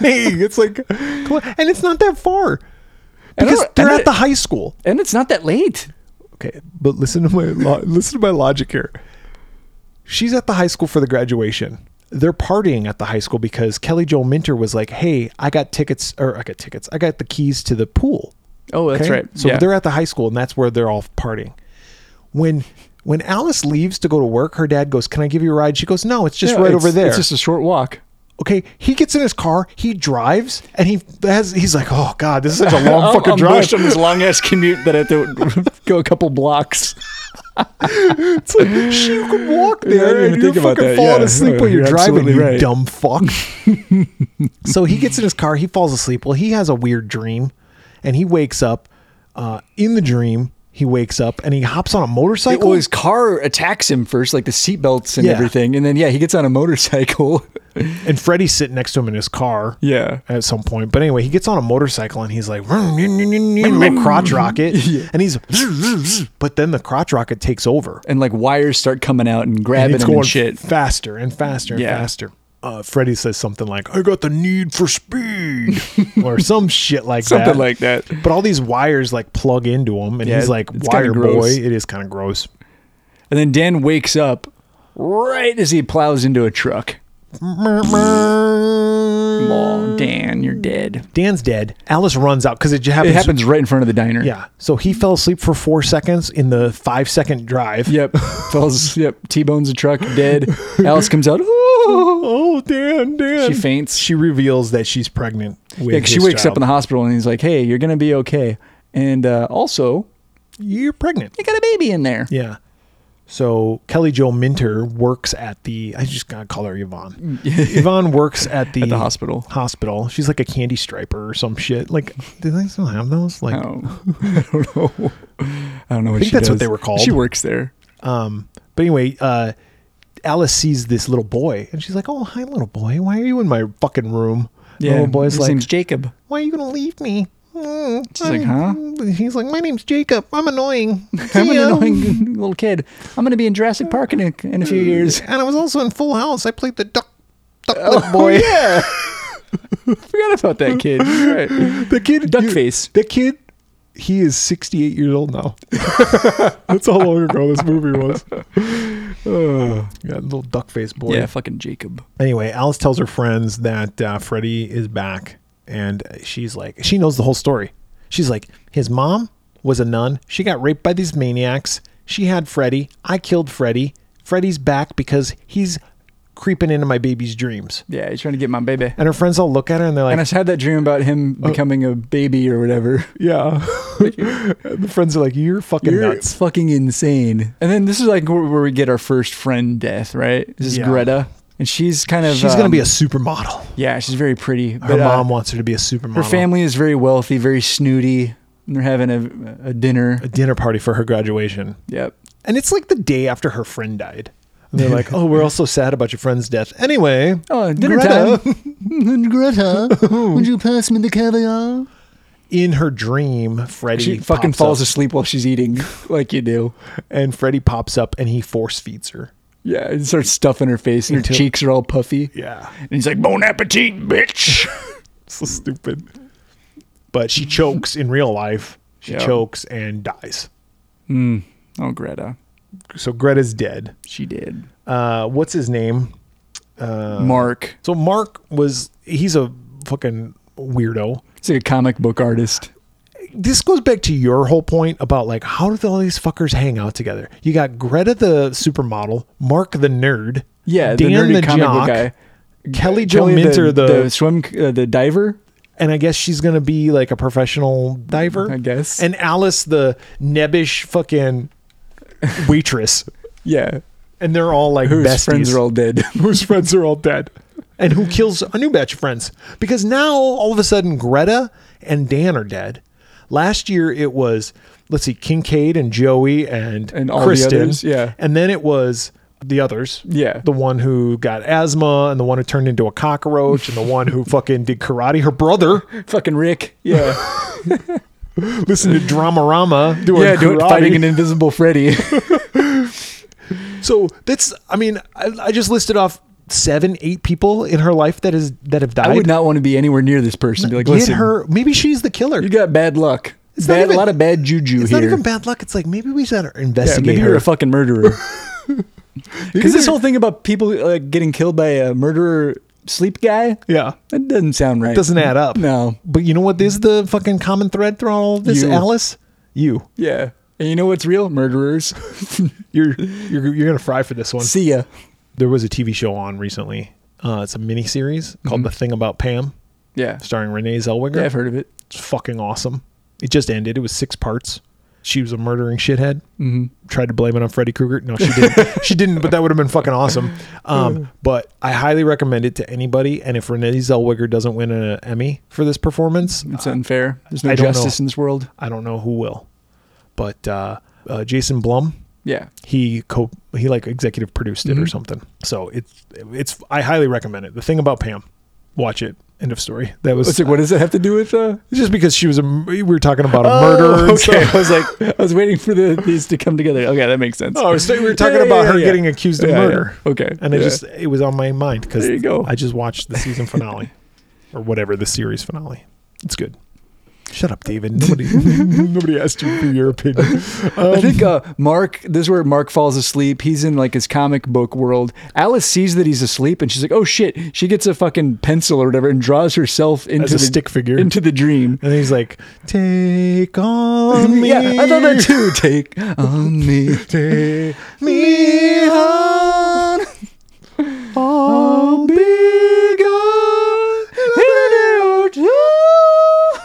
Speaker 2: Hey, it's like, come on. and it's not that far
Speaker 3: And I
Speaker 2: because
Speaker 3: don't-
Speaker 2: they're
Speaker 3: and
Speaker 2: at the
Speaker 3: it-
Speaker 2: high school.
Speaker 3: and it's not that late.
Speaker 2: Okay, but listen to my lo- listen to my logic here. She's at the high school for the graduation. They're partying at the high school because Kelly Joel Minter was like, "Hey, I got tickets, or I got tickets. I got the keys to the pool."
Speaker 3: Oh, that's
Speaker 2: okay?
Speaker 3: right.
Speaker 2: So
Speaker 3: yeah.
Speaker 2: they're at the high school, and that's where they're all partying. When when Alice leaves to go to work, her dad goes, "Can I give you a ride?" She goes, "No, it's just
Speaker 3: Yeah,
Speaker 2: right
Speaker 3: it's-
Speaker 2: over there."
Speaker 3: It's just a short walk.
Speaker 2: okay, he gets in his car, he drives, and he has. He's like, "Oh God, this is such a
Speaker 3: *laughs*
Speaker 2: long
Speaker 3: I'm-
Speaker 2: fucking
Speaker 3: I'm
Speaker 2: drive."
Speaker 3: rushed on this long ass commute that I have to *laughs* go a couple blocks.
Speaker 2: It's like, shit, you could walk
Speaker 3: Yeah, I didn't
Speaker 2: there
Speaker 3: even
Speaker 2: and you're
Speaker 3: think about
Speaker 2: fucking
Speaker 3: that.
Speaker 2: falling
Speaker 3: Yeah.
Speaker 2: asleep
Speaker 3: *laughs*
Speaker 2: while you're,
Speaker 3: You're
Speaker 2: driving,
Speaker 3: absolutely
Speaker 2: you
Speaker 3: right.
Speaker 2: dumb
Speaker 3: *laughs*
Speaker 2: fuck. so he gets in his car, he falls asleep. Well, he has a weird dream, and he wakes up. Uh, in the dream, he wakes up and he hops on a motorcycle.
Speaker 3: Well, his car attacks him first, like the seatbelts and
Speaker 2: Yeah.
Speaker 3: everything, and then yeah, he gets on a motorcycle.
Speaker 2: and Freddy's sitting next to him in his car.
Speaker 3: Yeah.
Speaker 2: At some point, but anyway, he gets on a motorcycle and he's like "Vroom, vroom, vroom, vroom,"
Speaker 3: *laughs*
Speaker 2: little crotch rocket, and he's. *laughs* But then the crotch rocket takes over.
Speaker 3: and like wires start coming out and
Speaker 2: and
Speaker 3: grabbing
Speaker 2: it's
Speaker 3: him
Speaker 2: going
Speaker 3: and shit.
Speaker 2: faster and faster and
Speaker 3: Yeah.
Speaker 2: faster. Uh, Freddy says something like, "I got the need for
Speaker 3: *laughs*
Speaker 2: speed," or some shit like that.
Speaker 3: Something like that.
Speaker 2: But all these wires like plug into him, and
Speaker 3: Yeah,
Speaker 2: he's like,
Speaker 3: it's
Speaker 2: "Wire
Speaker 3: kinda gross.
Speaker 2: boy." It is kind of gross.
Speaker 3: And then Dan wakes up right as he plows into a truck. Aw, Dan, you're dead.
Speaker 2: Dan's dead. Alice runs out because it happens.
Speaker 3: It happens right in front of the diner.
Speaker 2: Yeah. So he fell asleep for four seconds in the five second drive.
Speaker 3: *laughs* Yep. Falls. Yep. T-bones a truck. *laughs* Dead. Alice comes out. "Ooh."
Speaker 2: Oh, Dan, Dan.
Speaker 3: She faints.
Speaker 2: She reveals that she's pregnant. With
Speaker 3: Yeah, 'cause she wakes up in the hospital and he's like, "Hey, you're gonna be okay." And uh, also,
Speaker 2: You're pregnant.
Speaker 3: you got a baby in there.
Speaker 2: Yeah. So Kelly Joe Minter works at the. I just gotta call her
Speaker 3: *laughs*
Speaker 2: Yvonne. Yvonne works at the,
Speaker 3: Mm. At the hospital.
Speaker 2: Hospital. She's like a candy striper or some shit. Like, do they still have those? Like,
Speaker 3: Oh, *laughs* I don't know. I don't know. What I
Speaker 2: think that's what they were called.
Speaker 3: She works there.
Speaker 2: um. But anyway, uh, Alice sees this little boy, and she's like, "Oh, hi, little boy. Why are you in my fucking room?" Little boy's
Speaker 3: his
Speaker 2: like,
Speaker 3: name's Jacob.
Speaker 2: "Why are you gonna leave me?" Mm,
Speaker 3: She's like,
Speaker 2: I'm- He's like, "My name's Jacob. I'm annoying.
Speaker 3: *laughs* I'm
Speaker 2: See
Speaker 3: an
Speaker 2: ya."
Speaker 3: annoying *laughs* little kid. I'm gonna be in Jurassic Park in a, in a few years. *laughs*
Speaker 2: And I was also in Full House. I played the duck, duck boy.
Speaker 3: Oh, *laughs* yeah. Forgot about that kid. You're *laughs* Right.
Speaker 2: The kid,
Speaker 3: Duck
Speaker 2: you-
Speaker 3: face.
Speaker 2: The kid, he is 68 years old now. *laughs* That's how long ago this movie *sighs* was. Uh, yeah, little duck face boy.
Speaker 3: Yeah, fucking Jacob.
Speaker 2: Anyway, Alice tells her friends that uh, Freddy is back, and she's like, she knows the whole story. She's like, his mom was a nun. She got raped by these maniacs. She had Freddy. I killed Freddy. Freddy's back because he's creeping into my baby's dreams.
Speaker 3: Yeah, he's trying to get my baby.
Speaker 2: And her friends all look at her and they're like, Oh.
Speaker 3: And I had that dream about him becoming a baby or
Speaker 2: *laughs*
Speaker 3: whatever.
Speaker 2: Yeah. the friends are like, you're fucking
Speaker 3: You're
Speaker 2: nuts.
Speaker 3: fucking insane. And then this is like where, where we get our first friend death, right? This is
Speaker 2: Yeah.
Speaker 3: Greta, and she's kind of
Speaker 2: She's going to
Speaker 3: um,
Speaker 2: be a supermodel.
Speaker 3: yeah, she's very pretty.
Speaker 2: Her
Speaker 3: But, uh,
Speaker 2: mom wants her to be a supermodel.
Speaker 3: her family is very wealthy, very snooty. And they're having a, a dinner.
Speaker 2: A dinner party for her graduation.
Speaker 3: Yep.
Speaker 2: And it's like the day after her friend died. And they're *laughs* like, oh, we're all so sad about your friend's death. Anyway,
Speaker 3: Oh,
Speaker 2: *laughs*
Speaker 3: dinner
Speaker 2: Greta.
Speaker 3: time. Greta, would you pass me the caviar?
Speaker 2: in her dream, Freddy
Speaker 3: She fucking
Speaker 2: pops
Speaker 3: falls
Speaker 2: up,
Speaker 3: *laughs* asleep while she's eating, like you do.
Speaker 2: and Freddy pops up and he force feeds her.
Speaker 3: Yeah, and starts stuffing her face, and her cheeks are all puffy.
Speaker 2: Yeah.
Speaker 3: And he's like, "Bon appetit, bitch!"
Speaker 2: So stupid. But she chokes in real life. She
Speaker 3: Yeah.
Speaker 2: chokes and dies.
Speaker 3: *laughs* oh, Greta,
Speaker 2: So Greta's dead.
Speaker 3: she did.
Speaker 2: Uh, what's his name? Uh.
Speaker 3: Mark,
Speaker 2: So Mark was he's a fucking weirdo.
Speaker 3: he's like a comic book artist.
Speaker 2: This goes back to your whole point about like how do all these fuckers hang out together? You got Greta the supermodel, Mark the nerd,
Speaker 3: Yeah, the
Speaker 2: Dan
Speaker 3: nerdy
Speaker 2: the
Speaker 3: comic
Speaker 2: jock,
Speaker 3: book guy.
Speaker 2: Kelly Jo
Speaker 3: Kelly,
Speaker 2: Minter the,
Speaker 3: the swim uh, the diver.
Speaker 2: and I guess she's gonna be like a professional diver,
Speaker 3: I guess.
Speaker 2: and Alice the nebbish fucking waitress,
Speaker 3: Yeah,
Speaker 2: and they're all like
Speaker 3: whose
Speaker 2: besties.
Speaker 3: friends are all dead. *laughs*
Speaker 2: whose friends are all dead, and who kills a new batch of friends because now all of a sudden Greta and Dan are dead. Last year it was let's see Kincaid and Joey and
Speaker 3: And all the
Speaker 2: Kristen,
Speaker 3: others, yeah.
Speaker 2: and then it was the others,
Speaker 3: Yeah.
Speaker 2: the one who got asthma and the one who turned into a cockroach and the one
Speaker 3: *laughs*
Speaker 2: who fucking did karate. Her brother
Speaker 3: Fucking Rick.
Speaker 2: *laughs*
Speaker 3: Yeah,
Speaker 2: listened to Dramarama doing
Speaker 3: yeah, doing,
Speaker 2: karate.
Speaker 3: fighting an
Speaker 2: *laughs*
Speaker 3: invisible Freddy.
Speaker 2: so that's I mean I, I just listed off seven eight people in her life that is that have died.
Speaker 3: I would not want to be anywhere near this person. Be like,
Speaker 2: Get
Speaker 3: listen,
Speaker 2: her. Maybe she's the killer.
Speaker 3: you got bad luck.
Speaker 2: It's not
Speaker 3: bad,
Speaker 2: even-
Speaker 3: a lot of bad juju
Speaker 2: It's
Speaker 3: here.
Speaker 2: not even bad luck. It's like maybe we should
Speaker 3: yeah,
Speaker 2: investigate
Speaker 3: maybe
Speaker 2: her.
Speaker 3: you're a fucking
Speaker 2: *laughs*
Speaker 3: murderer. *laughs* Because this whole thing about people like getting killed by a murderer sleep guy,
Speaker 2: yeah,
Speaker 3: that doesn't sound right.
Speaker 2: doesn't add up.
Speaker 3: No.
Speaker 2: but you know what is the fucking common thread through all of this,
Speaker 3: You.
Speaker 2: Alice? You,
Speaker 3: Yeah. And you know what's real? Murderers. *laughs*
Speaker 2: you're you're you're gonna fry for this one.
Speaker 3: See ya.
Speaker 2: There was a TV show on recently. Uh, it's a mini series called "The Thing About Pam,"
Speaker 3: Yeah.
Speaker 2: starring Renee Zellweger.
Speaker 3: Yeah, I've heard of it.
Speaker 2: It's fucking awesome. It just ended. It was six parts. She was a murdering shithead. Mm-hmm. Tried to blame it on Freddy Krueger. No, she didn't.
Speaker 3: *laughs*
Speaker 2: she didn't. But that would have been fucking awesome. Um, but I highly recommend it to anybody. And if Renee Zellweger doesn't win an Emmy for this performance,
Speaker 3: It's unfair. There's no
Speaker 2: Uh, I don't
Speaker 3: justice
Speaker 2: know.
Speaker 3: in this world.
Speaker 2: I don't know who will. But uh, uh, Jason Blum,
Speaker 3: Yeah.
Speaker 2: he co he like executive produced it
Speaker 3: Mm-hmm.
Speaker 2: or something. So it's it's I highly recommend it. The thing about Pam, watch it. End of story. That was
Speaker 3: It's like, what does it have to do with? Uh,
Speaker 2: just because she was a we were talking about a
Speaker 3: Oh,
Speaker 2: murderer. *laughs*
Speaker 3: *laughs*
Speaker 2: and
Speaker 3: okay.
Speaker 2: stuff. I was like,
Speaker 3: *laughs* I was waiting for the, these to come together. Okay, that makes sense.
Speaker 2: Oh, so we were talking
Speaker 3: Yeah, yeah,
Speaker 2: about
Speaker 3: yeah,
Speaker 2: her
Speaker 3: yeah.
Speaker 2: getting accused of
Speaker 3: Yeah, yeah.
Speaker 2: murder.
Speaker 3: Okay,
Speaker 2: And I
Speaker 3: yeah.
Speaker 2: just it was on my mind because
Speaker 3: There you go.
Speaker 2: I just watched the season finale or whatever the series finale. It's good. Shut up, David. Nobody nobody asked you for your opinion.
Speaker 3: I think
Speaker 2: um,
Speaker 3: uh, Mark. This is where Mark falls asleep. He's in like his comic book world. Alice sees that he's asleep, and she's like, "Oh shit!" She gets a fucking pencil or whatever and draws herself into
Speaker 2: As a
Speaker 3: the
Speaker 2: stick figure.
Speaker 3: into the dream.
Speaker 2: And he's like, "Take on me."
Speaker 3: Yeah, I thought that too. Take on me,
Speaker 2: Take me on. I'll be gone.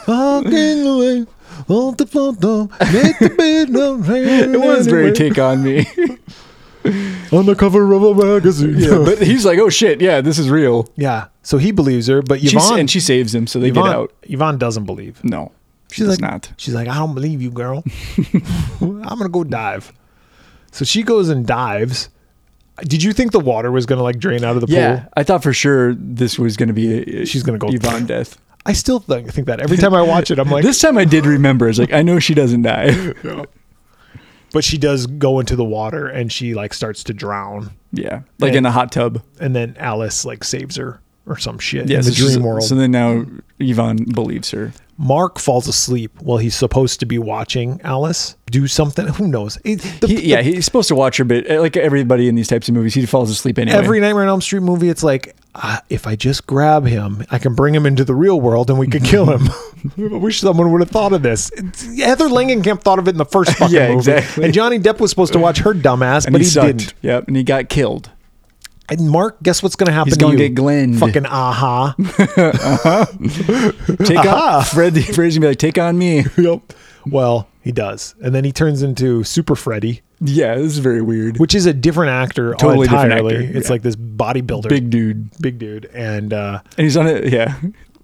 Speaker 2: Fucking away. Off the photo, make the bed of rain.
Speaker 3: *laughs* It was very
Speaker 2: anyway.
Speaker 3: take on me.
Speaker 2: *laughs* on the cover of a magazine.
Speaker 3: yeah, *laughs*
Speaker 2: *laughs*
Speaker 3: but he's like, "Oh shit! Yeah, this is real."
Speaker 2: yeah, so he believes her, but
Speaker 3: She,
Speaker 2: Yvonne
Speaker 3: and she saves him, so they
Speaker 2: Yvonne,
Speaker 3: get out.
Speaker 2: Yvonne doesn't believe.
Speaker 3: No, she's
Speaker 2: like-
Speaker 3: not.
Speaker 2: She's like, I don't believe you,
Speaker 3: *laughs*
Speaker 2: girl. I'm gonna go dive. So she goes and dives. Did you think the water was gonna like drain out of the
Speaker 3: Yeah,
Speaker 2: pool?
Speaker 3: I thought for sure this was going to be a,
Speaker 2: She's gonna go-
Speaker 3: Yvonne
Speaker 2: *laughs*
Speaker 3: death.
Speaker 2: I still think, think that every time I watch it, I'm like,
Speaker 3: this time I did remember. It's like I know she doesn't die.
Speaker 2: *laughs*
Speaker 3: *laughs*
Speaker 2: but she does go into the water and she like starts to drown,
Speaker 3: yeah, like in a hot tub.
Speaker 2: and then Alice like saves her or some shit
Speaker 3: Yeah,
Speaker 2: in
Speaker 3: so
Speaker 2: the dream
Speaker 3: she's-
Speaker 2: world.
Speaker 3: So then now Yvonne believes her.
Speaker 2: Mark falls asleep while he's supposed to be watching Alice do something. Who knows? It- the-
Speaker 3: He, yeah,
Speaker 2: the-
Speaker 3: he's supposed to watch her, but uh, like everybody in these types of movies, he falls asleep anyway.
Speaker 2: every Nightmare on Elm Street movie, it's like ah, if I just grab him, I can bring him into the real world and we could kill
Speaker 3: *laughs*
Speaker 2: him. I wish someone would have thought of this. It's- Heather Langenkamp thought of it in the
Speaker 3: *laughs*
Speaker 2: first fucking
Speaker 3: Yeah,
Speaker 2: movie,
Speaker 3: exactly.
Speaker 2: and Johnny Depp was supposed to watch her dumbass,
Speaker 3: and
Speaker 2: but he,
Speaker 3: he, sucked.
Speaker 2: didn't.
Speaker 3: Yep, and he got killed.
Speaker 2: And Mark, guess what's going to happen?
Speaker 3: He's
Speaker 2: to
Speaker 3: gonna
Speaker 2: you?
Speaker 3: get Glenn.
Speaker 2: Fucking
Speaker 3: *laughs*
Speaker 2: aha.
Speaker 3: Take on Fred. *laughs* Fred's gonna be like, take on me.
Speaker 2: yep. Well, he does, and then he turns into Super Freddy,
Speaker 3: yeah, this is very weird.
Speaker 2: which is a different actor
Speaker 3: Totally different
Speaker 2: entirely.
Speaker 3: actor,
Speaker 2: It's
Speaker 3: yeah.
Speaker 2: like this bodybuilder,
Speaker 3: Big dude,
Speaker 2: big dude, and uh,
Speaker 3: and he's on it. Yeah,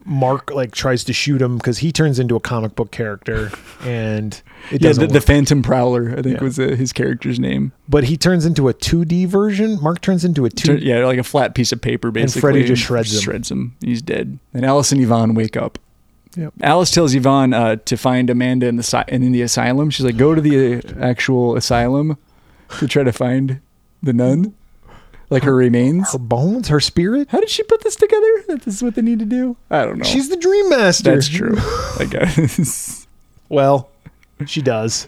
Speaker 2: Mark like tries to shoot him because he turns into a comic book
Speaker 3: *laughs*
Speaker 2: character, and it
Speaker 3: yeah.
Speaker 2: doesn't.
Speaker 3: The, the
Speaker 2: work.
Speaker 3: Phantom Prowler, I think,
Speaker 2: Yeah.
Speaker 3: was uh, his character's name.
Speaker 2: but he turns into a 2D version. Mark turns into a 2D.
Speaker 3: Tur- yeah, like a flat piece of paper, basically.
Speaker 2: Freddy just shreds him.
Speaker 3: Shreds him. He's dead. And Alice and Yvonne wake up.
Speaker 2: Yep.
Speaker 3: Alice tells Yvonne uh, to find Amanda in the si- and in the asylum. She's like, go to the uh, actual asylum to try to find the nun. like her remains.
Speaker 2: Her bones, her spirit.
Speaker 3: How did she put this together? That this is what they need to do. I don't know.
Speaker 2: She's the dream master.
Speaker 3: Oh. that's true. I guess.
Speaker 2: Well, she does.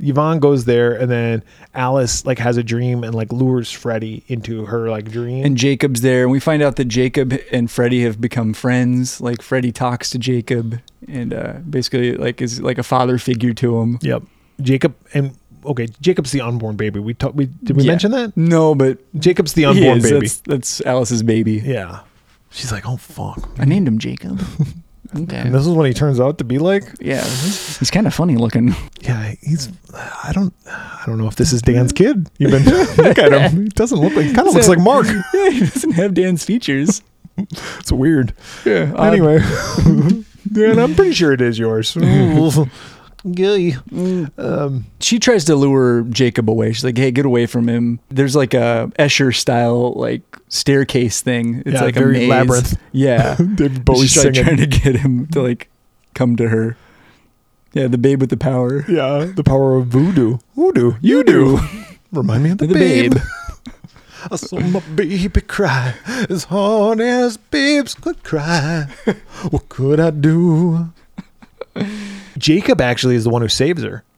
Speaker 2: Yvonne goes there, and then Alice like has a dream and like lures Freddy into her like dream.
Speaker 3: *laughs* and Jacob's there, and we find out that Jacob and Freddy have become friends. Like Freddy talks to Jacob, and uh, basically like is like a father figure to him.
Speaker 2: yep, Jacob and okay, Jacob's the unborn baby. We talked. We did we
Speaker 3: Yeah.
Speaker 2: mention that
Speaker 3: No, but
Speaker 2: Jacob's the
Speaker 3: he
Speaker 2: unborn
Speaker 3: is.
Speaker 2: baby.
Speaker 3: That's, that's Alice's baby.
Speaker 2: Yeah, she's like, oh fuck.
Speaker 3: I named him Jacob.
Speaker 2: *laughs*
Speaker 3: okay.
Speaker 2: And this is what he turns out to be like.
Speaker 3: Yeah, he's kind of funny looking. *laughs*
Speaker 2: Yeah, he's. I don't. I don't know if this is Dan's kid.
Speaker 3: *laughs*
Speaker 2: Even look at him. He doesn't look like. Kind of looks like Mark.
Speaker 3: yeah, he doesn't have Dan's *laughs* features.
Speaker 2: It's
Speaker 3: *laughs*
Speaker 2: weird.
Speaker 3: Yeah.
Speaker 2: *laughs* Anyway,
Speaker 3: *laughs*
Speaker 2: Dan, I'm pretty sure it is yours.
Speaker 3: *laughs*
Speaker 2: Gilly. Um,
Speaker 3: she tries to lure Jacob away. She's like, "Hey, get away from him." There's like a Escher style like staircase thing. It's
Speaker 2: Yeah,
Speaker 3: like
Speaker 2: very
Speaker 3: a maze.
Speaker 2: labyrinth. *laughs*
Speaker 3: Yeah,
Speaker 2: David
Speaker 3: but
Speaker 2: Bowie
Speaker 3: she's like
Speaker 2: singing.
Speaker 3: trying to get him to like come to her. Yeah, the babe with the power.
Speaker 2: yeah, the power of voodoo. Voodoo. You do. Remind me of the,
Speaker 3: The babe.
Speaker 2: I saw my baby cry as hard as babes could
Speaker 3: *laughs*
Speaker 2: cry. What could I do? Jacob actually is the one who saves her.
Speaker 3: *laughs*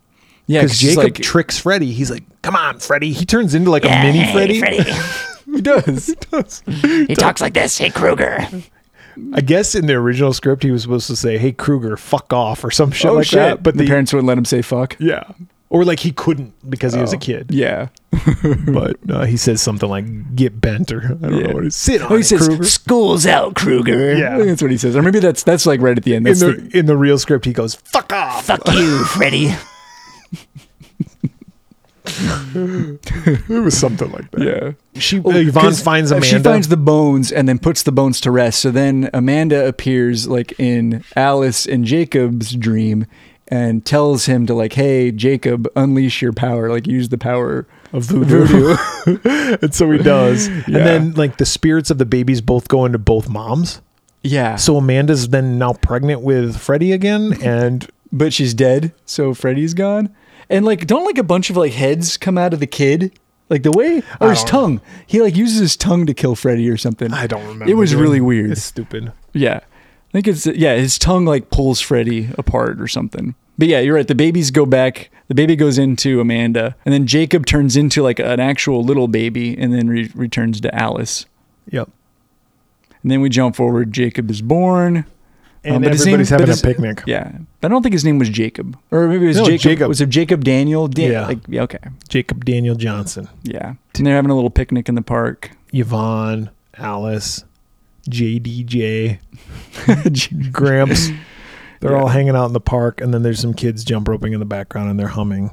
Speaker 3: Yeah,
Speaker 2: because
Speaker 3: she's
Speaker 2: Jacob
Speaker 3: like,
Speaker 2: tricks Freddy. He's like, "Come on, Freddy!" He turns into like a mini Freddy.
Speaker 3: he *laughs* does.
Speaker 7: He talks like this. Hey, Kruger.
Speaker 2: I guess in the original script, he was supposed to say, "Hey, Kruger, fuck off" or some shit like that. But
Speaker 3: But Oh, the,
Speaker 2: the,
Speaker 3: parents wouldn't let him say fuck.
Speaker 2: yeah, or like he couldn't because he was
Speaker 3: Oh.
Speaker 2: a kid.
Speaker 3: Yeah.
Speaker 2: But uh, he says something like "get bent" or I don't
Speaker 3: Yeah.
Speaker 2: know what it is. Sit on
Speaker 3: Oh, he
Speaker 2: it,
Speaker 3: says
Speaker 2: Kruger.
Speaker 7: School's out, Kruger.
Speaker 3: I think
Speaker 2: Yeah.
Speaker 3: *laughs* that's what he says, or maybe that's that's like right at the end.
Speaker 2: In
Speaker 3: That's
Speaker 2: the in the real script, he goes, "Fuck off."
Speaker 7: Fuck you,
Speaker 3: *laughs*
Speaker 7: Freddy.
Speaker 2: *laughs* It was something like that.
Speaker 3: yeah.
Speaker 2: She uh, Yvonne
Speaker 3: 'Cause
Speaker 2: finds
Speaker 3: if
Speaker 2: Amanda.
Speaker 3: She finds the bones and then puts the bones to rest. So then Amanda appears like in Alice and Jacob's dream and tells him to like, hey, Jacob, unleash your power, like use the power of voodoo.
Speaker 2: *laughs* and so he does. And
Speaker 3: Yeah.
Speaker 2: then like the spirits of the babies both go into both moms.
Speaker 3: yeah. So,
Speaker 2: So Amanda's then now pregnant with Freddie again, and
Speaker 3: but she's dead, so Freddy's gone. And like, don't like a bunch of like heads come out of the kid? Like the way or his
Speaker 2: don't
Speaker 3: tongue. He like uses his tongue to kill Freddy or something.
Speaker 2: I don't remember.
Speaker 3: It was
Speaker 2: dude.
Speaker 3: really weird.
Speaker 2: It's stupid.
Speaker 3: Yeah. I think it's yeah, his tongue like pulls Freddy apart or something. But yeah, you're right. The babies go back. The baby goes into Amanda, and then Jacob turns into like an actual little baby, and then re- returns to Alice.
Speaker 2: Yep.
Speaker 3: And then we jump forward. Jacob is born.
Speaker 2: And
Speaker 3: Um, but his
Speaker 2: everybody's
Speaker 3: name-
Speaker 2: having
Speaker 3: but
Speaker 2: a
Speaker 3: his-
Speaker 2: picnic.
Speaker 3: Yeah, but I don't think his name was Jacob, or maybe it was
Speaker 2: No,
Speaker 3: Jacob,
Speaker 2: Jacob.
Speaker 3: Was it Jacob Daniel? Dan-
Speaker 2: Yeah.
Speaker 3: Like yeah, okay.
Speaker 2: Jacob Daniel Johnson,
Speaker 3: Yeah. And they're having a little picnic in the park.
Speaker 2: Yvonne, Alice,
Speaker 3: *laughs*
Speaker 2: JDJ, Gramps. They're all
Speaker 3: Yeah.
Speaker 2: hanging out in the park, and then there's some kids jump roping in the background, and they're humming.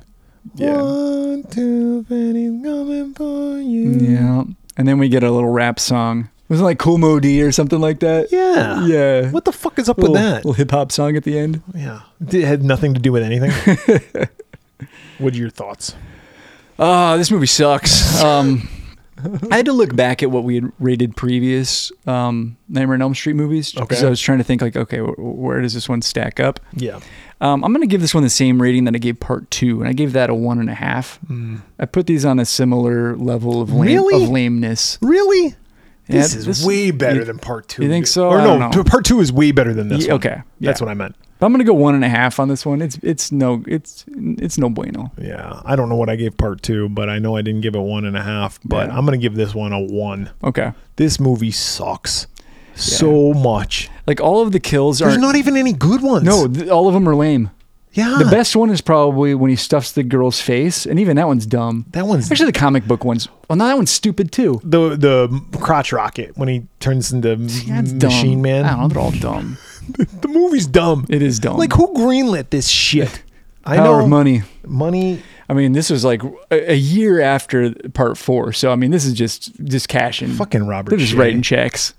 Speaker 3: Yeah.
Speaker 2: One, two, Freddy's coming for you.
Speaker 3: Yeah. And then we get a little rap song. Wasn't it like Cool Mo D or something like that?
Speaker 2: Yeah.
Speaker 3: Yeah.
Speaker 2: What the fuck is up
Speaker 3: little,
Speaker 2: with that?
Speaker 3: little hip hop song at the end.
Speaker 2: Yeah. It had nothing to do with
Speaker 3: *laughs*
Speaker 2: anything. what are your thoughts?
Speaker 3: Ah, this movie *laughs* sucks. Um, I had to look back at what we had rated previous um, Nightmare on Elm Street movies because
Speaker 2: Okay.
Speaker 3: I was trying to think like, okay, wh- where does this one stack up?
Speaker 2: Yeah.
Speaker 3: Um, I'm going to give this one the same rating that I gave Part Two, and I gave that a one and a half. I put these on a similar level of lame,
Speaker 2: Mm. Really?
Speaker 3: of lameness.
Speaker 2: Really?
Speaker 3: Yeah,
Speaker 2: This is way better
Speaker 3: you-
Speaker 2: than part two.
Speaker 3: you think
Speaker 2: dude.
Speaker 3: so?
Speaker 2: Or
Speaker 3: I
Speaker 2: no,
Speaker 3: don't know.
Speaker 2: t- part two is way better than this.
Speaker 3: Yeah,
Speaker 2: one.
Speaker 3: okay.
Speaker 2: That's
Speaker 3: Yeah.
Speaker 2: what I meant.
Speaker 3: But I'm going to go one and a half on this one. It's it's no it's it's no bueno.
Speaker 2: Yeah. I don't know what I gave part two, but I know I didn't give it one and a half, but
Speaker 3: Yeah.
Speaker 2: I'm going to give this one a one.
Speaker 3: Okay,
Speaker 2: This movie sucks so much.
Speaker 3: like all of the kills
Speaker 2: There's
Speaker 3: are
Speaker 2: not even any good ones.
Speaker 3: no, th- all of them are lame.
Speaker 2: Yeah.
Speaker 3: The best one is probably when he stuffs the girl's face, and even that one's dumb.
Speaker 2: That one's-
Speaker 3: actually the comic book one's. Well, no, that one's stupid too.
Speaker 2: The, the crotch rocket when he turns into
Speaker 3: That's
Speaker 2: m-
Speaker 3: dumb.
Speaker 2: Machine Man.
Speaker 3: I don't know. They're all dumb.
Speaker 2: The movie's dumb.
Speaker 3: It is dumb.
Speaker 2: Like, who greenlit this
Speaker 3: *laughs*
Speaker 2: shit? I
Speaker 3: Power
Speaker 2: know.
Speaker 3: of money.
Speaker 2: Money.
Speaker 3: I mean, this was like a, a year after part four, so I mean, this is just just cashing.
Speaker 2: Fucking Robert
Speaker 3: They're just
Speaker 2: Shea.
Speaker 3: writing checks.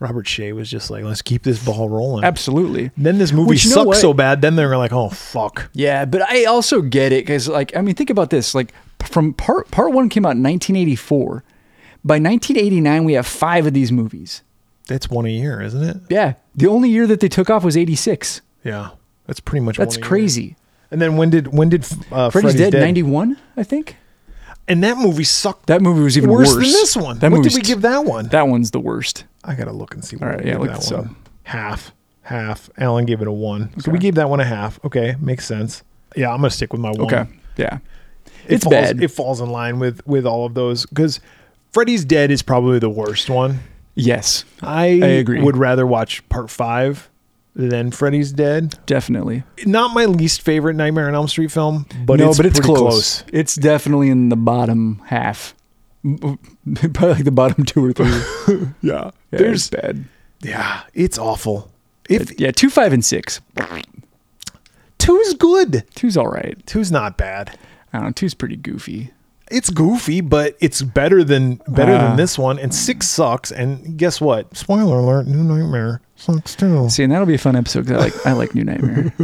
Speaker 2: Robert Shea was just like, let's keep this ball rolling.
Speaker 3: Absolutely.
Speaker 2: Then this movie
Speaker 3: Which, you know
Speaker 2: sucked
Speaker 3: what?
Speaker 2: so bad. Then they were like, "Oh fuck."
Speaker 3: Yeah, but I also get it because, like, I mean, think about this. Like, p- from part part one came out in 1984. By 1989, we have five of these movies.
Speaker 2: That's one a year, isn't it?
Speaker 3: Yeah, the only year that they took off was 86.
Speaker 2: Yeah, that's pretty much. one
Speaker 3: That's
Speaker 2: a year.
Speaker 3: crazy.
Speaker 2: And then when did when did uh,
Speaker 3: Freddy's,
Speaker 2: Freddy's
Speaker 3: Dead, 91, I think.
Speaker 2: and that movie sucked.
Speaker 3: That movie was even
Speaker 2: worse,
Speaker 3: worse,
Speaker 2: than this one.
Speaker 3: That
Speaker 2: what did
Speaker 3: movie's
Speaker 2: we give that one?
Speaker 3: That one's the worst.
Speaker 2: I gotta look and see. What
Speaker 3: right,
Speaker 2: we
Speaker 3: yeah,
Speaker 2: gave
Speaker 3: look
Speaker 2: that
Speaker 3: this
Speaker 2: one.
Speaker 3: up.
Speaker 2: Half, half. Alan gave it a one. So we gave that one a half. Okay, makes sense. Yeah, I'm gonna stick with my one.
Speaker 3: Okay. Yeah.
Speaker 2: It
Speaker 3: It's
Speaker 2: falls,
Speaker 3: bad.
Speaker 2: It falls in line with with all of those because Freddy's Dead is probably the worst one.
Speaker 3: Yes.
Speaker 2: I,
Speaker 3: agree.
Speaker 2: would rather watch part five than Freddy's Dead.
Speaker 3: Definitely.
Speaker 2: Not my least favorite Nightmare on Elm Street film, but
Speaker 3: no,
Speaker 2: it's
Speaker 3: but it's
Speaker 2: pretty
Speaker 3: close.
Speaker 2: close.
Speaker 3: It's definitely in the bottom half. *laughs* M- Probably like the bottom two or three.
Speaker 2: *laughs* Yeah.
Speaker 3: Yeah,
Speaker 2: There's
Speaker 3: it's bad.
Speaker 2: yeah, it's awful. If
Speaker 3: Yeah, two, five, and six.
Speaker 2: two's good,
Speaker 3: Two's all right.
Speaker 2: two's not bad.
Speaker 3: I don't know. Two's pretty goofy.
Speaker 2: It's goofy, but it's better than better
Speaker 3: Ah.
Speaker 2: than this one. And six sucks. And guess what? Spoiler alert: New Nightmare sucks too.
Speaker 3: See, and that'll be a fun episode because I like I like
Speaker 2: *laughs*
Speaker 3: New Nightmare.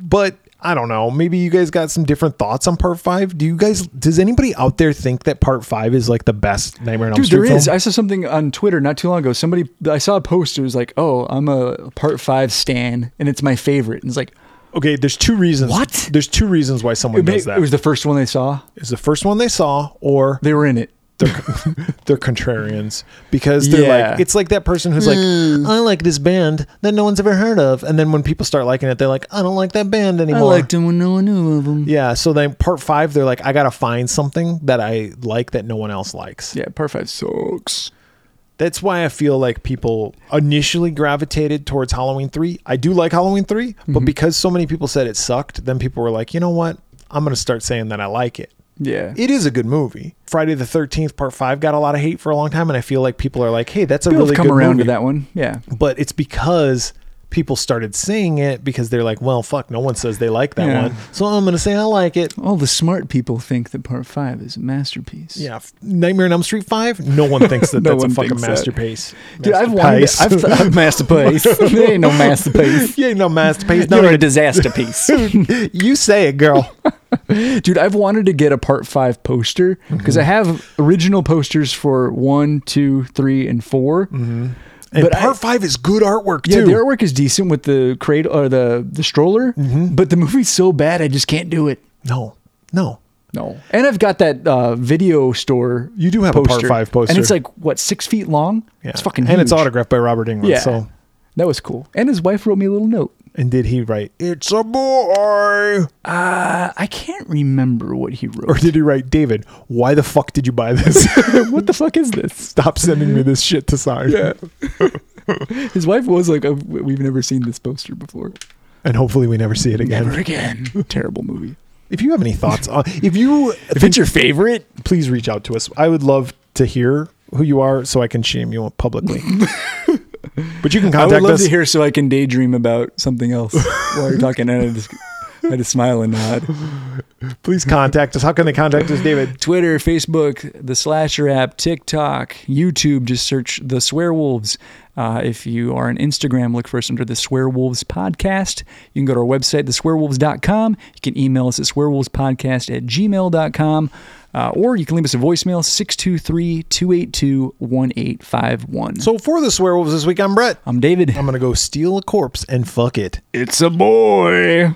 Speaker 2: but I don't know. Maybe you guys got some different thoughts on part five. Do you guys? Does anybody out there think that part five is like the best Nightmare on Elm
Speaker 3: Dude,
Speaker 2: Street
Speaker 3: there
Speaker 2: film?
Speaker 3: is. I saw something on Twitter not too long ago. Somebody I saw a post. It was like, "Oh, I'm a part five stan, and it's my favorite." And it's like,
Speaker 2: okay, there's two reasons.
Speaker 3: What?
Speaker 2: There's two reasons why someone
Speaker 3: it,
Speaker 2: does that. It
Speaker 3: was
Speaker 2: was
Speaker 3: the first one they saw.
Speaker 2: the first one they saw, or
Speaker 3: They were in it.
Speaker 2: they're contrarians because they're
Speaker 3: Yeah. Hmm.
Speaker 2: like it's like that person who's like I like this band that no one's ever heard of, and then when people start liking it, they're like I don't like that band anymore.
Speaker 3: them when no one knew of them.
Speaker 2: yeah, so then part five, they're like I gotta find something that I like that no one else likes.
Speaker 3: Yeah, part five sucks.
Speaker 2: That's why I feel like people initially gravitated towards Halloween 3. I do like Halloween 3,
Speaker 3: Mm-hmm.
Speaker 2: but because so many people said it sucked, then people were like, you know what? I'm going to start saying that I like it.
Speaker 3: Yeah,
Speaker 2: It is a good movie. Friday the 13th, part five, got a lot of hate for a long time. And I feel like people are like, hey, that's a
Speaker 3: people
Speaker 2: really
Speaker 3: have come
Speaker 2: good
Speaker 3: around
Speaker 2: movie.
Speaker 3: to that one. Yeah,
Speaker 2: But it's because people started saying it because they're like, well, fuck, no one says they like that
Speaker 3: Yeah.
Speaker 2: one. So I'm going to say I like it.
Speaker 3: all the smart people think that part five is a masterpiece.
Speaker 2: Yeah. Nightmare on Elm Street 5, no one thinks that
Speaker 3: *laughs* No
Speaker 2: that's a
Speaker 3: one
Speaker 2: fucking
Speaker 3: thinks that.
Speaker 2: masterpiece.
Speaker 3: dude, I've wanted.
Speaker 2: Masterpiece.
Speaker 3: I've, *laughs* I've masterpiece. there ain't
Speaker 2: *laughs*
Speaker 3: no *laughs* masterpiece.
Speaker 2: You ain't no masterpiece.
Speaker 3: You're
Speaker 2: No,
Speaker 3: a disaster piece.
Speaker 2: you say it, girl.
Speaker 3: *laughs* Dude, I've wanted to get a part five poster because I have original posters for one, two, three, and 4
Speaker 2: *laughs* And
Speaker 3: But
Speaker 2: part
Speaker 3: I-
Speaker 2: five is good artwork
Speaker 3: Yeah,
Speaker 2: too.
Speaker 3: the artwork is decent with the cradle or the the stroller,
Speaker 8: Mm-hmm.
Speaker 3: but the movie's so bad I just can't do it.
Speaker 2: no, no.
Speaker 3: No, and I've got that uh, video store.
Speaker 2: You do have a part five poster.
Speaker 3: and it's like what six feet long.
Speaker 2: Yeah.
Speaker 3: It's fucking
Speaker 2: and it's
Speaker 3: huge.
Speaker 2: autographed by Robert Englund.
Speaker 3: Yeah,
Speaker 2: So,
Speaker 3: that was cool. And his wife wrote me a little note.
Speaker 2: and did he write "It's a boy"
Speaker 3: Uh, I can't remember what he
Speaker 2: or
Speaker 3: wrote.
Speaker 2: did he write "David"? Why the fuck did you buy *laughs* this?
Speaker 3: *laughs* what the fuck is this?
Speaker 2: Stop sending me this shit to sign.
Speaker 3: His wife was like, "Oh, "We've never seen this poster before."
Speaker 2: And hopefully we never see it again.
Speaker 3: Never
Speaker 8: *laughs*
Speaker 3: again. Terrible movie.
Speaker 2: If you have any thoughts on, *laughs* if you,
Speaker 3: If it's your favorite,
Speaker 2: please reach out to us. I would love to hear who you are so I can shame you *laughs* publicly. but you can
Speaker 8: I would
Speaker 2: contact
Speaker 8: love
Speaker 2: us.
Speaker 8: to hear so I can daydream about something
Speaker 3: *laughs*
Speaker 8: else while you're talking. And I just, I just smile and nod.
Speaker 2: Please contact us. How can they contact us, David?
Speaker 3: Twitter, Facebook, the Slasher app, TikTok, YouTube, just search the Swearwolves. Uh, if you are on Instagram, look for us under the Swearwolves Podcast. You can go to our website, theswearwolves.com. You can email us at swearwolvespodcast at gmail.com. Uh, or you can leave us a voicemail, 623 282 1851.
Speaker 2: So for the swear wolves this week, I'm Brett.
Speaker 3: I'm David.
Speaker 2: I'm gonna go steal a corpse and fuck it.
Speaker 3: it's a boy.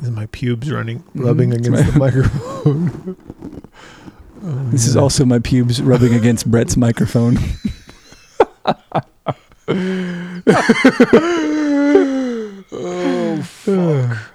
Speaker 2: Is my pubes running rubbing *laughs* against the microphone?
Speaker 8: This is also my pubes rubbing against Brett's microphone.
Speaker 2: Oh, Fuck.